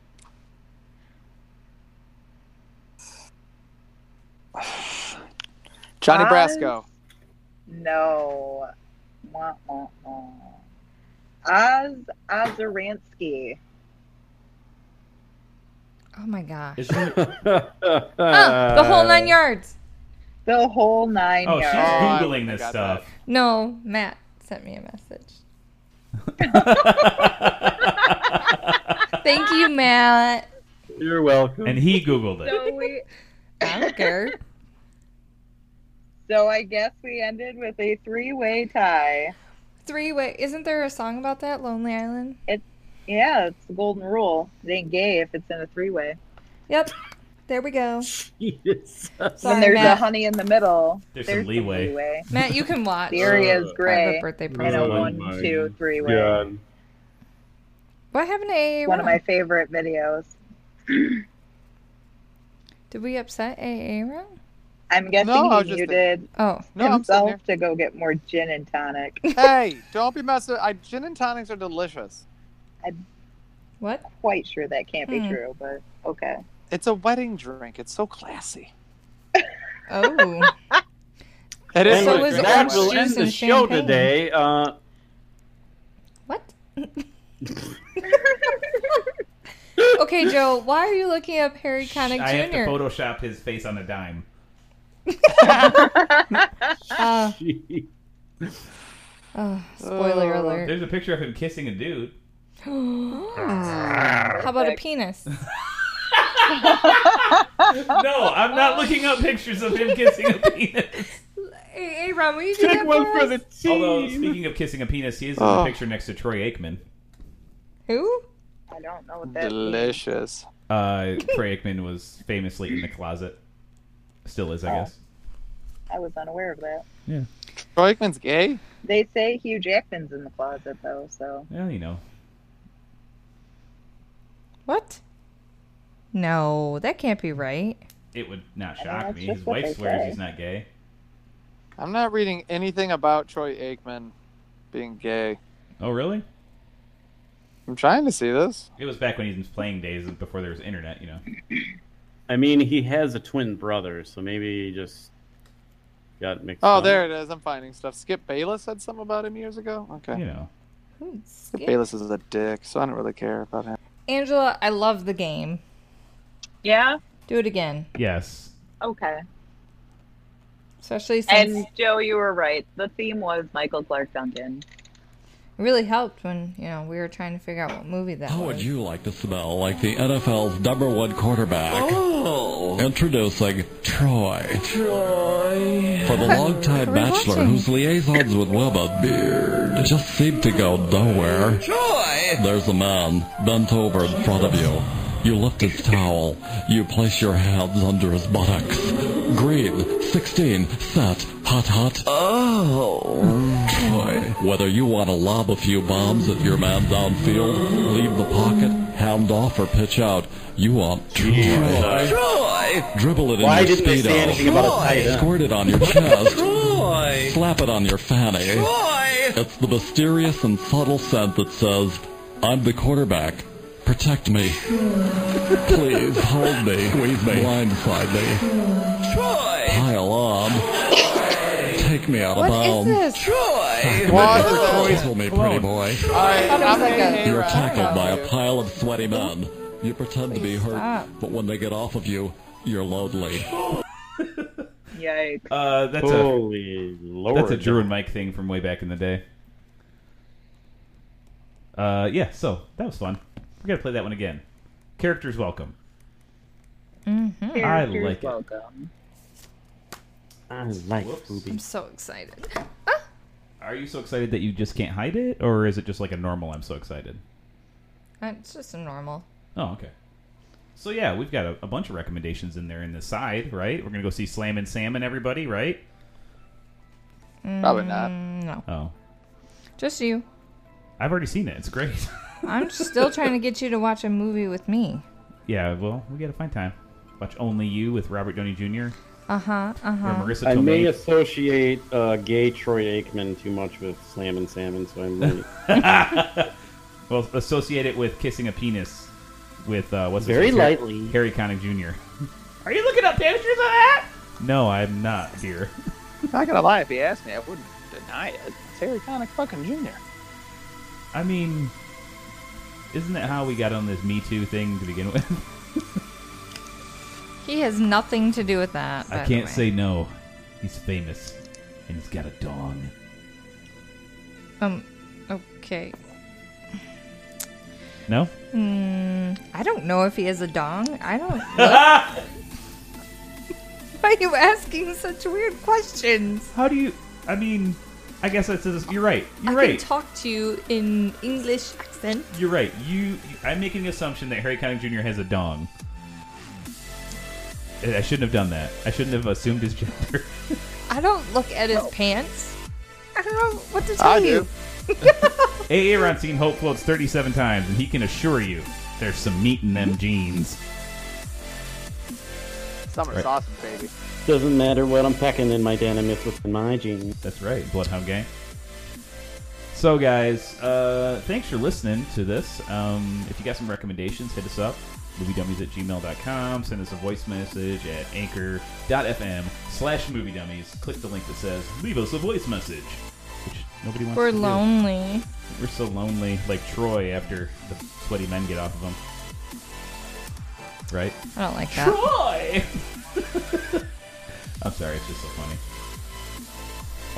Speaker 3: Johnny
Speaker 4: Oz?
Speaker 3: Brasco.
Speaker 4: No. Wah, wah, wah. Oz Ozaransky.
Speaker 1: Oh my gosh.
Speaker 2: Is uh,
Speaker 1: Ah, the whole nine yards.
Speaker 13: The whole nine
Speaker 2: Oh, she's
Speaker 13: yards.
Speaker 2: googling this stuff.
Speaker 1: No, Matt sent me a
Speaker 4: (laughs)
Speaker 1: message. Thank you, Matt.
Speaker 7: You're welcome.
Speaker 2: And he googled it.
Speaker 4: So we
Speaker 1: I don't care.
Speaker 4: So I guess we ended with a three-way tie.
Speaker 1: Three way. Isn't there a song about that? Lonely Island.
Speaker 4: It's yeah, it's the golden rule. It ain't gay if it's in a three-way.
Speaker 1: Yep. There we go. Sorry,
Speaker 4: when there's
Speaker 1: Matt.
Speaker 4: a honey in the middle,
Speaker 2: There's some leeway.
Speaker 1: Matt, you can watch.
Speaker 4: The area is
Speaker 1: I have
Speaker 4: gray.
Speaker 1: a birthday
Speaker 4: and a
Speaker 1: present.
Speaker 7: Oh
Speaker 4: one,
Speaker 7: my
Speaker 4: two, three way.
Speaker 7: God.
Speaker 1: What happened to AA Ron?
Speaker 4: One of my favorite videos.
Speaker 1: Did we upset AA Ron?
Speaker 4: I'm guessing
Speaker 3: No, I was
Speaker 4: he
Speaker 3: just
Speaker 4: muted
Speaker 1: Oh.
Speaker 3: No, I'm sitting
Speaker 4: himself to go get more gin and tonic.
Speaker 3: hey, don't be messing. I, gin and tonics are delicious.
Speaker 1: What?
Speaker 4: Quite sure that can't be
Speaker 3: Hmm.
Speaker 4: true, but okay.
Speaker 3: It's a wedding drink. It's so classy.
Speaker 1: (laughs) Oh.
Speaker 3: It is.
Speaker 1: So
Speaker 7: And
Speaker 1: was
Speaker 7: with
Speaker 1: orange
Speaker 7: that will
Speaker 1: juice
Speaker 7: end the
Speaker 1: and
Speaker 7: show
Speaker 1: champagne.
Speaker 7: today. Uh,
Speaker 1: (laughs) Okay, Joe. Why are you looking up
Speaker 4: (laughs)
Speaker 1: Harry Connick
Speaker 2: I have to
Speaker 1: Jr.?
Speaker 2: Photoshop his face on a dime.
Speaker 1: Uh, oh, spoiler alert.
Speaker 2: There's a picture of him kissing a dude.
Speaker 1: How about a penis?
Speaker 4: Oh.
Speaker 2: No, I'm not looking up pictures of him kissing
Speaker 4: (laughs)
Speaker 2: a penis.
Speaker 1: Hey, Ron, will you do that for us?
Speaker 2: Although, speaking of kissing a penis, he is in the
Speaker 3: Oh.
Speaker 2: picture next to Troy Aikman.
Speaker 1: Who?
Speaker 4: I don't know what that means.
Speaker 3: Delicious.
Speaker 2: Uh, Troy Aikman was famously in the closet. Still
Speaker 4: Oh.
Speaker 2: is, I guess.
Speaker 4: I was unaware of that.
Speaker 3: Troy Aikman's gay.
Speaker 4: They say Hugh Jackman's in the closet though, so
Speaker 2: Well, you know.
Speaker 1: What? No, that can't be right.
Speaker 2: It would not
Speaker 4: I mean,
Speaker 2: shock
Speaker 4: that's
Speaker 2: me.
Speaker 4: just
Speaker 2: His
Speaker 4: what they
Speaker 2: wife swears
Speaker 4: say.
Speaker 2: he's not gay.
Speaker 3: I'm not reading anything about Troy Aikman being gay.
Speaker 2: Oh, really?
Speaker 3: I'm trying to see this.
Speaker 2: It was back when he was in playing days before there was internet, you know.
Speaker 7: I mean, he has a twin brother, so maybe he just got mixed
Speaker 3: Oh,
Speaker 7: up.
Speaker 3: there it is. I'm finding stuff. Skip Bayless said something about him years ago. Okay.
Speaker 2: You know.
Speaker 1: Who's
Speaker 3: Skip Bayless is a dick, so I don't really care about him.
Speaker 1: Angela, I love the game.
Speaker 4: Yeah?
Speaker 1: Do it again.
Speaker 2: Yes.
Speaker 4: Okay.
Speaker 1: Especially since
Speaker 4: And Joe, you were right. The theme was Michael Clark Duncan.
Speaker 1: It really helped when, you know, we were trying to figure out what movie that
Speaker 14: How
Speaker 1: was.
Speaker 14: would you like to smell like the NFL's number one quarterback?
Speaker 1: Oh.
Speaker 14: Introducing Troy. Troy. For the longtime
Speaker 1: We're
Speaker 14: bachelor
Speaker 1: watching.
Speaker 14: whose liaisons with women beard just seem to go nowhere.
Speaker 15: Troy!
Speaker 14: There's a man bent over in front of you. You lift his towel. You place your hands under his buttocks. Green, 16, set, hot, hot. Oh. Troy, whether you want to lob a few bombs at your man downfield, leave the pocket, hand off, or pitch out, you want Troy.
Speaker 15: Troy!
Speaker 14: Dribble it in
Speaker 15: Why
Speaker 14: your
Speaker 15: didn't they
Speaker 14: speedo.
Speaker 15: say anything about a tight end?
Speaker 14: Squirt it on your chest.
Speaker 15: Troy!
Speaker 14: Slap it on your fanny.
Speaker 15: Troy!
Speaker 14: It's the mysterious and subtle scent that says, I'm the quarterback. Protect me. Please hold me. Squeeze me. Blindside me.
Speaker 15: Troy!
Speaker 14: Pile on. Take me out of bounds.
Speaker 15: Troy!
Speaker 14: Whistle me, pretty boy. You're tackled by a pile of sweaty men. You pretend to be hurt,
Speaker 4: stop.
Speaker 14: but when they get off of you, you're lonely.
Speaker 4: Yikes.
Speaker 2: Uh, that's
Speaker 7: Holy
Speaker 2: a,
Speaker 7: Lord.
Speaker 2: That's a Drew and Mike thing from way back in the day. Uh, yeah, so that was fun. We're gonna play that one again. Characters welcome.
Speaker 1: Mhm.
Speaker 2: I like it.
Speaker 4: welcome.
Speaker 7: I like
Speaker 1: I'm so excited.
Speaker 2: Are you so excited that you just can't hide it, or is it just like a normal? I'm so excited.
Speaker 1: Uh, It's just a normal.
Speaker 2: Oh, okay. So yeah, we've got a, a bunch of recommendations in there in the side, right? We're gonna go see Slam and Sam and everybody, right?
Speaker 1: Probably not. Mm, no.
Speaker 2: Oh,
Speaker 1: Just you.
Speaker 2: I've already seen it. It's great. (laughs)
Speaker 1: I'm still trying to get you to watch a movie with me.
Speaker 2: yeah, well, we gotta find time. Watch Only You with Robert Downey Jr.
Speaker 1: Uh huh. Uh
Speaker 2: Or
Speaker 1: huh.
Speaker 2: Marissa
Speaker 7: I
Speaker 2: Tomei.
Speaker 7: may associate uh, gay Troy Aikman too much with Slam and Salmon, so I might.
Speaker 2: well, associate it with kissing a penis with uh, what's his
Speaker 7: Very
Speaker 2: name? Harry-
Speaker 7: lightly.
Speaker 2: Harry Connick Jr.
Speaker 3: Are you looking up pictures of that?
Speaker 2: No, I'm not dear.
Speaker 3: Not gonna lie, if he asked me, I wouldn't deny it. It's Harry Connick fucking Jr.
Speaker 2: (laughs) I mean, isn't that how we got on this Me Too thing to begin with? (laughs)
Speaker 1: He has nothing to do with that. by
Speaker 2: I
Speaker 1: the
Speaker 2: can't
Speaker 1: way.
Speaker 2: say no. He's famous, and he's got a dong.
Speaker 1: Um. Okay.
Speaker 2: No?
Speaker 1: Hmm. I don't know if he has a dong. I don't.
Speaker 2: (laughs)
Speaker 1: Look. (laughs) Why are you asking such weird questions?
Speaker 2: How do you? I mean, I guess that's just, you're right. You're
Speaker 1: I can
Speaker 2: right.
Speaker 1: talk to you in English accent.
Speaker 2: you're right. You. I'm making the assumption that Harry Connick Jr. has a dong. And I shouldn't have done that. I shouldn't have assumed his gender. (laughs)
Speaker 1: I don't look at his pants. I don't know what to tell
Speaker 2: I
Speaker 1: you.
Speaker 2: A. Aaron's seen Hope floats 37 times, and he can assure you there's some meat in them jeans.
Speaker 3: Summer
Speaker 2: Right.
Speaker 3: sausage, baby.
Speaker 7: Doesn't matter what I'm packing in my denim, it's what's in my jeans.
Speaker 2: That's right, Bloodhound Gang. So, guys, uh, thanks for listening to this. Um, if you got some recommendations, hit us up. MovieDummies at gmail.com. Send us a voice message at anchor.fm slash movie dummies. Click the link that says leave us a voice message, which nobody wants
Speaker 1: We're
Speaker 2: to do.
Speaker 1: lonely.
Speaker 2: We're so lonely, like Troy after the sweaty men get off of him. Right?
Speaker 1: I don't like (laughs) that.
Speaker 2: Troy! (laughs) I'm sorry, it's just so funny.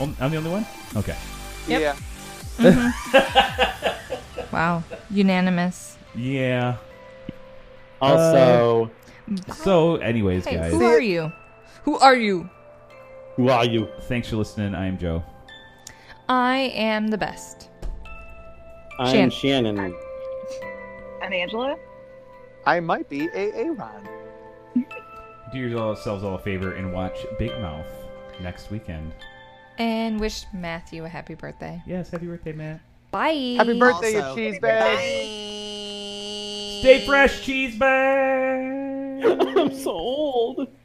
Speaker 2: Um, I'm the only one? Okay.
Speaker 3: Yeah.
Speaker 1: Mhm. wow. Unanimous.
Speaker 2: Yeah. Uh,
Speaker 7: Also-
Speaker 2: so, anyways,
Speaker 1: Hey,
Speaker 2: guys.
Speaker 1: who are you? Who are you?
Speaker 7: Who are you?
Speaker 2: Thanks for listening. I am Joe.
Speaker 1: I am the best.
Speaker 7: I'm Shannon.
Speaker 4: I'm Angela.
Speaker 3: I might be a Aaron.
Speaker 2: Do yourselves all a favor and watch Big Mouth next weekend.
Speaker 1: And wish Matthew a happy birthday.
Speaker 2: Yes, happy birthday, Matt.
Speaker 1: Bye.
Speaker 3: Happy birthday, you cheese bag.
Speaker 2: Stay fresh, cheese bag!
Speaker 7: (laughs) I'm so old.